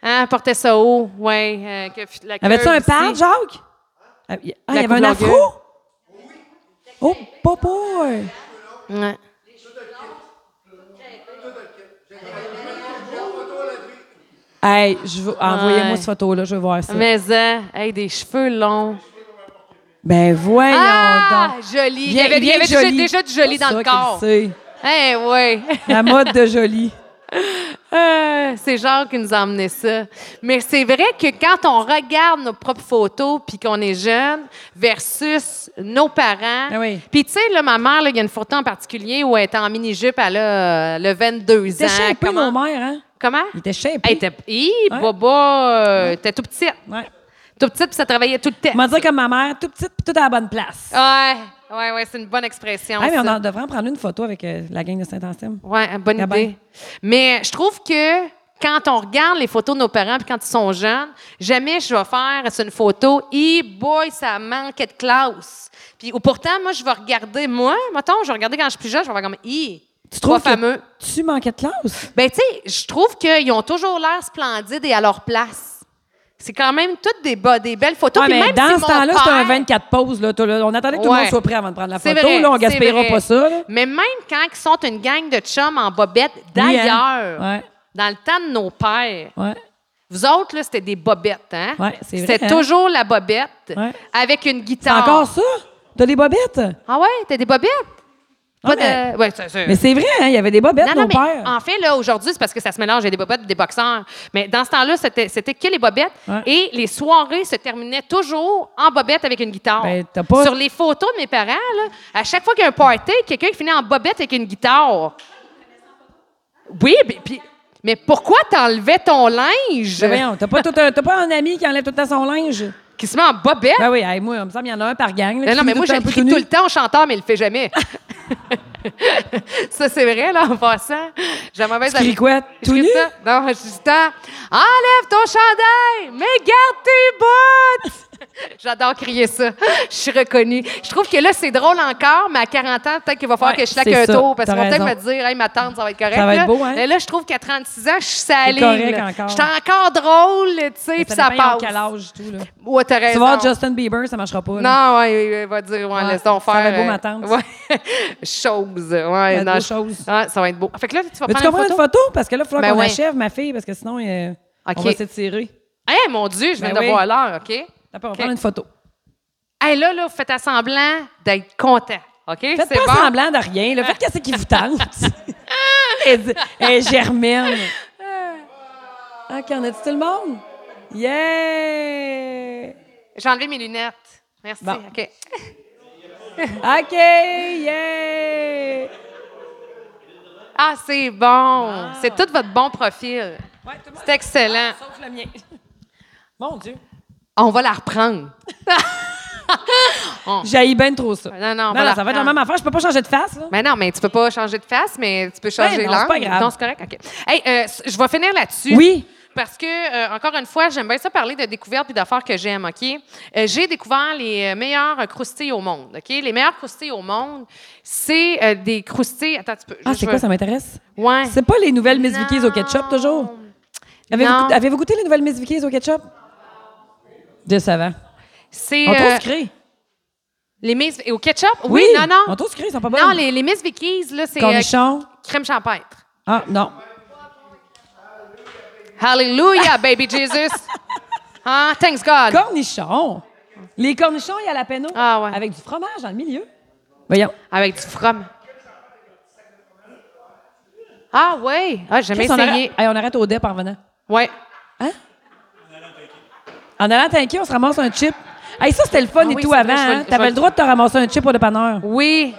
Speaker 1: Hein, portait ça haut, ouais. euh, que f- la
Speaker 2: Avais-tu
Speaker 1: curve
Speaker 2: un
Speaker 1: ici.
Speaker 2: pad, Jacques? Ah, il ah, il y
Speaker 1: La
Speaker 2: avait un
Speaker 1: coupe
Speaker 2: afro?
Speaker 1: longueur.
Speaker 2: Oh, papa!
Speaker 1: Ouais.
Speaker 2: Hey, je veux... envoyez-moi cette photo-là, je veux voir ça.
Speaker 1: Mais, euh, hey, des cheveux longs.
Speaker 2: Ben voyons
Speaker 1: Ah,
Speaker 2: donc.
Speaker 1: joli. Il y
Speaker 2: Bien-
Speaker 1: avait, il y
Speaker 2: bien
Speaker 1: avait déjà-
Speaker 2: joli.
Speaker 1: déjà du joli
Speaker 2: C'est
Speaker 1: dans le
Speaker 2: ça qu'il
Speaker 1: corps.
Speaker 2: sait.
Speaker 1: Eh oui. [LAUGHS]
Speaker 2: La mode de [LAUGHS] joli.
Speaker 1: Euh, c'est Jean qui nous a emmené ça. Mais c'est vrai que quand on regarde nos propres photos puis qu'on est jeune versus nos parents.
Speaker 2: Ah oui.
Speaker 1: Puis tu sais, là, ma mère, là, il y a une photo en particulier où elle était en mini-jupe, elle a euh, le 22
Speaker 2: C'était
Speaker 1: ans.
Speaker 2: shapé,
Speaker 1: Comment?
Speaker 2: mon mère, hein?
Speaker 1: Comment?
Speaker 2: Il était shapé.
Speaker 1: Elle était... Hi,
Speaker 2: Ouais.
Speaker 1: baba, euh, t'es tout petite.
Speaker 2: Ouais.
Speaker 1: Tout petite, puis ça travaillait tout le temps.
Speaker 2: On va dire comme ma mère, tout petite, puis tout à la bonne place.
Speaker 1: Ouais, ouais, ouais, c'est une bonne expression.
Speaker 2: Ah, mais on
Speaker 1: Ah, ça.
Speaker 2: en devrait en prendre une photo avec euh, la gang de Saint-Anselme.
Speaker 1: Ouais, une bonne
Speaker 2: Ah ben.
Speaker 1: idée. Mais je trouve que quand on regarde les photos de nos parents puis quand ils sont jeunes, jamais je vais faire c'est une photo et boy ça manquait de classe. Puis ou pourtant moi je vais regarder moi, mettons, je vais regarder quand je suis plus jeune, je vais faire comme i.
Speaker 2: Tu trouves
Speaker 1: pas fameux.
Speaker 2: que tu manquais de classe?
Speaker 1: Ben tu sais, je trouve qu'ils ont toujours l'air splendides et à leur place. C'est quand même toutes des, bo- des belles photos.
Speaker 2: Ouais,
Speaker 1: Puis
Speaker 2: mais
Speaker 1: même
Speaker 2: dans
Speaker 1: si
Speaker 2: ce
Speaker 1: mon
Speaker 2: temps-là, c'était un
Speaker 1: père-
Speaker 2: 24 pauses. Là, tout le- on attendait que tout le
Speaker 1: Ouais.
Speaker 2: monde soit prêt avant de prendre la
Speaker 1: C'est
Speaker 2: photo.
Speaker 1: vrai,
Speaker 2: là, on
Speaker 1: c'est
Speaker 2: gaspillera
Speaker 1: vrai.
Speaker 2: pas ça. là.
Speaker 1: Mais même quand ils sont une gang de chums en bobette d'ailleurs,
Speaker 2: hein? Ouais.
Speaker 1: dans le temps de nos pères,
Speaker 2: Ouais.
Speaker 1: vous autres, là, c'était des bobettes, hein?
Speaker 2: Ouais, c'est vrai,
Speaker 1: C'était
Speaker 2: hein?
Speaker 1: toujours la bobette
Speaker 2: Ouais.
Speaker 1: avec une
Speaker 2: C'est
Speaker 1: guitare.
Speaker 2: encore ça? T'as des bobettes?
Speaker 1: Ah ouais, t'as des bobettes? Pas
Speaker 2: Non, mais-
Speaker 1: de... Ouais, c'est- c'est-
Speaker 2: Mais c'est vrai, hein, il y avait des bobettes,
Speaker 1: non,
Speaker 2: mon
Speaker 1: non, mais
Speaker 2: père.
Speaker 1: en fait, là, aujourd'hui, c'est parce que ça se mélange, il y a des bobettes et des boxeurs. Mais dans ce temps-là, c'était c'était que les bobettes.
Speaker 2: Ouais.
Speaker 1: Et les soirées se terminaient toujours en bobette avec une guitare.
Speaker 2: Ben, t'as pas-
Speaker 1: Sur les photos de mes parents, là, à chaque fois qu'il y a un party, quelqu'un qui finit en bobette avec une guitare. Oui, mais, puis- mais pourquoi t'enlevais ton linge
Speaker 2: Ben voyons, t'as pas, tout un- t'as pas un ami qui enlève tout le temps son linge?
Speaker 1: qui se met en bobette? Ben,
Speaker 2: Ben oui, hey, moi, il me semble qu'il y en a un par gang. là,
Speaker 1: Non,
Speaker 2: qui
Speaker 1: non, mais
Speaker 2: finit
Speaker 1: moi,
Speaker 2: tout
Speaker 1: je
Speaker 2: le
Speaker 1: le
Speaker 2: temps
Speaker 1: crie
Speaker 2: nu.
Speaker 1: tout le temps au chanteur, mais il le fait jamais. [LAUGHS] ça, c'est vrai, là, en passant. J'ai la mauvaise
Speaker 2: Tu cries
Speaker 1: habitude.
Speaker 2: quoi?
Speaker 1: Je
Speaker 2: Tout
Speaker 1: crie
Speaker 2: nu?
Speaker 1: ça. Non, je dis tout le temps, enlève ton chandail, mais garde tes bottes! [LAUGHS] J'adore crier ça. Je suis reconnue. Je trouve que là, c'est drôle encore, mais à 40 ans, peut-être qu'il va falloir
Speaker 2: Ouais,
Speaker 1: que je claque
Speaker 2: c'est
Speaker 1: un
Speaker 2: ça.
Speaker 1: tour, parce
Speaker 2: T'as
Speaker 1: qu'on va peut-être me
Speaker 2: raison.
Speaker 1: dire, hey, ma tante, ça va être correct.
Speaker 2: Ça va
Speaker 1: là.
Speaker 2: être beau, hein?
Speaker 1: Mais là, je trouve qu'à 36 ans, je suis salée.
Speaker 2: correct
Speaker 1: là.
Speaker 2: encore.
Speaker 1: Je suis encore drôle, tu sais,
Speaker 2: Mais
Speaker 1: puis
Speaker 2: ça
Speaker 1: ça
Speaker 2: dépend, ils ont
Speaker 1: passe.
Speaker 2: quel âge, tout, là.
Speaker 1: Ouais, t'as
Speaker 2: Tu
Speaker 1: raison.
Speaker 2: vois, Justin Bieber, ça marchera pas. là.
Speaker 1: Non, ouais, il- il va dire, ouais,
Speaker 2: Ouais,
Speaker 1: laisse donc
Speaker 2: ça
Speaker 1: faire.
Speaker 2: va être beau,
Speaker 1: euh,
Speaker 2: ma tante.
Speaker 1: Ouais. [LAUGHS] chose.
Speaker 2: être
Speaker 1: Ouais,
Speaker 2: beau,
Speaker 1: je-
Speaker 2: chose.
Speaker 1: Ouais, ça va être beau. Fait que là, tu vas
Speaker 2: Mais
Speaker 1: prendre
Speaker 2: tu
Speaker 1: une
Speaker 2: comprends
Speaker 1: photo.
Speaker 2: une photo? Parce que là, il faudra
Speaker 1: Ben
Speaker 2: qu'on
Speaker 1: ouais.
Speaker 2: achève ma fille, parce que sinon, euh, on
Speaker 1: Ok.
Speaker 2: va s'étirer.
Speaker 1: Eh, mon Dieu, je viens
Speaker 2: Ben oui.
Speaker 1: d'avoir l'heure, OK? Eh,
Speaker 2: T'as pas, on va
Speaker 1: Ok.
Speaker 2: prendre une photo.
Speaker 1: là, là, vous faites à semblant d'être content. OK?
Speaker 2: Faites
Speaker 1: C'est
Speaker 2: pas
Speaker 1: bon?
Speaker 2: semblant de rien. Là. Faites qu'est-ce qui
Speaker 1: [LAUGHS]
Speaker 2: vous tente. elle, elle germaine.
Speaker 1: Ah.
Speaker 2: OK, on a dit tout le monde? Yeah!
Speaker 1: J'ai enlevé mes lunettes. Merci.
Speaker 2: Bon.
Speaker 1: OK.
Speaker 2: OK, yeah!
Speaker 1: Ah, c'est
Speaker 2: Ah.
Speaker 1: bon. C'est tout votre bon profil.
Speaker 2: Ouais, tout le monde-
Speaker 1: C'est excellent.
Speaker 2: Ah, Sauf le mien. Mon Dieu.
Speaker 1: On va la reprendre.
Speaker 2: J'haïs bien trop ça.
Speaker 1: Non, Ah. non, on
Speaker 2: non,
Speaker 1: va la
Speaker 2: ça va être la
Speaker 1: reprendre.
Speaker 2: même affaire. Je peux pas changer de face, là.
Speaker 1: Mais non, mais tu peux pas changer de face, mais tu peux changer
Speaker 2: Ouais, Ben non,
Speaker 1: l'angle.
Speaker 2: c'est pas grave.
Speaker 1: Non, c'est correct. OK. Hey, euh, s- je vais finir là-dessus.
Speaker 2: Oui.
Speaker 1: Parce que, euh, encore une fois, j'aime bien ça parler de découvertes puis d'affaires que j'aime, OK? Euh, j'ai découvert les euh, meilleurs euh, croustilles au monde, OK? Les meilleurs croustilles au monde, c'est euh, des croustilles... Attends, tu peux...
Speaker 2: Ah, c'est quoi, ça m'intéresse?
Speaker 1: Ouais.
Speaker 2: C'est pas les nouvelles Miss Vickies au ketchup, toujours? Avez-vous
Speaker 1: Non.
Speaker 2: goûté- avez-vous goûté les nouvelles Miss Vickies au ketchup? Décevant.
Speaker 1: C'est
Speaker 2: On trouve
Speaker 1: euh,
Speaker 2: sucré.
Speaker 1: les Miss... et Au ketchup? Oui,
Speaker 2: Oui,
Speaker 1: non, non.
Speaker 2: on trouve sucré, ils sont pas bonnes.
Speaker 1: Non, les, les Miss Vickies, là, c'est euh,
Speaker 2: Cornichons.
Speaker 1: crème champêtre.
Speaker 2: Ah, non.
Speaker 1: Hallelujah, [LAUGHS] baby Jesus. Ah, thanks God.
Speaker 2: Cornichons. Les cornichons, il y a la peine
Speaker 1: Ah ouais.
Speaker 2: Avec du fromage dans le milieu. Voyons.
Speaker 1: Avec du from. Ah oui. Ah, j'ai jamais
Speaker 2: Chris, on,
Speaker 1: essayé.
Speaker 2: arrête, Hey, on arrête au dep en venant.
Speaker 1: Ouais.
Speaker 2: Hein? En allant tanker, on se ramasse un chip. Hey, ça, c'était le fun
Speaker 1: Ah
Speaker 2: et
Speaker 1: oui,
Speaker 2: tout
Speaker 1: c'est
Speaker 2: avant.
Speaker 1: vrai, je vais le-
Speaker 2: hein?
Speaker 1: je vais
Speaker 2: T'avais
Speaker 1: le-
Speaker 2: le droit de te ramasser un chip au dépanneur.
Speaker 1: Oui.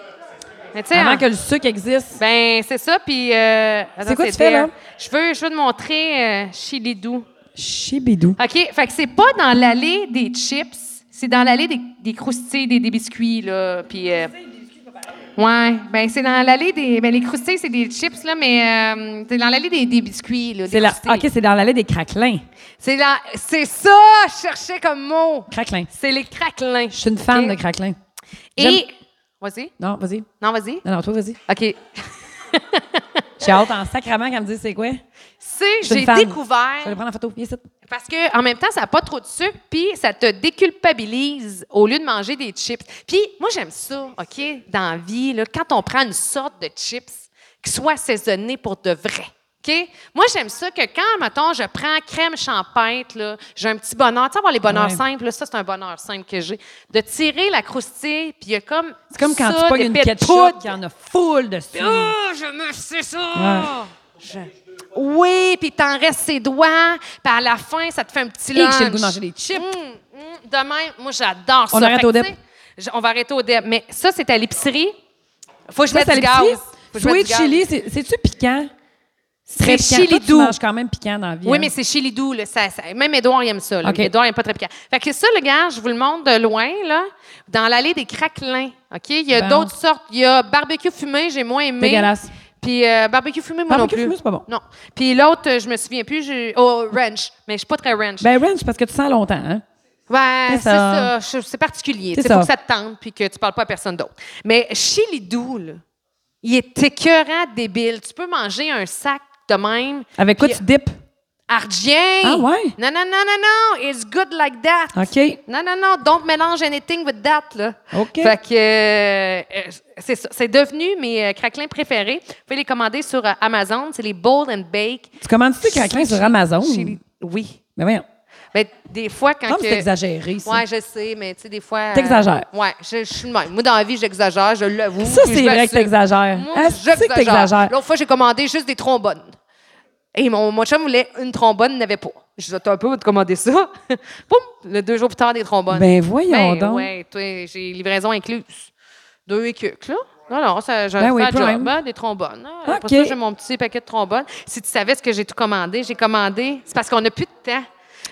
Speaker 1: Mais tu sais,
Speaker 2: Avant
Speaker 1: hein,
Speaker 2: que le sucre existe.
Speaker 1: ben c'est ça puis euh, attends,
Speaker 2: quoi tu
Speaker 1: c'était,
Speaker 2: fais, là?
Speaker 1: euh, Je veux je veux te montrer euh, Chilidou.
Speaker 2: Chibidou.
Speaker 1: OK, fait que c'est pas dans l'allée des chips, c'est dans l'allée des, des croustilles, des, des biscuits là, puis euh, Ouais, ben c'est dans l'allée des ben les croustilles c'est des chips là, mais euh, c'est dans l'allée des, des biscuits là, des
Speaker 2: C'est la...
Speaker 1: croustilles.
Speaker 2: OK, c'est dans l'allée des craquelins.
Speaker 1: C'est la- c'est ça, je cherchais comme mot.
Speaker 2: Craquelins.
Speaker 1: C'est les craquelins.
Speaker 2: Je suis une fan
Speaker 1: Ok.
Speaker 2: de craquelins.
Speaker 1: Et vas-y.
Speaker 2: Non, vas-y.
Speaker 1: Non, vas-y.
Speaker 2: Non, non, toi, vas-y.
Speaker 1: OK.
Speaker 2: J'ai hâte en sacrament qu'elle me dise c'est quoi.
Speaker 1: C'est
Speaker 2: Je suis une
Speaker 1: j'ai
Speaker 2: fan. Je
Speaker 1: découvert
Speaker 2: vais le prendre en photo. Viens ici.
Speaker 1: Parce que en même temps, ça n'a pas trop de sucre, puis ça te déculpabilise au lieu de manger des chips. Puis moi, j'aime ça, OK, dans la vie, là, quand on prend une sorte de chips qui soit assaisonnée pour de vrai. OK? Moi, j'aime ça que quand, mettons, je prends crème champêtre, là, j'ai un petit bonheur. Tu sais, avoir les bonheurs
Speaker 2: Ouais.
Speaker 1: simples, là, ça, c'est un bonheur simple que j'ai. De tirer la croustille, puis il y a comme.
Speaker 2: C'est comme quand
Speaker 1: ça,
Speaker 2: tu pognes
Speaker 1: des
Speaker 2: une
Speaker 1: pépites.
Speaker 2: ketchup qui en a full dessus.
Speaker 1: Ah, je me sais ça!
Speaker 2: Ouais.
Speaker 1: Je- Oui, puis t'en restes ses doigts, puis à la fin, ça te fait un petit
Speaker 2: Et
Speaker 1: lunch.
Speaker 2: que j'ai le goût de manger des chips.
Speaker 1: Mm, mm, demain, moi, j'adore ça.
Speaker 2: On arrête
Speaker 1: Fait que,
Speaker 2: au dep.
Speaker 1: tu sais, je- On va arrêter au dep. Mais ça, c'est à l'épicerie. Faut que je
Speaker 2: Ça,
Speaker 1: mette
Speaker 2: c'est à
Speaker 1: du gaz.
Speaker 2: l'épicerie.
Speaker 1: Faut que je mette
Speaker 2: Sweet
Speaker 1: du gaz.
Speaker 2: chili, c'est- c'est-tu piquant?
Speaker 1: C'est
Speaker 2: piquant. Toi,
Speaker 1: chili
Speaker 2: tu
Speaker 1: doux.
Speaker 2: manges quand même piquant dans la vie.
Speaker 1: Oui,
Speaker 2: hein?
Speaker 1: mais c'est chili doux. Là, ça, ça- même Édouard, il aime ça. là.
Speaker 2: OK.
Speaker 1: Édouard, il aime pas très piquant. Fait que ça, le gars, je vous le montre de loin, là, dans l'allée des craquelins. OK? Il y a
Speaker 2: Bon.
Speaker 1: d'autres sortes. Il y a barbecue fumé, j'ai moins aimé.
Speaker 2: Dégueulasse.
Speaker 1: Puis euh, barbecue fumé, moi
Speaker 2: Barbecue
Speaker 1: non plus.
Speaker 2: fumé, c'est pas bon.
Speaker 1: Non. Puis l'autre, euh, je me souviens plus. j'ai- Oh, ranch. Mais je suis pas très ranch.
Speaker 2: Ben, ranch, parce que tu sens longtemps, hein?
Speaker 1: ouais,
Speaker 2: c'est
Speaker 1: c'est
Speaker 2: ça.
Speaker 1: ça. Je- C'est particulier.
Speaker 2: C'est
Speaker 1: Il faut que
Speaker 2: ça.
Speaker 1: ça te tente puis que tu parles pas à personne d'autre. Mais chili doux, là, il est écœurant, débile. Tu peux manger un sac de même.
Speaker 2: Avec quoi
Speaker 1: Puis-
Speaker 2: tu dips?
Speaker 1: Ardien!
Speaker 2: Ah ouais?
Speaker 1: Non, non, non, non, non! It's good like that!
Speaker 2: OK.
Speaker 1: Non, non, non, don't mélange anything with that, là.
Speaker 2: OK.
Speaker 1: Fait que euh, euh, c'est ça. C'est devenu mes euh, craquelins préférés. Vous pouvez les commander sur euh, Amazon. C'est les Bold and Bake.
Speaker 2: Tu commandes tes craquelins sur Amazon?
Speaker 1: Chez les- Oui.
Speaker 2: Mais voyons.
Speaker 1: Mais Ben, des fois, quand.
Speaker 2: Non, mais
Speaker 1: que-
Speaker 2: c'est exagéré, ça.
Speaker 1: Ouais, je sais, mais tu sais, des fois. euh,
Speaker 2: T'exagères.
Speaker 1: ouais, je, je suis de même. Moi, dans la vie, j'exagère, je l'avoue.
Speaker 2: Ça,
Speaker 1: puis
Speaker 2: c'est
Speaker 1: je
Speaker 2: vrai que
Speaker 1: l'assume.
Speaker 2: t'exagères.
Speaker 1: Moi,
Speaker 2: Ah, c'est que t'exagères.
Speaker 1: L'autre fois, j'ai commandé juste des trombones. Et mon, mon chum voulait une trombone, il n'avait pas. Je disais, t'as un peu de commander ça. [LAUGHS] Poum! Le deux jours plus tard, des trombones.
Speaker 2: Ben, voyons
Speaker 1: Ben,
Speaker 2: donc.
Speaker 1: ouais, toi, j'ai livraison incluse. Deux et quelques, là. Non, non, ça, j'ai
Speaker 2: Ben
Speaker 1: fait
Speaker 2: oui,
Speaker 1: un
Speaker 2: prime.
Speaker 1: job, hein, des trombones. hein. Après
Speaker 2: OK.
Speaker 1: ça, j'ai mon petit paquet de trombones. Si tu savais ce que j'ai tout commandé, j'ai commandé. C'est parce qu'on n'a plus de temps.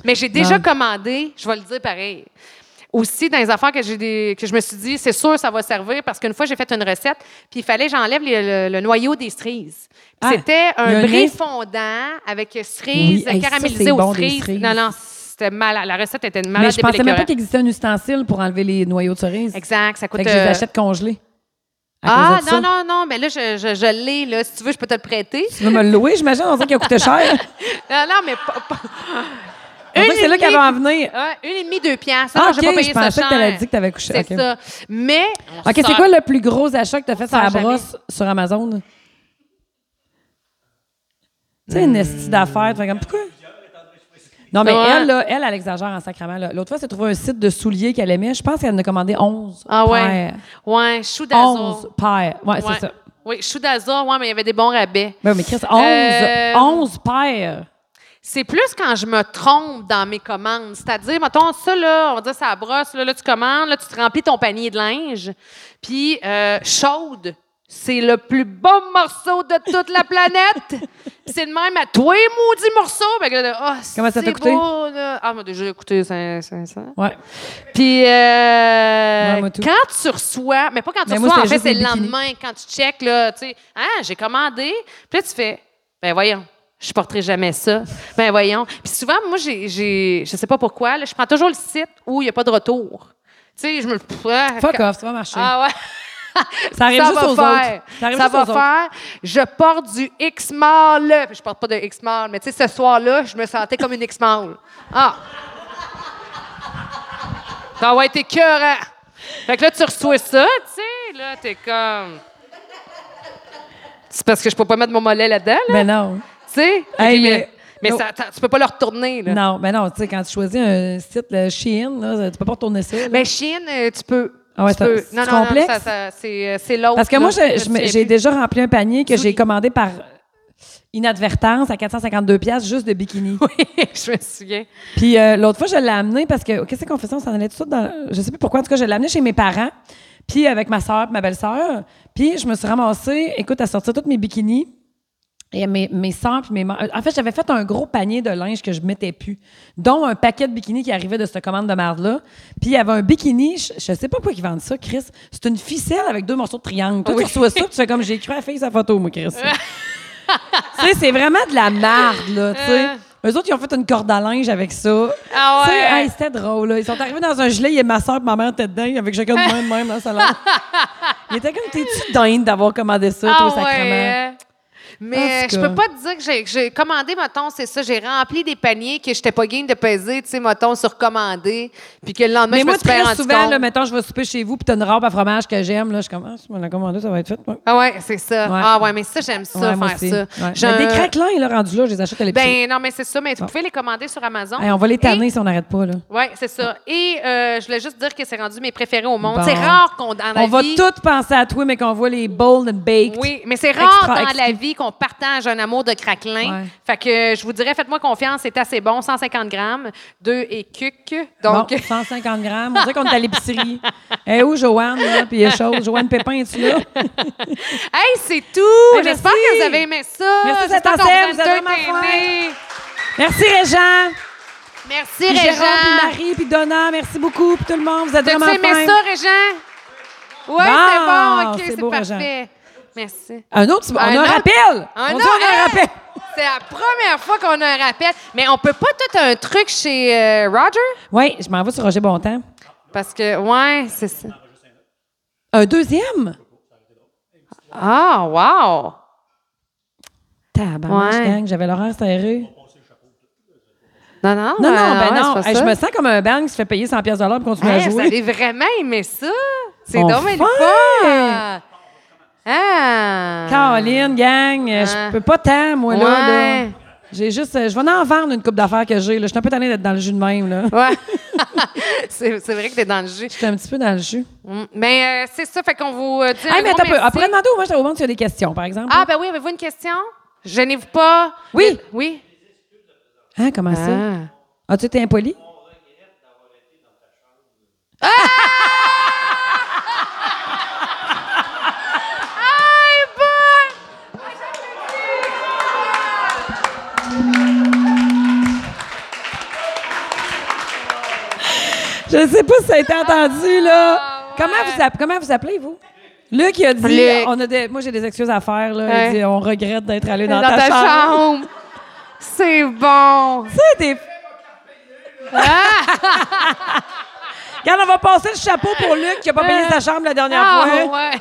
Speaker 1: Mais j'ai déjà
Speaker 2: Non.
Speaker 1: commandé, je vais le dire pareil. Aussi, dans les affaires que, j'ai des- que je me suis dit, c'est sûr, ça va servir parce qu'une fois, j'ai fait une recette, puis il fallait que j'enlève les- le, le noyau des cerises. Puis
Speaker 2: Ah,
Speaker 1: C'était
Speaker 2: il y a
Speaker 1: un
Speaker 2: un
Speaker 1: brie
Speaker 2: lien.
Speaker 1: fondant avec cerises
Speaker 2: Oui, hey, ça,
Speaker 1: caramélisées
Speaker 2: c'est
Speaker 1: aux
Speaker 2: bon, des
Speaker 1: cerises.
Speaker 2: cerises.
Speaker 1: Non, non, c'était mal. La recette était malade.
Speaker 2: Mais je
Speaker 1: des
Speaker 2: pensais même
Speaker 1: pélécorins.
Speaker 2: pas qu'il existait un ustensile pour enlever les noyaux de cerise.
Speaker 1: Exact, ça coûte.
Speaker 2: Fait que je les
Speaker 1: euh,
Speaker 2: achète congelés. À
Speaker 1: Ah,
Speaker 2: cause de
Speaker 1: non,
Speaker 2: ça.
Speaker 1: non, non, mais là, je, je, je l'ai, là. Si tu veux, je peux te le
Speaker 2: [LAUGHS]
Speaker 1: prêter.
Speaker 2: Tu veux me le louer, j'imagine, on dirait qu'il a coûté
Speaker 1: [LAUGHS]
Speaker 2: cher.
Speaker 1: Non, non, mais pas. pas-
Speaker 2: On dirait que c'est là
Speaker 1: et
Speaker 2: qu'elle
Speaker 1: demie-
Speaker 2: va en venir.
Speaker 1: Ouais, une et demie, deux piastres.
Speaker 2: Ah,
Speaker 1: Non, j'ai
Speaker 2: ok,
Speaker 1: pas payé
Speaker 2: je
Speaker 1: ça
Speaker 2: pensais que t'avais
Speaker 1: cher.
Speaker 2: dit que t'avais couché.
Speaker 1: C'est
Speaker 2: Ok.
Speaker 1: ça. Mais. on
Speaker 2: OK, c'est
Speaker 1: sort-
Speaker 2: quoi le plus gros achat que t'as fait sur
Speaker 1: sort
Speaker 2: la
Speaker 1: jamais.
Speaker 2: brosse sur Amazon? Tu sais, une estie d'affaires, tu fais comme pourquoi? Non, mais
Speaker 1: Hmm. Ouais.
Speaker 2: elle, là, elle, elle exagère en sacrament. là. L'autre fois, elle s'est trouvé un site de souliers qu'elle aimait. Je pense qu'elle en a commandé 11
Speaker 1: Ah, ouais.
Speaker 2: paires.
Speaker 1: Ouais, chou d'azur.
Speaker 2: 11 paires. Ouais,
Speaker 1: Ouais.
Speaker 2: c'est ça.
Speaker 1: Oui, chou d'azur, ouais, mais il y avait des bons rabais.
Speaker 2: Ben, mais Chris, 11,
Speaker 1: Euh,
Speaker 2: 11 paires.
Speaker 1: C'est plus quand je me trompe dans mes commandes. C'est-à-dire, mettons, ça, là, on va dire, ça brosse, là, là, tu commandes, là, tu te remplis ton panier de linge. Puis, euh, chaude, c'est le plus beau morceau de toute la
Speaker 2: [LAUGHS]
Speaker 1: planète. Puis c'est le même à toi, maudit morceau. Fait que là, ah,
Speaker 2: Comment ça t'a
Speaker 1: c'est
Speaker 2: coûté?
Speaker 1: beau, là. Ah, m'a déjà coûté 500. 500.
Speaker 2: Ouais.
Speaker 1: Puis, euh,
Speaker 2: Ouais, moi, tout.
Speaker 1: quand tu reçois, mais pas quand tu
Speaker 2: Mais moi,
Speaker 1: reçois, en
Speaker 2: c'était
Speaker 1: fait,
Speaker 2: juste
Speaker 1: c'est
Speaker 2: les
Speaker 1: le
Speaker 2: bikinis.
Speaker 1: lendemain, quand tu checkes, là, tu sais, ah, j'ai commandé. Puis là, tu fais, ben voyons, je porterai jamais ça. Ben voyons. Puis souvent, moi, j'ai, j'ai- je sais pas pourquoi, là, je prends toujours le site où il n'y a pas de retour. Tu sais, je me. Ah,
Speaker 2: Fuck
Speaker 1: quand-
Speaker 2: off, ça va marcher.
Speaker 1: Ah ouais.
Speaker 2: [LAUGHS] ça arrive juste aux
Speaker 1: faire.
Speaker 2: autres. Ça arrive juste
Speaker 1: va
Speaker 2: aux autres.
Speaker 1: faire. Je porte du X-Mall. Je porte pas de X-Mall, mais tu sais, ce soir-là, je me sentais comme une X-Mall. Ah! Ça va être écœurant. Fait que là, tu reçois ça, tu sais. Là, t'es comme. C'est parce que je peux pas mettre mon mollet là-dedans, là.
Speaker 2: Ben non.
Speaker 1: Tu sais?
Speaker 2: Hey,
Speaker 1: Fait que-
Speaker 2: mais-
Speaker 1: Mais
Speaker 2: Non.
Speaker 1: ça, t'as- tu peux pas le retourner, là.
Speaker 2: Non, mais non, tu sais, quand tu choisis un site, le Shein, là, tu peux pas retourner ça. là.
Speaker 1: Mais Chine, euh, tu peux.
Speaker 2: Ah ouais,
Speaker 1: tu
Speaker 2: ça-
Speaker 1: peux.
Speaker 2: c'est
Speaker 1: Non, non,
Speaker 2: complexe?
Speaker 1: non, ça- ça- c'est euh, c'est l'autre.
Speaker 2: Parce que moi,
Speaker 1: là,
Speaker 2: je-
Speaker 1: me
Speaker 2: je me-
Speaker 1: souviens
Speaker 2: j'ai
Speaker 1: plus.
Speaker 2: déjà rempli un panier que j'ai
Speaker 1: Zooey.
Speaker 2: commandé par inadvertance à 452 pièces juste de bikini.
Speaker 1: [LAUGHS] je me souviens.
Speaker 2: Puis euh, l'autre fois, je l'ai amené parce que qu'est-ce qu'on faisait On s'en allait tout ça dans je sais plus pourquoi en tout cas, je l'ai amené chez mes parents, puis avec ma sœur, puis ma belle-sœur, puis je me suis ramassée, écoute, à sortir toutes mes bikinis. Et mes, mes sœurs puis mes mères- En fait, j'avais fait un gros panier de linge que je mettais plus, dont un paquet de bikinis qui arrivait de cette commande de merde-là. Puis il y avait un bikini, je, je sais pas pourquoi ils vendent ça, Chris. C'est une ficelle avec deux morceaux de triangle. Toi,
Speaker 1: Oui.
Speaker 2: tu reçois ça, puis tu fais comme j'ai écrit à la fille sa photo, moi, Chris. [LAUGHS] tu sais, c'est vraiment de la merde, là, tu sais. Eux autres, ils ont fait une corde à linge avec ça.
Speaker 1: Ah
Speaker 2: Tu sais,
Speaker 1: ouais.
Speaker 2: hey, c'était drôle, là. Ils sont arrivés dans un gilet, il y a ma soeur et ma mère étaient dedans, avec chacun de même, même dans
Speaker 1: [LAUGHS]
Speaker 2: le salon. Ils étaient comme, t'es-tu dingue d'avoir commandé ça, toi,
Speaker 1: Ah
Speaker 2: sacrément?
Speaker 1: ouais.
Speaker 2: En
Speaker 1: Mais
Speaker 2: tout
Speaker 1: je
Speaker 2: cas.
Speaker 1: peux pas te dire que j'ai- que j'ai commandé, mettons, c'est ça, j'ai rempli des paniers que j'étais pas game de peser, tu sais, mettons, sur commandé, puis que le lendemain,
Speaker 2: Mais
Speaker 1: Ben, je
Speaker 2: moi,
Speaker 1: me suis bien
Speaker 2: très
Speaker 1: rendu
Speaker 2: souvent,
Speaker 1: compte.
Speaker 2: là, mettons, je vais souper chez vous, puis t'as une robe à fromage que j'aime, là, je commence, on l'a commandé, ça va être fait, ouais.
Speaker 1: Ah ouais, c'est ça.
Speaker 2: Ouais.
Speaker 1: Ah ouais, mais ça, j'aime ça,
Speaker 2: Ouais, moi
Speaker 1: faire
Speaker 2: aussi.
Speaker 1: ça.
Speaker 2: Ouais.
Speaker 1: J'ai
Speaker 2: Mais
Speaker 1: un-
Speaker 2: des craquelins, là, rendus là, je les achète à l'épicerie.
Speaker 1: Ben non, mais c'est ça, mais tu pouvais les commander sur Amazon.
Speaker 2: Hey, on va les tanner
Speaker 1: Et-
Speaker 2: si on n'arrête pas, là.
Speaker 1: Oui, c'est ça. Et euh, je voulais juste dire que c'est rendu mes préférés au monde.
Speaker 2: Bon.
Speaker 1: C'est rare qu'on dans la
Speaker 2: On va
Speaker 1: vie-
Speaker 2: toutes penser à toi, mais qu'on voit les bold and baked.
Speaker 1: Oui, mais c'est
Speaker 2: Extra-
Speaker 1: rare dans
Speaker 2: extra-
Speaker 1: la vie qu'on partage un amour de craquelin.
Speaker 2: Ouais.
Speaker 1: Fait que euh, je vous dirais, faites-moi confiance, c'est assez bon, 150 grammes, deux et cuc.
Speaker 2: Bon,
Speaker 1: Donc,
Speaker 2: 150 grammes. On dirait qu'on est à l'épicerie. Et où, Joanne, là? Puis il est chaud. Joanne Pépin, es-tu là?
Speaker 1: [LAUGHS] hey, c'est tout.
Speaker 2: Hey,
Speaker 1: J'espère
Speaker 2: merci.
Speaker 1: que vous avez aimé ça.
Speaker 2: Merci de cette
Speaker 1: J'espère qu'on
Speaker 2: antenne,
Speaker 1: vous a
Speaker 2: vous avez
Speaker 1: tout
Speaker 2: vraiment
Speaker 1: aimé.
Speaker 2: Merci, Régent.
Speaker 1: Merci,
Speaker 2: Puis Jérôme, puis
Speaker 1: Régent.
Speaker 2: Marie, puis Donna. Merci beaucoup, puis tout le monde. Vous êtes vraiment
Speaker 1: T'as-tu aimé
Speaker 2: fins.
Speaker 1: ça, Régent? Oui,
Speaker 2: Bon, c'est
Speaker 1: c'est
Speaker 2: beau,
Speaker 1: bon. OK, c'est
Speaker 2: Régent.
Speaker 1: parfait. Merci.
Speaker 2: Un autre, on
Speaker 1: Un
Speaker 2: a un
Speaker 1: autre-
Speaker 2: rappel.
Speaker 1: Un
Speaker 2: on dit
Speaker 1: autre-
Speaker 2: on a un
Speaker 1: Hey!
Speaker 2: rappel.
Speaker 1: C'est la première fois qu'on a un rappel. Mais on peut pas tout un truc chez euh, Roger?
Speaker 2: Oui, je m'en vais sur Roger Bontemps.
Speaker 1: Parce que, ouais, c'est ça.
Speaker 2: Un deuxième?
Speaker 1: Ah, wow!
Speaker 2: Tabarnak,
Speaker 1: Ouais.
Speaker 2: gang, j'avais l'horaire serré.
Speaker 1: Non, non,
Speaker 2: Non,
Speaker 1: euh,
Speaker 2: non, ben
Speaker 1: ouais,
Speaker 2: non.
Speaker 1: c'est pas
Speaker 2: Hey,
Speaker 1: ça.
Speaker 2: je me sens comme un band qui se fait payer 100 pièces de l'heure pour continuer
Speaker 1: Hey,
Speaker 2: à
Speaker 1: vous
Speaker 2: jouer.
Speaker 1: avez vraiment aimé ça? C'est
Speaker 2: Enfin!
Speaker 1: dommage le fun! Ah!
Speaker 2: Caroline, gang, euh,
Speaker 1: Ah.
Speaker 2: je peux pas tant, moi, là,
Speaker 1: Ouais.
Speaker 2: là. J'ai juste. euh, Je vais en vendre une coupe d'affaires que j'ai. là. Je suis un peu tannée d'être dans le jus de même. là.
Speaker 1: Ouais. [LAUGHS] c'est c'est vrai que t'es dans le jus.
Speaker 2: J'étais un petit peu dans le jus.
Speaker 1: Mm. Mais euh, c'est ça, fait qu'on vous euh, dit un
Speaker 2: Ah, mais
Speaker 1: gros
Speaker 2: attends un peu.
Speaker 1: merci.
Speaker 2: Après, demander au moins, je te demande s'il y a des questions, par exemple.
Speaker 1: Ah, ben oui, avez-vous une question? Gênez-vous pas. Euh,
Speaker 2: Oui.
Speaker 1: Oui.
Speaker 2: Hein, comment ça?
Speaker 1: Ah.
Speaker 2: As-tu été impoli?
Speaker 1: Ah! [LAUGHS] Ah,
Speaker 2: Je sais pas si ça a été entendu, là. Comment, vous app- comment vous appelez, vous? Luc, il a dit,
Speaker 1: Ah, Luc.
Speaker 2: On a des, moi, j'ai des excuses à faire, là.
Speaker 1: Ouais.
Speaker 2: Il dit, on regrette d'être allé dans,
Speaker 1: Dans, ta, chambre. C'est bon.
Speaker 2: Tu sais, des-
Speaker 1: Ah!
Speaker 2: [LAUGHS] Regarde, on va passer le chapeau pour Luc qui a pas payé sa chambre la dernière
Speaker 1: Ah,
Speaker 2: fois.
Speaker 1: ouais.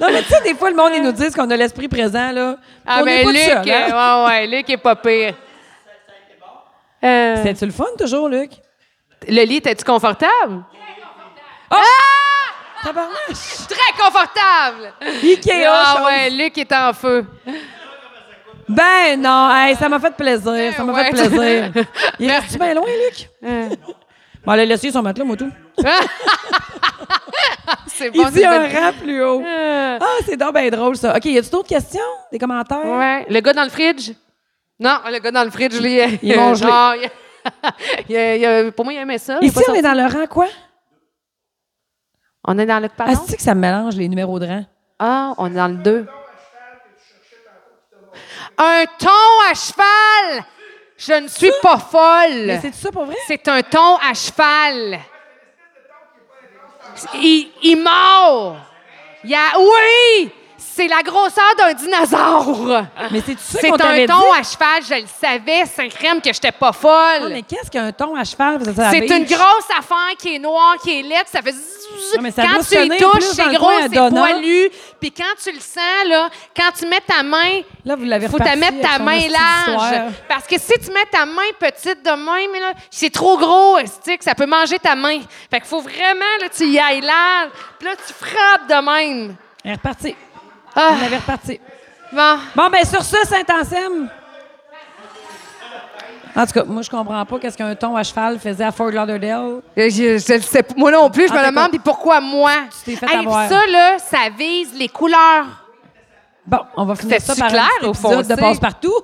Speaker 2: Non, mais tu sais, des fois, le monde, ils nous disent qu'on a l'esprit présent, là.
Speaker 1: Ah,
Speaker 2: on
Speaker 1: ben
Speaker 2: est pas
Speaker 1: Luc,
Speaker 2: tout seul, hein?
Speaker 1: euh, ouais, ouais, Luc est pas pire. Euh,
Speaker 2: C'est-tu le fun, toujours, Luc?
Speaker 1: le lit, es-tu confortable?
Speaker 2: Tabarnache!
Speaker 1: Très confortable!
Speaker 2: Ikea,
Speaker 1: Ah
Speaker 2: chose.
Speaker 1: ouais, Luc est en feu.
Speaker 2: Ben non, hey, ça m'a fait plaisir, ça m'a
Speaker 1: Ben ouais.
Speaker 2: fait
Speaker 1: [LAUGHS]
Speaker 2: plaisir. Il reste bien loin, Luc? Bon, allez, laissez son matelas, moi, tout.
Speaker 1: C'est bon.
Speaker 2: Il dit
Speaker 1: c'est
Speaker 2: un
Speaker 1: bon.
Speaker 2: rang plus haut.
Speaker 1: Euh,
Speaker 2: Ah, c'est donc bien drôle, ça. OK, y a-tu d'autres questions? Des commentaires?
Speaker 1: ouais. Le gars dans le fridge? Non, le gars dans le fridge, lui. euh,
Speaker 2: Il est bon
Speaker 1: [LAUGHS]
Speaker 2: gelé.
Speaker 1: non, il- il a- il a- pour moi, il aimait ça. il a
Speaker 2: Ici,
Speaker 1: pas
Speaker 2: on
Speaker 1: sorti.
Speaker 2: est dans le rang quoi?
Speaker 1: on est dans le
Speaker 2: Ah,
Speaker 1: pardon?
Speaker 2: c'est que ça me mélange les numéros de rang.
Speaker 1: Ah, on est dans le 2. Un ton à cheval! Je ne suis pas folle!
Speaker 2: Mais c'est ça pour vrai?
Speaker 1: C'est un ton à cheval. Il, il mord. Il a- oui! C'est la grosseur d'un dinosaure.
Speaker 2: Mais c'est ça
Speaker 1: C'est
Speaker 2: qu'on
Speaker 1: un
Speaker 2: t'avait dit?
Speaker 1: ton à cheval, je le savais, c'est crème que j'étais pas folle.
Speaker 2: Non, mais qu'est-ce qu'un ton à cheval? Ça, ça
Speaker 1: c'est
Speaker 2: beige.
Speaker 1: une grosse affaire qui est noire, qui est laide, ça fait zzzz.
Speaker 2: Non, mais ça
Speaker 1: quand
Speaker 2: doit
Speaker 1: tu y
Speaker 2: sonner
Speaker 1: touches,
Speaker 2: plus dans
Speaker 1: c'est
Speaker 2: le
Speaker 1: gros,
Speaker 2: coin à
Speaker 1: c'est
Speaker 2: Donna.
Speaker 1: poilu, puis quand tu le sens là, quand tu mets ta main
Speaker 2: Là, vous l'avez
Speaker 1: faut
Speaker 2: reparti
Speaker 1: te mettre ta
Speaker 2: avec son
Speaker 1: main
Speaker 2: esti
Speaker 1: large.
Speaker 2: d'histoire.
Speaker 1: Parce que si tu mets ta main petite de même, là, c'est trop gros, esti, que ça peut manger ta main. Fait qu'il faut vraiment, là, tu y ailles large. Puis là, tu frappes de même.
Speaker 2: Elle est repartie.
Speaker 1: Ah,
Speaker 2: On avait reparti.
Speaker 1: bon.
Speaker 2: Bon, ben sur ça, Saint-Anselme. En tout cas, moi, je comprends pas qu'est-ce qu'un ton à cheval faisait à Fort Lauderdale.
Speaker 1: Je, Euh, je le sais pas. moi non plus, je
Speaker 2: En
Speaker 1: me
Speaker 2: tout
Speaker 1: demande
Speaker 2: cas,
Speaker 1: puis pourquoi moi.
Speaker 2: tu t'es fait
Speaker 1: Hey,
Speaker 2: avoir.
Speaker 1: Ça là, ça vise les couleurs.
Speaker 2: Bon, on va finir ça
Speaker 1: C'était-tu
Speaker 2: par un
Speaker 1: clair Euh.
Speaker 2: petit
Speaker 1: ou
Speaker 2: épisode de
Speaker 1: foncé?
Speaker 2: passe-partout.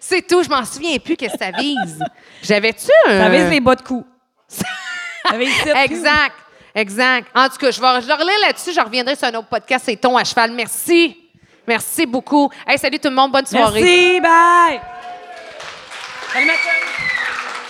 Speaker 1: C'est tout, je m'en souviens plus qu'est-ce que ça [LAUGHS] vise. J'avais-tu un
Speaker 2: Ça vise les bas
Speaker 1: [LAUGHS]
Speaker 2: de cou. Ça vise ici.
Speaker 1: Exact. Exact. En tout cas, je vais je vais relire là-dessus, je reviendrai sur un autre podcast, c'est Ton à cheval. Merci. Merci beaucoup. Hey, salut tout le monde, bonne soirée.
Speaker 2: Merci, bye! Salut, Mathieu.